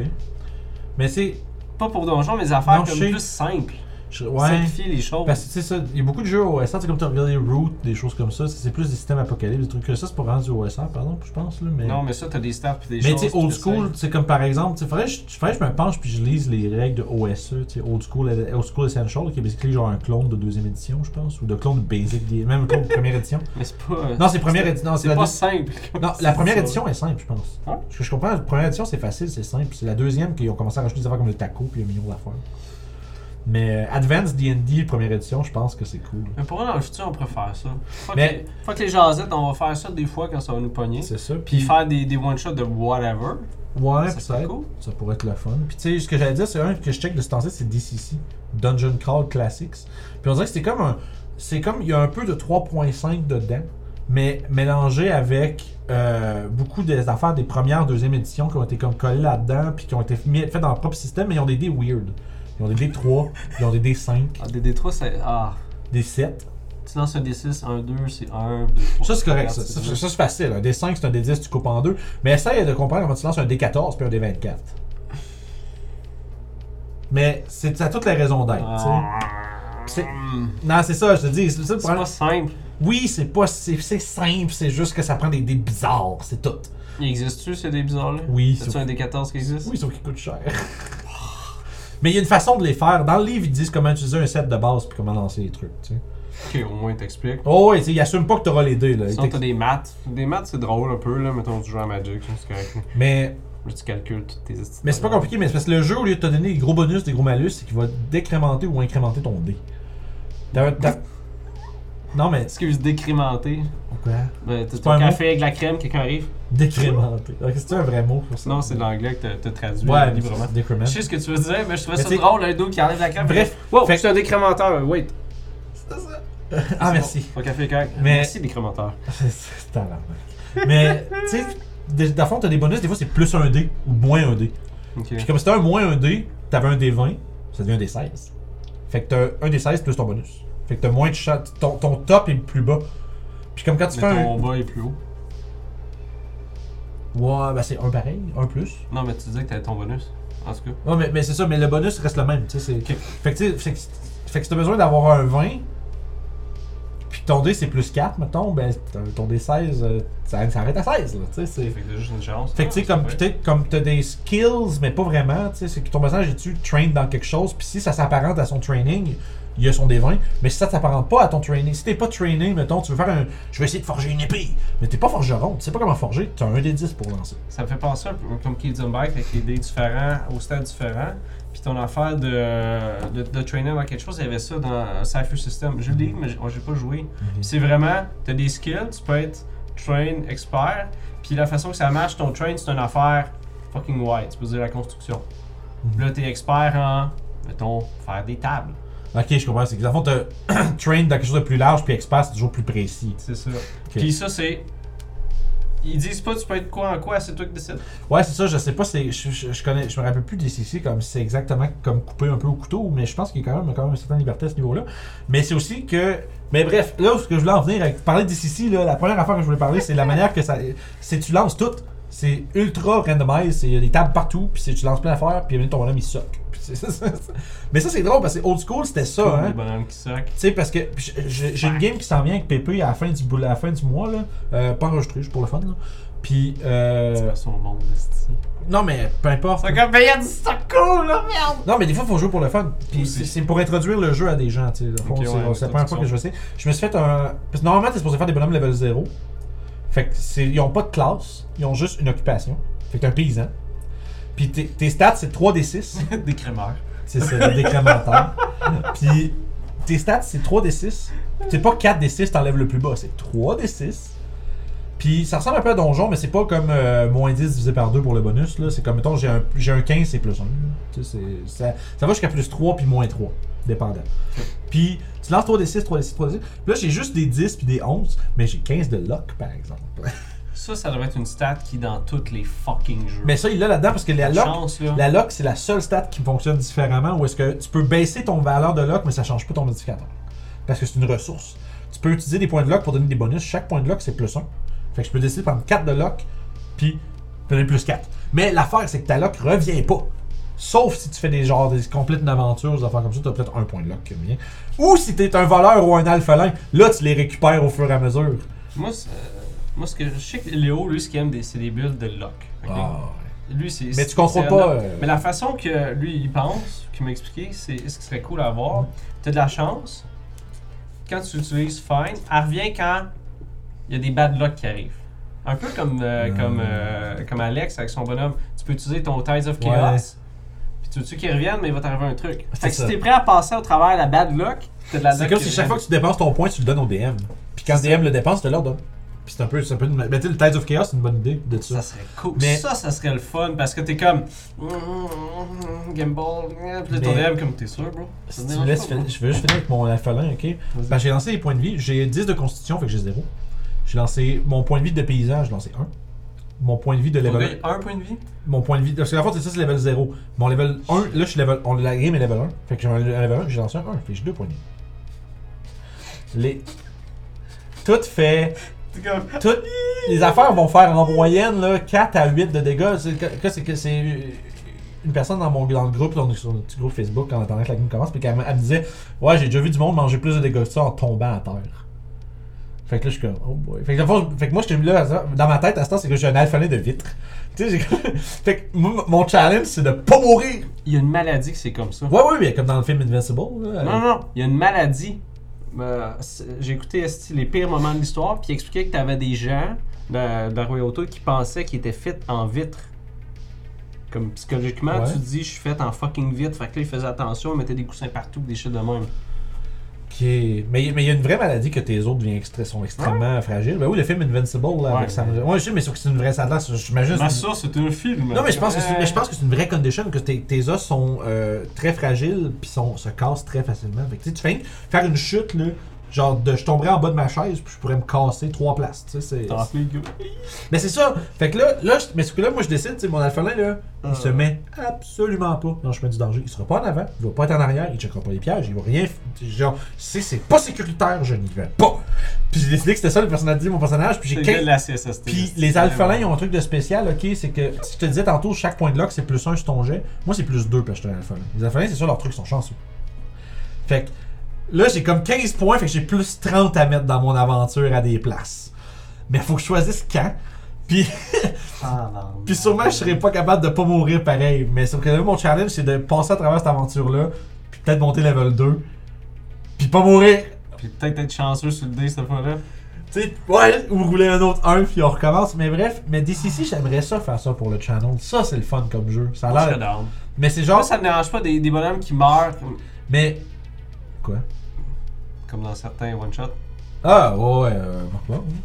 S2: Mais c'est.
S1: Pas pour donjon, mais des affaires
S2: Non, je
S1: comme
S2: sais.
S1: plus simples.
S2: je- Ouais.
S1: Simplifier les choses.
S2: Parce que tu sais ça, il y a beaucoup de jeux OSR, tu sais, comme t'as regardé Root, des choses comme ça, c'est c'est plus des systèmes apocalypse, des trucs que ça, c'est pour rendre du OSR, pardon, je pense, là, mais.
S1: Non, mais ça, t'as des staffs puis des
S2: Mais
S1: choses.
S2: tu sais, old
S1: que
S2: school, c'est comme par exemple, tu sais, faudrait, que je- faudrait que je me penche puis je lise les règles de OSE, tu sais, old school, old school essential, qui est basically genre un clone de deuxième édition, je pense, ou de clone basic, des- même un clone de
S1: [laughs]
S2: première édition.
S1: Mais c'est pas.
S2: Non, c'est première édition, non, c'est
S1: C'est
S2: la,
S1: pas
S2: deux-
S1: simple.
S2: non, la première
S1: ça.
S2: édition est simple, je pense.
S1: Ah.
S2: Parce que je comprends, la première édition c'est facile, c'est simple, c'est la deuxième qu'ils ont commencé à rajouter des affaires comme le taco puis un million d'affaires. Mais euh, Advanced D&D première édition, je pense que c'est cool.
S1: [laughs] Mais pour moi, dans le futur, on pourrait faire ça. Fuck,
S2: Mais-
S1: les, fuck les jasettes, on va faire ça des fois quand ça va nous pogner.
S2: C'est ça.
S1: Puis faire des, des one-shots de whatever.
S2: Ouais,
S1: Ça serait
S2: peut-être.
S1: cool.
S2: Ça pourrait être le fun. Puis tu sais, ce que j'allais dire, c'est un que je check de ce temps-ci, c'est DCC, Dungeon Crawl Classics. Puis on dirait que c'est comme un. C'est comme. Il y a un peu de 3.5 dedans, mais mélangé avec euh, beaucoup des affaires des premières, deuxième éditions qui ont été comme collées là-dedans, puis qui ont été mis- faites dans leur propre système, mais ils ont des dés weird. Ils ont des D3, ils ont des D5,
S1: Ah, des D3, c'est. Ah.
S2: des 7.
S1: Tu lances un D6, un 2, c'est 1, 2, 3.
S2: Ça, Ah, c'est correct. Ça, Ça, ça, c'est facile. Un D5, c'est un D10, tu coupes en deux. Mais essaye de comprendre comment tu lances un D14 puis un D24. Mais c'est ça a toutes les raisons
S1: Ah.
S2: d'être. tu sais. Hmm. C'est- Non, c'est ça, je te dis. C'est ça le
S1: C'est pas
S2: problème.
S1: simple.
S2: Oui, c'est pas. C'est c'est simple, c'est juste que ça prend des dés bizarres, c'est tout.
S1: Il existe-tu, ces dés bizarres-là
S2: Oui,
S1: C'est-tu
S2: sauf-
S1: un des 14 qui existe
S2: Oui, sauf qu'ils coûtent cher. [laughs] Mais il y a une façon de les faire. Dans le livre, ils disent comment utiliser un set de base puis comment lancer les trucs. tu sais.
S1: Ok, au moins, t'expliques.
S2: Oh, ouais, tu sais, ils assument pas que t'auras les dés. Là. Ils
S1: Sinon, t'as
S2: t'ex-
S1: des maths. Des maths, c'est drôle un peu, là. Mettons, tu joues à Magic, c'est correct.
S2: Mais
S1: Là, tu calcules toutes tes estimations.
S2: Mais c'est pas compliqué, mais c'est parce que le jeu, au lieu de te donner des gros bonus, des gros malus, c'est qu'il va décrémenter ou incrémenter ton dé. T'as- t'as- Non, mais.
S1: Est-ce que vous décrémentez
S2: Pourquoi
S1: Ben, t'as
S2: pas
S1: ton
S2: un
S1: café avec de la crème, quelqu'un arrive
S2: Décrémenter. Ok, C'est un vrai mot pour ça.
S1: Non, c'est de l'anglais que t'as- t'as traduit
S2: Ouais,
S1: librement.
S2: librement. Décrément.
S1: Je sais ce que tu veux dire, mais je trouvais
S2: Mais
S1: ça
S2: t'sais-
S1: drôle, un dos qui enlève la crème.
S2: Bref.
S1: Wow,
S2: Fait-
S1: c'est un décrémenteur, wait.
S2: Ah, merci. [laughs]
S1: Au café avec
S2: Mais-
S1: Merci, décrémenteur.
S2: C'est- C'est ta Mais, tu sais, des- dans le fond, t'as des bonus, des fois, c'est plus un dé ou moins un dé.
S1: Ok.
S2: Puis comme c'était un moins un dé, t'avais un dé 20, ça devient un dé 16. Fait que t'as un dé 16 plus ton bonus. Fait que t'as moins de chat. Ton, ton top est plus bas. Puis comme quand tu
S1: Mais
S2: fais un.
S1: ton bas est plus haut.
S2: Ouais, bah c'est un pareil, un plus.
S1: Non, mais tu disais que t'avais ton bonus. En tout cas.
S2: Ouais, mais, mais c'est ça, mais le bonus reste le même, tu sais. c'est- Fait que tu sais, fait que- fait que si t'as besoin d'avoir un 20, puis que ton dé c'est plus 4, mettons, ben ton- ton dé 16, euh, ça, ça arrête à 16, là, tu sais. c'est-
S1: Fait que t'as juste une chance.
S2: Fait que tu sais, comme peut-être comme t'as des skills, mais pas vraiment, tu sais, c'est que ton personnage est-tu trained dans quelque chose, puis si ça s'apparente à son training, il y a son dé 20, mais si ça s'apparente pas à ton training, si t'es pas trainé, mettons, tu veux faire un. Je vais essayer de forger une épée, mais t'es pas forgeron, tu sais pas comment forger, t'as un dé 10 pour lancer.
S1: Ça me fait penser un peu comme Kid Zumbac avec les dés différents, au stade différent. Puis ton affaire de, euh, de, de trainer avant quelque chose, il y avait ça dans euh, Cypher System. Je l'ai, mais j'ai oh, j'ai pas joué. C'est vraiment, t'as des skills, tu peux être train, expert. Puis la façon que ça marche, ton train, c'est une affaire fucking wide. Tu peux dire la construction.
S2: Mhm.
S1: Là, t'es expert en, mettons, faire des tables.
S2: Ok, je comprends. C'est que dans le fond, [clears throat] t'as train dans quelque chose de plus large, puis expert, c'est toujours plus précis.
S1: C'est ça. Puis ça, c'est. Ils disent pas tu peux être quoi en quoi, c'est toi qui décides.
S2: Ouais, c'est ça, je sais pas, c'est, je, je, je connais, je me rappelle plus des CC comme si c'est exactement comme couper un peu au couteau, mais je pense qu'il y a quand même, quand même une certaine liberté à ce niveau-là. Mais c'est aussi que. Mais bref, là où ce que je voulais en venir, avec parler des CC, là, la première affaire que je voulais parler, c'est la manière que ça. C'est tu lances tout. C'est ultra randomized, c'est- il y a des tables partout, puis c'est- tu lances plein d'affaires, puis ton bonhomme il soque. Puis c'est- [laughs] c'est- c'est- Mais ça c'est drôle parce que old school c'était ça,
S1: Comme
S2: hein.
S1: Les bonhommes qui soquent.
S2: Tu sais, parce que j- j- j'ai une game qui s'en vient avec Pépé à la fin du, bout- à la fin du mois, là. Euh, pas enregistré, juste pour le fun, là. Puis, euh,
S1: C'est son monde, esti.
S2: Non, mais peu importe.
S1: C'est comme payer du stock cool, là, merde!
S2: Non, mais des fois, faut jouer pour le fun. Puis
S1: Aussi.
S2: c'est c'est pour introduire le jeu à des gens, tu sais. Au fond,
S1: Ok,
S2: c'est-
S1: ouais,
S2: c'est
S1: c'est
S2: la première fois que je sais. Je me suis fait un. Parce que normalement, t'es supposé faire des bonhommes level 0. Fait que c'est- ils ont pas de classe, ils ont juste une occupation. Fait que t'es un paysan. Puis tes, tes stats, c'est 3d6.
S1: [laughs] Des crémeurs.
S2: C'est ça, le décrémentaire. Puis tes stats, c'est 3d6. C'est pas 4d6, t'enlèves le plus bas, c'est 3d6. Puis ça ressemble un peu à donjon, mais c'est pas comme euh, moins 10 divisé par 2 pour le bonus. là. C'est comme, mettons, j'ai un, j'ai un 15, c'est plus 1. ça, ça va jusqu'à plus 3 puis moins 3, dépendant. Puis tu lances 3d6, 3d6, 3d6. Puis là, j'ai juste des 10 puis des 11, mais j'ai 15 de luck, par exemple.
S1: Ça, ça devrait être une stat qui est dans tous les fucking jeux.
S2: Mais ça, il l'a là-dedans parce que la
S1: La
S2: luck,
S1: chance, là.
S2: la lock, c'est la seule stat qui fonctionne différemment où est-ce que tu peux baisser ton valeur de lock, mais ça change pas ton modificateur. Parce que c'est une ressource. Tu peux utiliser des points de lock pour donner des bonus. Chaque point de lock, c'est plus 1. Fait que je peux décider de prendre 4 de lock, puis donner plus 4. Mais l'affaire, c'est que ta lock revient pas. Sauf si tu fais des genres, des complètes une aventure, des affaires comme ça, t'as peut-être un point de lock qui revient. Ou si t'es un voleur ou un alphelin, là, tu les récupères au fur et à mesure.
S1: Moi, c'est- euh, moi, ce que je sais que Léo, lui, ce qu'il aime, des- c'est des builds de lock. ok? Lui, c'est.
S2: Mais
S1: c'est-
S2: tu contrôles
S1: c'est-
S2: pas,
S1: non.
S2: euh,
S1: Mais la façon que lui, il pense, qu'il m'a expliqué, c'est ce qui serait cool à avoir. T'as de la chance. Quand tu utilises Fine, elle revient quand il y a des bad luck qui arrivent. Un peu comme, euh,
S2: Hmm.
S1: comme, euh, comme Alex avec son bonhomme. Tu peux utiliser ton Tides of
S2: Ouais.
S1: Chaos. Puis tu veux-tu qu'il revienne, mais il va t'arriver un truc.
S2: C'est
S1: Fait que si
S2: ça.
S1: t'es prêt à passer au travers de la bad luck, t'as de la
S2: C'est
S1: luck
S2: comme
S1: qui
S2: si chaque
S1: revient.
S2: fois que tu dépenses ton point, tu le donnes au DM. Puis quand le DM le dépense, tu le leur donnes. Puis c'est un peu. c'est un peu une- Mais tu sais, le Tides of Chaos, c'est une bonne idée de ça.
S1: Ça serait cool.
S2: Mais-
S1: Ça, ça serait le fun parce que t'es comme. Gamble. Puis là, ton
S2: Mais-
S1: DM, comme t'es sûr, bro. Ça
S2: Si
S1: te
S2: tu me
S1: dérange
S2: laisses
S1: pas, bro?
S2: finir- je veux juste finir avec mon alphalin, ok?
S1: Vas-y.
S2: Parce que j'ai lancé les points de vie. J'ai 10 de constitution, fait que j'ai 0. J'ai lancé mon point de vie de paysage, j'ai lancé 1. Mon point de vie de
S1: Pour
S2: level
S1: gagner un point de vie.
S2: Mon point de vie. Parce que la fois, c'est ça, c'est level 0. Mon level 1, là, je suis level. On, la game est level 1. Fait que j'ai un level 1, j'ai lancé un 1. Fait que j'ai 2 points de vie. Les. Tout fait. Toutes les affaires vont faire en moyenne là, 4 à 8 de dégâts. C'est que- que- c'est que c'est une personne dans, mon, dans le groupe, là, on est sur le petit groupe Facebook en attendant que la game commence, puis qu'elle me- elle me disait Ouais, j'ai déjà vu du monde manger plus de dégâts que ça en tombant à terre. Fait que là, je suis comme, oh boy. Fait que, dans le fond, je- fait que moi, j'étais mis là, à ça- dans ma tête, à ce temps, c'est que j'ai un alphalin de vitre. [laughs] Tu sais, j'ai comme- Fait que moi, mon challenge, c'est de pas mourir.
S1: Il y a une maladie que c'est comme ça.
S2: Ouais, ouais, mais comme dans le film Invincible. Là,
S1: Non, non, il y a une maladie. Euh, c'est- J'ai écouté esti, les pires moments de l'histoire, puis il expliquait que t'avais des gens dans dans Royal Auto qui pensaient qu'ils étaient faits en vitre. Comme psychologiquement,
S2: Ouais.
S1: tu te dis, je suis fait en fucking vitre. Fait que là, ils faisaient attention, ils mettaient des coussins partout, des shit de même.
S2: Ok. Mais mais il y a une vraie maladie que tes autres deviennent extra- sont extrêmement fragiles. Ben oui, le film Invincible, là,
S1: Ouais.
S2: avec Sam. Ouais, je sais, mais sauf que c'est une vraie sadness. J'imagine. c'est une-
S1: c'est un film.
S2: Non, mais je pense que c'est, mais je pense que c'est une vraie condition que tes, tes os sont euh, très fragiles puis sont, se cassent très facilement. Fait que, tu sais, tu fais faire une chute là, genre de, je tomberais en bas de ma chaise puis je pourrais me casser trois places. Tu sais, c'est,
S1: T'as rappelé, gars.
S2: mais c'est ça. Fait que là, là, je- mais ce que là, moi, je décide, c'est mon alphalin, là, il
S1: Ah.
S2: se met absolument pas dans le chemin du danger. Il sera pas en avant, il va pas être en arrière, il checkera pas les pièges, il va rien. f- Genre, si c'est pas sécuritaire, je n'y vais pas. Puis j'ai décidé que c'était ça le personnage, mon personnage, puis j'ai
S1: C'est le gars
S2: 15
S1: de la CSST.
S2: puis les alphalins, ils ont un truc de spécial, ok? C'est que, si je te disais tantôt, chaque point de lock, c'est plus 1 sur ton jet. Moi, c'est plus 2 parce que je suis un alphalin. Les alphalins, c'est ça, leur truc, ils sont chanceux. Fait que, là, j'ai comme 15 points, fait que j'ai plus 30 à mettre dans mon aventure à des places. Mais faut que je choisisse quand. Puis, [laughs] puis sûrement, je serais pas capable de pas mourir pareil. Mais sauf que là, mon challenge, c'est de passer à travers cette aventure-là, puis peut-être monter level 2, puis pas mourir.
S1: Puis peut-être être chanceux sur le dé cette fois-là.
S2: tu sais, ouais, ou rouler un autre 1 puis on recommence. Mais bref, mais DCC, j'aimerais ça faire ça pour le channel. Ça, c'est le fun comme jeu. Ça
S1: Moi,
S2: a
S1: je serais
S2: l'air.
S1: down.
S2: Mais c'est
S1: Moi,
S2: genre.
S1: ça me dérange pas des, des bonhommes qui meurent, comme,
S2: Mais. Quoi
S1: comme dans certains one-shots.
S2: Ah, ouais, ouais, euh, pourquoi oui.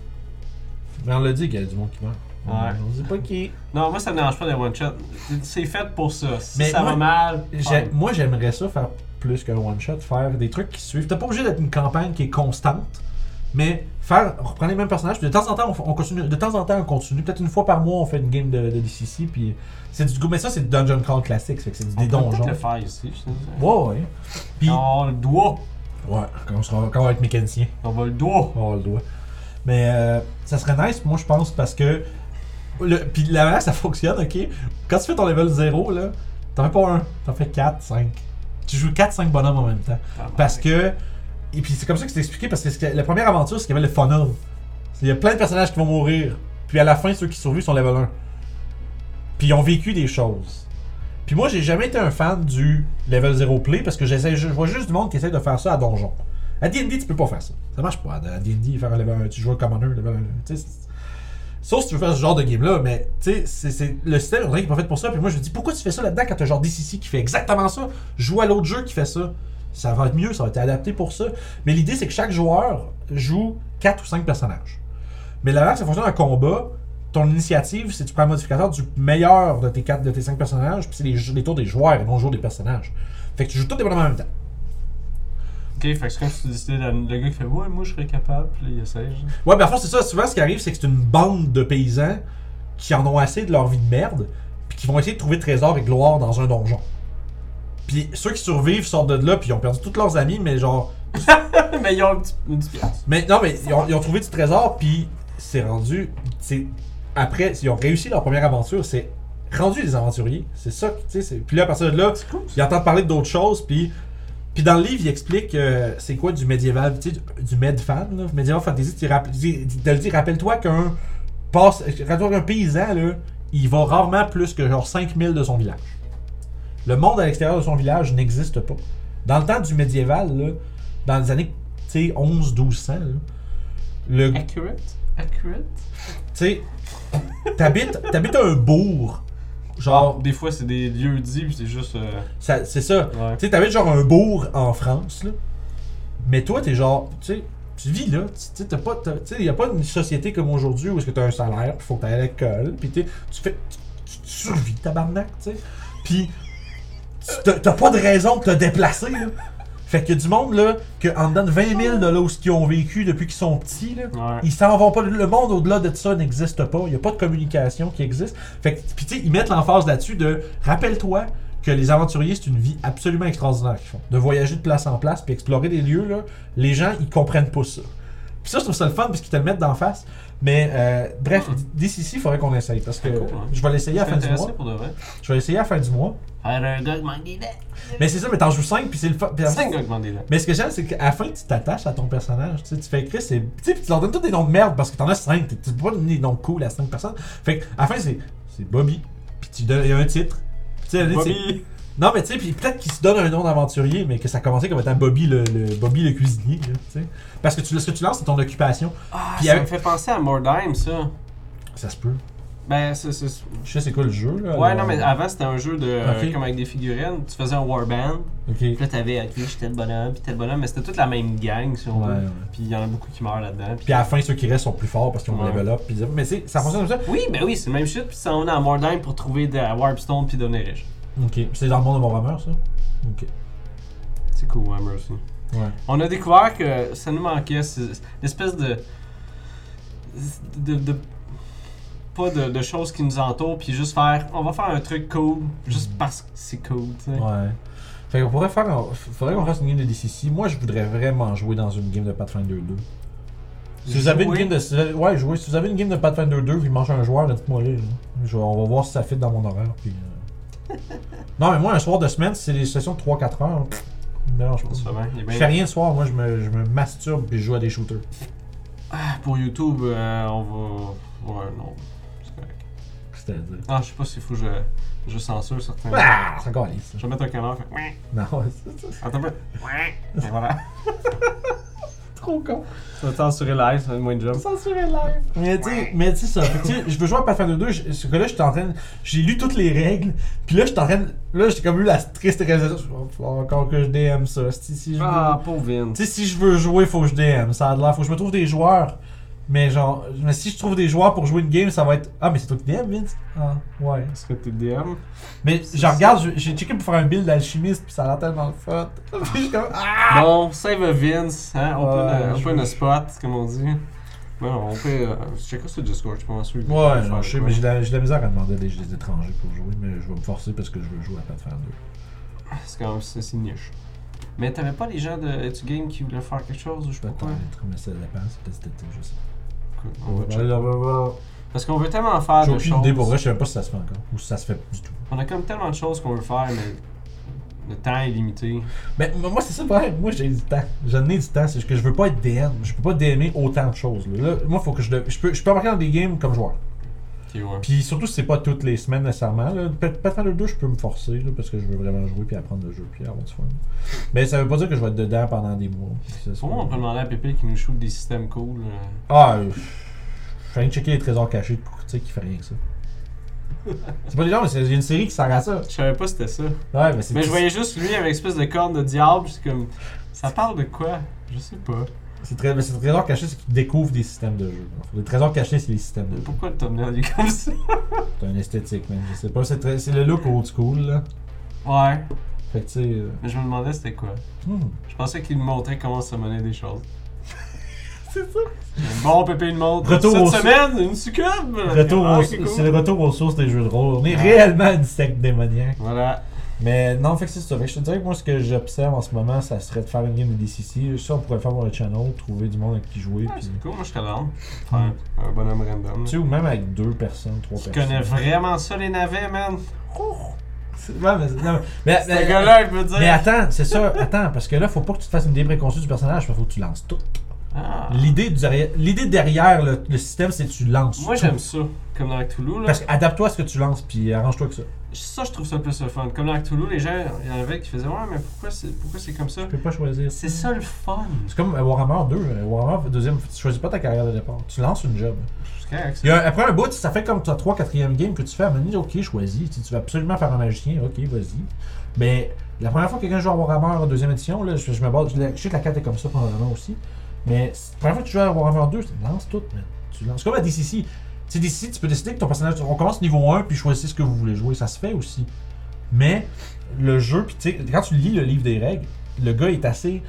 S2: Mais on l'a dit qu'il y a du monde qui meurt.
S1: Ouais.
S2: On sait pas qui.
S1: Non, moi, ça me dérange pas des one-shots. C'est fait pour ça. Si
S2: Mais
S1: ça
S2: moi,
S1: va mal,
S2: J'ai-
S1: fine.
S2: Moi, j'aimerais ça faire plus qu'un one-shot, faire des trucs qui suivent. T'as pas obligé d'être une campagne qui est constante, mais faire, on reprend les mêmes personnages, puis de temps en temps, on, f- on continue, de temps en temps, on continue. Peut-être une fois par mois, on fait une game de, de DCC, puis c'est du mais ça, c'est du Dungeon Crawl classique, fait que c'est du-
S1: on
S2: des
S1: pourrait
S2: donjons.
S1: peut-être le faire ici. je sais pas.
S2: Ouais, ouais. Puis,
S1: On le doit.
S2: ouais, quand on, sera, quand on va être mécanicien,
S1: On va le doit.
S2: on va le doigt. Mais euh, ça serait nice, moi, je pense, parce que. Le, puis la manière que ça fonctionne, ok? Quand tu fais ton level 0, là, t'en fais pas un, t'en fais 4, 5. Tu joues 4-5 bonhommes en même temps. Parce que. Et puis c'est comme ça que c'est expliqué, parce que c'est- la première aventure, c'est qu'il y avait le funnel. Il y a plein de personnages qui vont mourir. Puis à la fin, ceux qui survivent sont level 1. Puis ils ont vécu des choses. Puis moi, j'ai jamais été un fan du level 0 play parce que j'essaie, je vois juste du monde qui essaie de faire ça à donjon. À DD, tu peux pas faire ça. Ça marche pas. À DD, faire un level 1, tu joues un commoner, level 1. Tu sais, c'est- Sauf si tu veux faire ce genre de game-là, mais tu sais, c'est- c'est le système, on dirait qu'il est pas fait pour ça. Puis moi, je me dis, pourquoi tu fais ça là-dedans quand t'as genre DCC qui fait exactement ça Joue à l'autre jeu qui fait ça. Ça va être mieux, ça va être adapté pour ça. Mais l'idée, c'est que chaque joueur joue 4 ou 5 personnages. Mais la manière que ça fonctionne en combat, ton initiative, c'est que tu prends un modificateur du meilleur de tes 4 de tes 5 personnages, puis c'est les, jeux- les tours des joueurs et non le jour des personnages. Fait que tu joues tous des bonhommes en même temps.
S1: Ok, fait que c'est comme si tu décidais, la- le gars qui fait Ouais, moi je serais capable, puis là, il essaie. genre. [laughs]
S2: Ouais, mais en fait, c'est ça. Souvent, ce qui arrive, c'est que c'est une bande de paysans qui en ont assez de leur vie de merde, puis qui vont essayer de trouver trésor et gloire dans un donjon. Puis ceux qui survivent sortent de là, puis ils ont perdu tous leurs amis, mais genre.
S1: mais ils ont un petit, une petite pièce.
S2: Mais non, mais ils ont, ils ont trouvé du trésor, puis c'est rendu. C'est après, ils ont réussi leur première aventure, c'est rendu des aventuriers. C'est ça, que- tu sais. c'est- Puis là, à partir de là,
S1: C'est cool.
S2: ils entendent parler d'autres choses, puis. Puis dans le livre, il explique euh, c'est quoi du médiéval, tu sais, du, du medfan, là, médiéval fantasy. Tu rapp- tu- tu- te le dis, rappelle-toi qu'un passe, rappelle-toi qu'un paysan, là, il va rarement plus que genre 5000 de son village. Le monde à l'extérieur de son village n'existe pas. Dans le temps du médiéval, là, dans les années 11-1200, le, tu
S1: Accurate Accurate
S2: sais, t'habites, t'habites un bourg, genre,
S1: Des fois, c'est des lieux dits, puis c'est juste. euh,
S2: ça- c'est ça,
S1: ouais.
S2: Tu sais, t'avais genre un bourg en France, là. Mais toi, t'es genre, tu sais, tu vis là. Tu sais, t'as pas, t'as- tu sais, y a pas une société comme aujourd'hui où est-ce que t'as un salaire, puis faut que t'ailles à l'école, puis t'es- tu fais, tu, tu survis, tabarnak, tu sais. Puis tu- t'as t'as pas de raison de te déplacer, là. Fait que du monde, là, que en dedans de 20 000 de là où ils ont vécu depuis qu'ils sont petits, là,
S1: Ouais.
S2: ils s'en vont pas. Le monde au-delà de ça n'existe pas. Il n'y a pas de communication qui existe. Fait que, puis tu sais, ils mettent l'emphase là-dessus de rappelle-toi que les aventuriers, c'est une vie absolument extraordinaire qu'ils font. De voyager de place en place puis explorer des lieux, là, les gens, ils comprennent pas ça. Puis ça, je trouve ça le fun parce qu'ils te le mettent d'en face. Mais euh, bref, d'ici ici, il faudrait qu'on essaye parce que
S1: Cool, hein.
S2: je vais l'essayer à la
S1: C'est
S2: fin du
S1: intéressant
S2: mois.
S1: pour de vrai.
S2: Je vais l'essayer à la fin du mois.
S1: Faire Ah, un gars qui des dents.
S2: Mais c'est ça, mais t'en joues 5 puis c'est le fun. puis après-
S1: C'est un gars qui des dents.
S2: mais ce que j'aime, c'est qu'à la fin, tu t'attaches à ton personnage. Tu sais, tu fais Chris, c'est. Tu sais, puis tu leur donnes tous des noms de merde parce que t'en as 5. Tu tu peux pas donner des noms cool à 5 personnes. Fait que, à la fin, c'est c'est Bobby. Puis tu donnes il y a un titre. Puis tu sais, c'est-
S1: Bobby
S2: Non, mais tu sais, puis peut-être qu'il se donne un nom d'aventurier, mais que ça commençait comme étant Bobby le, le- Bobby le cuisinier. là, tu sais. Parce que tu, ce que tu lances, c'est ton occupation.
S1: Ah,
S2: Puis
S1: ça
S2: avec-
S1: me fait penser à Mordheim, ça.
S2: Ça se peut.
S1: Ben, c'est. c'est-
S2: Je sais c'est quoi le jeu, là.
S1: Ouais,
S2: alors-
S1: non, mais avant, c'était un jeu de. euh,
S2: Ok.
S1: Comme avec des figurines. Tu faisais un warband.
S2: Ok. Ouais,
S1: Puis là, t'avais, ok, j'étais le bonhomme, puis tel bonhomme. Mais c'était toute la même gang, si on
S2: ouais.
S1: veut. Puis il y en a beaucoup qui meurent là-dedans. puis-
S2: Puis à la fin, ceux qui restent sont plus forts parce qu'ils ont
S1: Ouais.
S2: level up. Puis, mais tu sais, ça fonctionne comme ça.
S1: Oui, ben oui, c'est le même shit, puis ça en est à Mordheim pour trouver de la Warpstone puis devenir riche.
S2: Ok. C'est dans le monde de Warhammer, ça. Ok.
S1: C'est cool, Warhammer aussi.
S2: Ouais.
S1: On a découvert que ça nous manquait, c'est- l'espèce de, de, de- pas de, de choses qui nous entourent, puis juste faire, on va faire un truc cool, juste parce que c'est cool, tu sais.
S2: Ouais. Fait qu'on pourrait faire. un- Faudrait qu'on fasse une game de DCC. Moi, je voudrais vraiment jouer dans une game de Pathfinder 2. Si vous avez une
S1: Jouer.
S2: game de. si vous avez- Ouais, jouer. Si vous avez une game de Pathfinder 2 puis il mange un joueur, là, dites-moi là. là. Je- on va voir si ça fit dans mon horaire. Puis, [laughs] euh. non, mais moi, un soir de semaine, si c'est des sessions de 3-4 heures. pff, Non, je
S1: On se fait bien, il est
S2: Je
S1: bien-
S2: fais rien le soir, moi, je me, je me masturbe puis je joue à des shooters.
S1: Ah, Pour YouTube, euh, on va, ouais, non, c'est correct.
S2: C'est-à-dire.
S1: Non, je sais pas s'il faut que je, je censure certains.
S2: Ah, c'est encore lisse.
S1: Je vais
S2: [laughs]
S1: mettre un canard, fait,
S2: Non, c'est ça.
S1: attends un peu, et voilà.
S2: trop con.
S1: Tu vas censurer live, ça va être moins de job.
S2: Censurer live. Mais tu sais, mais tu sais ça. Fait que tu sais, je veux jouer à Pathfinder 2. je- Ce que là, j'étais en train. de- J'ai lu toutes les règles. Puis là, j'étais en train. de- Là, j'ai comme eu la triste réalisation. Je vais falloir encore que je DM ça. Si, si je veux-
S1: Ah, pauvre Vince.
S2: Tu sais, si je veux jouer, faut que je DM. Ça a de l'air. Faut que je me trouve des joueurs. Mais genre, mais si je trouve des joueurs pour jouer une game, ça va être. Ah, mais c'est toi qui DM, Vince? Ah, ouais.
S1: Est-ce que t'es DM?
S2: Mais je regarde, je- j'ai checké pour faire un build d'alchimiste, puis ça a l'air tellement le fun. [laughs] Puis je suis comme. Ah!
S1: Bon, save a Vince, hein? Open,
S2: Ouais,
S1: a,
S2: je
S1: open
S2: veux-
S1: a spot, comme on dit. Ouais, on peut. euh, je checkerai sur Discord, je suis pas sûr.
S2: Ouais, non, je sais, mais j'ai de la, j'ai de la misère à demander à des, des étrangers pour jouer, mais je vais me forcer parce que je veux jouer à Pathfinder 2.
S1: C'est quand même c'est c'est niche. Mais t'avais pas les gens de tu Game qui voulaient faire quelque chose ou je sais pas quoi?
S2: Peut-être, mais ça dépend, c'est peut-être cet été, je sais.
S1: Écoute, on
S2: On
S1: va
S2: va
S1: checker.
S2: aller là, là,
S1: Parce qu'on veut tellement faire
S2: là. J'ai
S1: de
S2: aucune idée pour
S1: choses.
S2: vrai, je sais même pas si ça se fait encore, ou si ça se fait du tout.
S1: On a comme tellement de choses qu'on veut faire, mais le temps est limité.
S2: Mais mais moi, c'est ça, pareil. Moi, j'ai du temps. J'en ai du temps. C'est juste que je veux pas être DM. Je peux pas DMer autant de choses. Là, Là, moi, faut que je, le- je peux, je peux embarquer dans des games comme joueur.
S1: Ok, ouais.
S2: Puis surtout, si c'est pas toutes les semaines nécessairement. Là. Peut- Peut-être le 2, je peux me forcer là, parce que je veux vraiment jouer puis apprendre le jeu puis avoir du fun. Mais ça veut pas dire que je vais être dedans pendant des mois. C'est ça.
S1: Pour moi, on peut demander à Pépé qui nous shoot des systèmes cool. euh.
S2: Ah, euh, je je suis en train de checker les trésors cachés de courtier qui fait rien que
S1: [laughs]
S2: ça. c'est pas des gens, mais c'est il y a une série qui sert à ça.
S1: Je savais pas c'était ça.
S2: Ouais, mais c'est.
S1: Mais je voyais juste lui avec une espèce de corne de diable, puis c'est comme. Ça parle de quoi Je sais pas.
S2: C'est très, mais c'est des trésors cachés, c'est qu'ils découvrent des systèmes de jeu. Les trésors cachés, c'est les systèmes de jeu.
S1: Pourquoi le thumbnail est comme ça
S2: C'est un esthétique, man. Je sais pas, c'est très- c'est le look old school, là.
S1: Ouais.
S2: Fait que, tu sais. euh,
S1: Mais je me demandais c'était quoi.
S2: hmm.
S1: Je pensais qu'il me montrait comment se monnaie des choses.
S2: C'est ça.
S1: Mais Bon, Pépé le montre.
S2: Retour
S1: Cette
S2: aux-
S1: semaine, une succube
S2: Retour
S1: Ah,
S2: aux-
S1: ok, cool. Ah.
S2: C'est le retour aux sources des jeux de rôle. On est
S1: Ouais.
S2: réellement une secte démoniaque.
S1: Voilà.
S2: Mais non, fait que c'est ça. Fait que je te dirais que moi, ce que j'observe en ce moment, ça serait de faire une game de DCC. Ça, on pourrait le faire pour le channel, trouver du monde avec qui jouer.
S1: Ah,
S2: puis-
S1: c'est cool, moi je serais down. Faire un bonhomme random.
S2: Tu sais, ou même avec deux personnes, trois
S1: Tu
S2: personnes.
S1: connais vraiment ça les navets, man.
S2: C'est- Ouais, mais, non, mais,
S1: Ce
S2: mais,
S1: gars-là, il peut
S2: mais
S1: dire.
S2: attends, c'est ça, attends, parce que là, faut pas que tu te fasses une idée préconçue du personnage, mais faut que tu lances tout.
S1: Ah.
S2: L'idée du derrière, l'idée derrière le, le système, c'est que tu lances.
S1: Moi
S2: tout.
S1: j'aime ça. Comme dans Cthulhu, là.
S2: Parce que adapte-toi à ce que tu lances, puis arrange-toi avec ça.
S1: Ça, je trouve ça plus le fun. Comme dans Cthulhu, les gens, il y en avait qui faisaient Ouais, mais pourquoi c'est pourquoi c'est comme ça
S2: Tu peux pas choisir.
S1: C'est ça le fun.
S2: C'est comme Warhammer 2. Warhammer deuxième, tu choisis pas ta carrière de départ. Tu lances une job.
S1: C'est correct, ça.
S2: Il y a un- après un bout, ça fait comme ta 3-4e game que tu fais. À un moment donné, ok, choisis. Si tu veux absolument faire un magicien, ok, vas-y. Mais la première fois que quelqu'un joue à Warhammer deuxième édition, là, je, je me base. Je, je sais que la carte est comme ça probablement aussi. Mais c'est- la première fois que tu joues à Warhammer 2, tu lances tout, man. Tu lances. C'est comme à DCC. Tu sais, DCC, tu peux décider que ton personnage. On commence niveau 1 puis choisissez ce que vous voulez jouer. Ça se fait aussi. Mais le jeu, puis tu sais, quand tu lis le livre des règles, le gars est assez.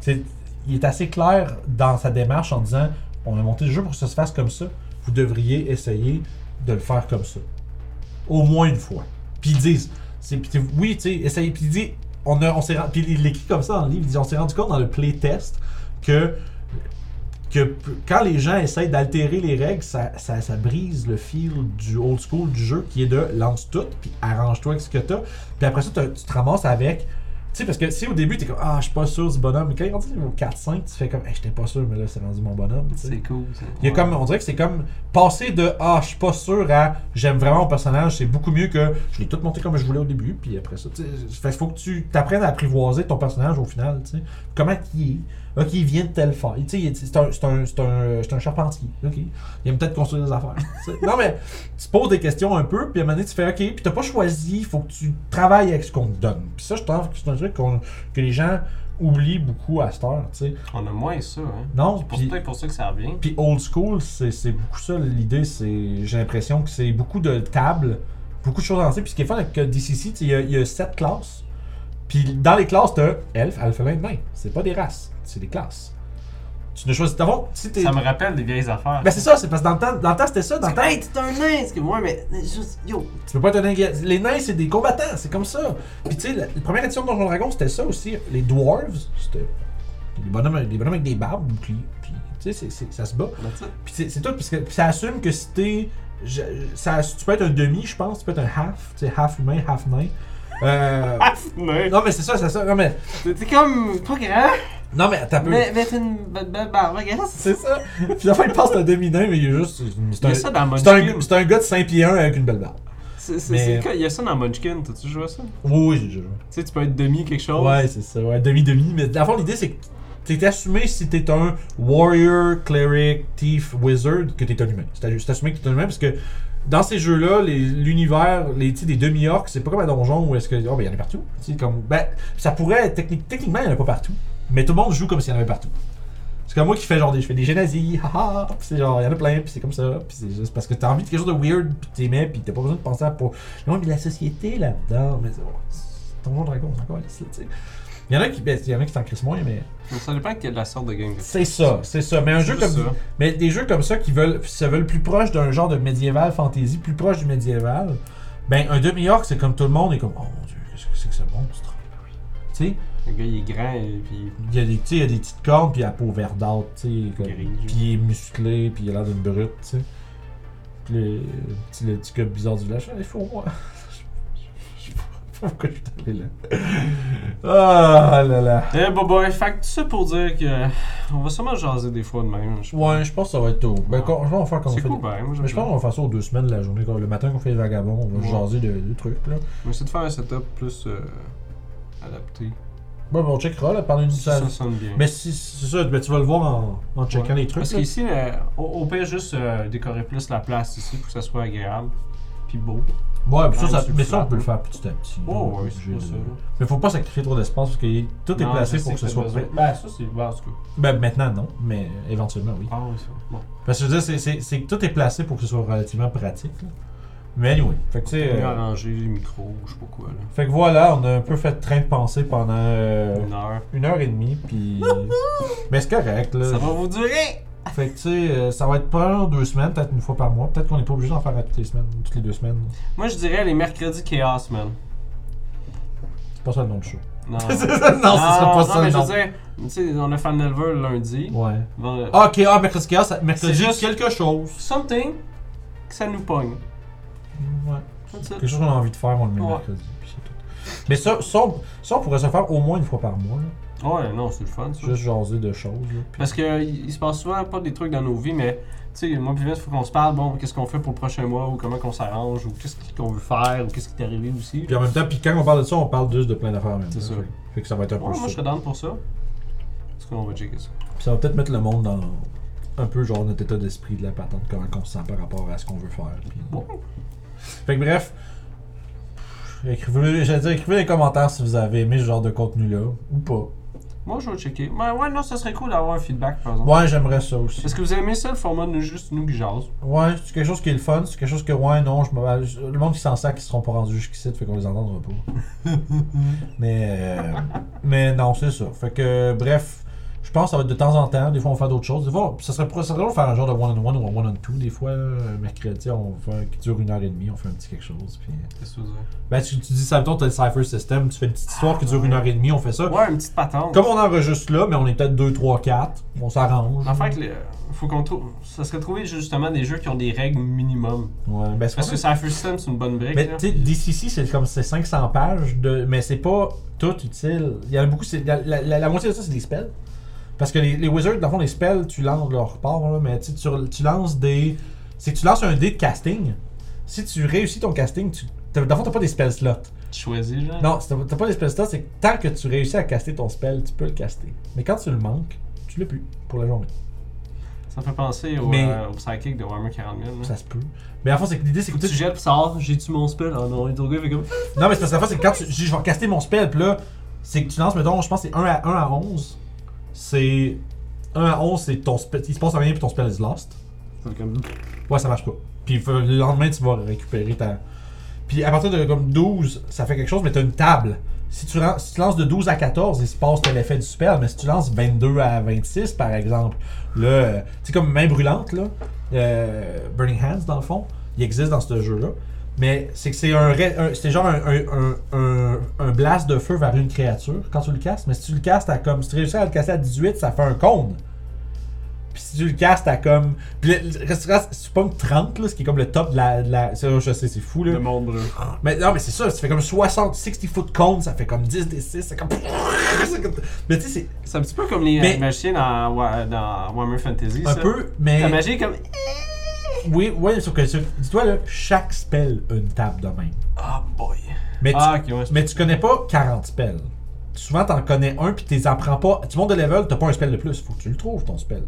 S2: c'est- Il est assez clair dans sa démarche en disant on a monté le jeu pour que ça se fasse comme ça. Vous devriez essayer de le faire comme ça. Au moins une fois. Puis ils disent c'est, puis t'es- oui, tu sais, essayez. Puis il dit on, a- on s'est, ren- puis il l'écrit comme ça dans le livre il dit, on s'est rendu compte dans le playtest que. Que p- quand les gens essayent d'altérer les règles, ça, ça, ça brise le fil du old school du jeu qui est de lance tout, puis arrange-toi avec ce que t'as. Puis après ça, t'as- tu te ramasses avec tu sais, parce que si au début, t'es comme Ah, je suis pas sûr du bonhomme, mais quand il est rendu niveau 4-5, tu fais comme Hey, j'étais pas sûr, mais là, c'est rendu mon bonhomme. tu sais.
S1: C'est cool. ça.
S2: Il y a
S1: Ouais.
S2: comme, on dirait que c'est comme passer de Ah, je suis pas sûr à J'aime vraiment mon personnage, c'est beaucoup mieux que je l'ai tout monté comme je voulais au début, puis après ça. tu sais, Fait que faut que tu t'apprennes à apprivoiser ton personnage au final, tu sais. Comment il est Ok, il vient de telle faille. Tu sais, il est- c'est un, c'est un, c'est un, c'est un charpentier. Ok. Il aime peut-être construire des affaires. tu sais. non, mais tu poses des questions un peu, puis à un moment donné, tu fais OK, puis t'as pas choisi, faut que tu travailles avec ce qu'on te donne. Puis ça, je trouve que c'est un truc qu'on- que les gens oublient beaucoup à cette heure, tu sais.
S1: On a moins ça, hein.
S2: Non,
S1: C'est pour
S2: puis-
S1: peut-être pour ça que ça revient.
S2: puis old school, c'est c'est beaucoup ça l'idée. c'est J'ai l'impression que c'est beaucoup de tables, beaucoup de choses lancées. Puis ce qui est fun avec euh, DCC, tu sais, il y a- il y, a sept classes. Puis dans les classes, t'as elf, alphelin, nain. C'est pas des races, c'est des classes. Tu ne choisis. D'abord, si t'es.
S1: Ça me rappelle des vieilles affaires.
S2: Ben c'est ça, c'est parce que dans le temps, dans le temps, c'était ça. Dans le temps,
S1: Hey, t'es un nain! C'est que moi, mais. Juste, yo!
S2: tu peux pas être un nain- Les nains, c'est des combattants, c'est comme ça. Puis tu sais, la, la première édition de Donjon Dragon, c'était ça aussi. Les dwarves, c'était des bonhommes, des bonhommes avec des barbes, boucliers. Puis tu sais, c'est- c'est- ça se bat.
S1: That's it.
S2: Puis c'est- c'est tout, parce que puis ça assume que si t'es. je- ça- Tu peux être un demi, je pense, tu peux être un half, tu sais, half humain, half nain. Euh,
S1: Ah, nain!
S2: non, mais c'est ça, c'est ça. Non, mais,
S1: T'es t'es comme. pas grand,
S2: non, mais t'as peu.
S1: mais, mais t'es une belle, belle barbe, regarde.
S2: C'est ça. Puis la fin, il pense que c'est un demi-nain, mais il est juste. C'est
S1: Il y
S2: un,
S1: a ça dans
S2: c'est un-
S1: Munchkin.
S2: c'est un gars de 5 pieds 1 avec une belle barbe.
S1: C'est- c'est-
S2: Mais-
S1: c'est le cas, Il y a ça dans Munchkin, t'as-tu joué à ça? Tu
S2: Oui, oui, j'ai déjà joué.
S1: sais, tu peux être demi quelque chose.
S2: Ouais, c'est ça, ouais, demi-demi. Mais dans le fond, l'idée, c'est que t'es- T'es assumé si t'es un warrior, cleric, thief, wizard, que t'es un humain. C'est c'est assumé que t'es un humain parce que dans ces jeux-là, les- l'univers, les, tu sais, des demi-orcs, c'est pas comme un donjon où est-ce que. Oh, ben, il y en a partout. Tu sais, comme, ben, ça pourrait. être technique- techniquement, il y en a pas partout. Mais tout le monde joue comme s'il y en avait partout. C'est comme moi qui fais genre des. Je fais des jeux nazis, haha, pis c'est genre, il y en a plein, pis c'est comme ça. Pis c'est juste parce que t'as envie de quelque chose de weird, pis t'aimais, pis t'as pas besoin de penser à. Pour... Non, mais la société là-dedans, mais c'est c'est ton monde dragon, c'est encore là, tu sais. Il y en a qui, ben, il y en a qui s'en crissent moins, mais.
S1: Mais ça dépend de la sorte de game. que tu
S2: C'est ça, c'est ça. Mais un jeu
S1: C'est
S2: comme
S1: ça.
S2: mais des jeux comme ça qui veulent se veulent plus proches d'un genre de médiéval fantasy, plus proche du médiéval, ben un demi-orc c'est comme tout le monde est comme oh mon dieu, qu'est-ce que c'est que ce monstre Tu sais,
S1: Le gars, il est grand et puis
S2: il y a des tu sais, il y a des petites cornes puis il a la peau verdâtre, tu sais, comme-
S1: Gris.
S2: puis il est musclé, puis il a l'air d'une brute, tu sais. Puis le, le petit- le petit gars bizarre du village, il faut [laughs] moi. Je sais pas Pourquoi je suis allé là? Ah là là!
S1: Eh bah bah, fait que tout ça pour dire que euh, on va sûrement jaser des fois de même. je-
S2: Ouais, je pense que ça va être tôt. Ben, quand- je vais en faire quand on
S1: Ah. C'est
S2: fait
S1: cool, ben, moi j'aime
S2: Mais je pense qu'on va faire ça aux deux semaines de la journée. quoi. Le matin qu'on fait les vagabonds, on va
S1: Ouais.
S2: jaser de, de trucs. Là.
S1: ça. On va essayer de faire un setup plus euh, adapté.
S2: Bon, ben, on checkera là, pendant une
S1: Si ça
S2: salle.
S1: sonne bien.
S2: Mais si- c'est ça, ben, tu vas le voir en, en checkant
S1: Ouais.
S2: les trucs.
S1: Parce
S2: là.
S1: qu'ici, le- au, au pire, juste euh, décorer plus la place ici pour que ça soit agréable. Puis beau.
S2: Ouais, puis ça,
S1: Ouais,
S2: ça-
S1: sur le
S2: mais ça, on
S1: flat,
S2: peut le
S1: hein.
S2: faire petit à petit. là,
S1: Oh, oui,
S2: obligé
S1: c'est pas
S2: de-
S1: ça. là.
S2: Mais faut pas sacrifier trop d'espace parce que tout est
S1: Non,
S2: placé
S1: je
S2: pour que
S1: sais
S2: ce soit
S1: t'as
S2: prêt.
S1: besoin. Ben, ça, c'est bah, en tout cas.
S2: Ben, maintenant, non, mais éventuellement, oui.
S1: Ah, oui, ça. Bon.
S2: Parce que je veux dire, c'est- c'est- c'est que tout est placé pour que ce soit relativement pratique. là. Mais anyway, fait que tu sais.
S1: Mieux
S2: euh,
S1: arranger les micros, je sais pas quoi, là.
S2: Fait que voilà, on a un peu fait train de penser pendant euh,
S1: Une heure.
S2: une heure et demie, puis. mais c'est correct, là.
S1: Ça va vous durer!
S2: Fait que tu sais, euh, ça va être pas deux semaines, peut-être une fois par mois. Peut-être qu'on n'est pas obligé d'en faire à toutes les semaines, toutes les deux semaines.
S1: Moi, je dirais les mercredis chaos, man.
S2: C'est pas ça le nom du show. [laughs]
S1: Non.
S2: C'est ça- non, ce sera pas
S1: Ah, non,
S2: ça
S1: mais
S2: le nom.
S1: je veux dire, tu sais, on a fait Nelver le lundi.
S2: Ouais.
S1: Bon, euh,
S2: Ah, ok, ah, mercredi chaos, ça- mercredi
S1: C'est juste-
S2: quelque chose.
S1: Ah, Something que ça nous pogne.
S2: Ouais.
S1: That's
S2: Quelque
S1: it.
S2: chose qu'on a envie de faire, on le met
S1: Ouais.
S2: mercredi, puis c'est tout. Mais ça, ça, on- ça, on pourrait se faire au moins une fois par mois, là.
S1: Ouais, non, c'est le fun, ça.
S2: Juste jaser de choses, là. puis-
S1: Parce que euh, il il se passe souvent pas des trucs dans nos vies, mais tu sais, moi puis Vince, faut qu'on se parle, bon, qu'est-ce qu'on fait pour le prochain mois, ou comment qu'on s'arrange, ou qu'est-ce qu'on veut faire, ou qu'est-ce qui est arrivé aussi.
S2: Puis en même temps, puis quand on parle de ça, on parle juste de plein d'affaires en même.
S1: C'est
S2: temps.
S1: ça.
S2: Fait- Fait que ça va être un peu
S1: Ouais, moi,
S2: ça.
S1: je serais down pour ça. Parce qu'on va checker ça.
S2: Puis ça va peut-être mettre le monde dans un peu genre notre état d'esprit de la patente, comment on se sent par rapport à ce qu'on veut faire. puis-
S1: Ouais.
S2: Fait que bref, écrivez, j'allais dire, écrivez les commentaires si vous avez aimé ce genre de contenu-là, ou pas.
S1: Moi, je vais checker. Mais ouais, non, ça serait cool d'avoir un feedback, par exemple.
S2: Ouais, j'aimerais ça aussi.
S1: Est-ce que vous aimez ça, le format de nous, juste nous qui jase
S2: Ouais, c'est quelque chose qui est le fun, c'est quelque chose que, ouais, non, je me- le monde qui s'en sert, qui seront pas rendus jusqu'ici, fait qu'on les entendra pas.
S1: [laughs]
S2: mais, euh, mais non, c'est ça. Fait que, bref, je pense que ça va être de temps en temps. Des fois, on fait d'autres choses. Des fois, ça serait, ça serait drôle de faire un genre de one-on-one ou un one-on-two. Des fois, là, mercredi, on fait un- qui dure une heure et demie, on fait un petit quelque chose. Puis...
S1: Qu'est-ce que tu veux dire?
S2: Ben, tu, tu dis, ça tu t'as le Cypher System, tu fais une petite histoire qui dure une heure et demie, on fait ça.
S1: Ouais, une petite patente.
S2: Comme on enregistre là, mais on est peut-être 2, 3, 4, on s'arrange.
S1: En fait, le- faut qu'on trouve. Ça serait trouver justement des jeux qui ont des règles minimum.
S2: Ouais, ben, c'est
S1: Parce que Cypher System, c'est une bonne brique.
S2: Mais
S1: là.
S2: tu sais, DCC, c'est comme c'est 500 pages, de, mais c'est pas tout utile. Il y en a beaucoup, c'est- la, la- la- la moitié de ça, c'est des spells. Parce que les, les wizards, dans le fond, les spells, tu lances leur part, là, mais tu, sais, tu- tu lances des. C'est que tu lances un dé de casting. Si tu réussis ton casting, tu, t'as- dans le fond, t'as pas des spells slots.
S1: Tu choisis, genre.
S2: Non, c'est- t'as pas des spells slots, c'est que tant que tu réussis à caster ton spell, tu peux le caster. Mais quand tu le manques, tu l'as plus pour la journée.
S1: Ça me fait penser au,
S2: Mais-
S1: euh, au Psychic de Warhammer 40 000. là.
S2: Ça se peut. Mais en fond, c'est que l'idée, c'est que
S1: Tu jettes pis ça sort, j'ai tu mon spell. Ah non, et ton gars fait comme.
S2: Non, mais c'est parce que la fois, c'est que quand tu, je je vais caster mon spell, puis là, c'est que tu lances, mettons, je pense que c'est 1 à, 1 à 11. C'est. 1 à 11, c'est ton spell. Il se passe rien, puis ton spell is lost. Ouais, ça marche pas. Puis euh, le lendemain, tu vas récupérer ta. Puis à partir de comme 12, ça fait quelque chose, mais t'as une table. Si tu, ran- si tu lances de 12 à 14, il se passe tel effet du spell, mais si tu lances 22 à 26, par exemple, là, euh, tu sais, comme Main Brûlante, là, euh, Burning Hands, dans le fond, il existe dans ce jeu-là. Mais c'est que c'est un, ra- un- c'est genre un, un, un- un- un blast de feu vers une créature quand tu le castes. Mais si tu le castes à comme. Si tu réussis à le casser à 18, ça fait un cône. Puis si tu le castes à comme. Puis le- le- reste- reste- si tu pommes 30, là, ce qui est comme le top de la. de la- ça, je sais, c'est fou, là.
S1: Le monde brûle.
S2: Mais non, mais c'est ça, ça fait comme 60, 60 foot cône, ça fait comme 10 des 6, c'est comme. [laughs] c'est comme- Mais tu sais, c'est
S1: C'est un petit peu comme les euh,
S2: Mais-
S1: magiciens dans, Wa- dans Warhammer Fantasy.
S2: un
S1: ça.
S2: peu. Mais.
S1: La magie est comme.
S2: Oui, oui, sauf que. sauf- Dis-toi, là, chaque spell a une table de même.
S1: Ah boy.
S2: Mais tu
S1: Ah, ok, ouais. c'est-
S2: Mais tu connais pas 40 spells. souvent t'en connais un puis t'es apprends pas. Tu montes de level, t'as pas un spell de plus. Faut que tu le trouves ton spell.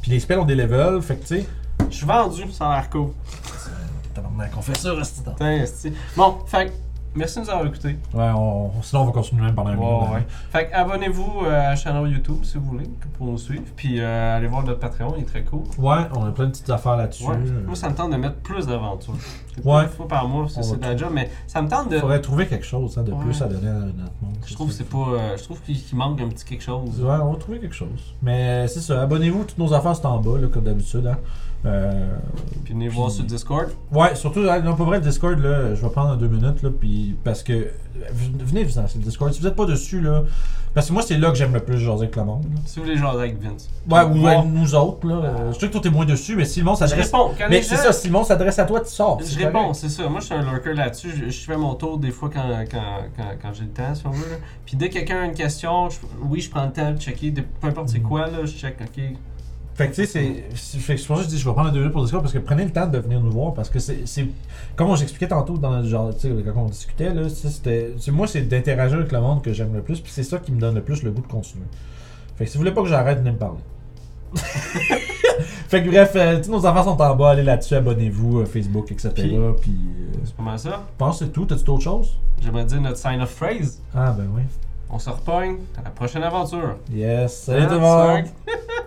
S2: Puis les spells ont des levels, fait que tu sais.
S1: Je suis vendu, ça a l'air cool.
S2: Tabarnak, on fait ça, reste dedans.
S1: Putain, esti. Bon, fait que, merci de nous avoir écoutés.
S2: Ouais, on, sinon on va continuer même pendant un
S1: Ouais,
S2: minute.
S1: ouais. Fait que abonnez-vous euh, à la chaîne YouTube si vous voulez pour nous suivre. Puis euh, allez voir notre Patreon, il est très cool.
S2: Ouais, on a plein de petites affaires là-dessus.
S1: Ouais.
S2: Euh,
S1: Moi, ça me tente de mettre plus d'aventures. C'est
S2: Ouais.
S1: Une fois par mois, ça,
S2: On
S1: c'est
S2: va
S1: de la job, mais ça me tente de.
S2: Faudrait trouver quelque chose hein, de
S1: Ouais.
S2: plus à donner à notre monde.
S1: Je trouve que c'est pas. euh, je trouve qu'il qu'il manque un petit quelque chose.
S2: Ouais, on va trouver quelque chose. Mais euh, c'est ça, abonnez-vous, toutes nos affaires sont en bas, là, comme d'habitude. Hein. Euh,
S1: Puis venez voir sur Discord.
S2: ouais, surtout, euh, non, pas vrai, le Discord, là, je vais prendre deux minutes, là, puis parce que. euh, Venez vous en sur le Discord, si vous n'êtes pas dessus, là. Parce que moi, c'est là que j'aime le plus jaser avec le monde. là.
S1: Si vous voulez jaser avec Vince.
S2: Ouais, ou
S1: Voir.
S2: avec nous autres, là. Euh, Je sais que toi, t'es moins dessus, mais si le monde
S1: Je
S2: s'adresse.
S1: réponds. Quand
S2: Mais
S1: les
S2: c'est
S1: gens-
S2: ça, si le monde s'adresse à toi, tu sors.
S1: Je
S2: c'est
S1: réponds,
S2: correct.
S1: c'est ça. Moi, je suis un lurker là-dessus. Je, je fais mon tour des fois quand, quand, quand, quand j'ai le temps, si on veut. là. Puis dès que quelqu'un a une question, je- oui, je prends le temps de checker. de- peu importe
S2: Mm-hmm.
S1: c'est quoi, là, je check, ok.
S2: Fait que tu sais, c'est- c'est. Fait que c'est pour ça que je dis, je vais prendre deux minutes pour le Discord parce que prenez le temps de venir nous voir parce que c'est. c'est- Comme on j'expliquais tantôt dans le genre, tu sais, quand on discutait, là, ça, c'était. c'est- Moi, c'est d'interagir avec le monde que j'aime le plus, puis c'est ça qui me donne le plus le goût de continuer. Fait que si vous voulez pas que j'arrête, venez me
S1: [laughs]
S2: parler. fait que bref, euh, tous nos affaires sont en bas, allez là-dessus, abonnez-vous, euh, Facebook, etc. Puis,
S1: Puis-
S2: euh,
S1: C'est pas mal ça.
S2: je pense que c'est tout. T'as-tu d'autres choses?
S1: J'aimerais dire notre sign of phrase.
S2: Ah, ben oui.
S1: On se repogne à la prochaine aventure.
S2: Yes. Salut tout le
S1: Ah,
S2: monde!
S1: cinq.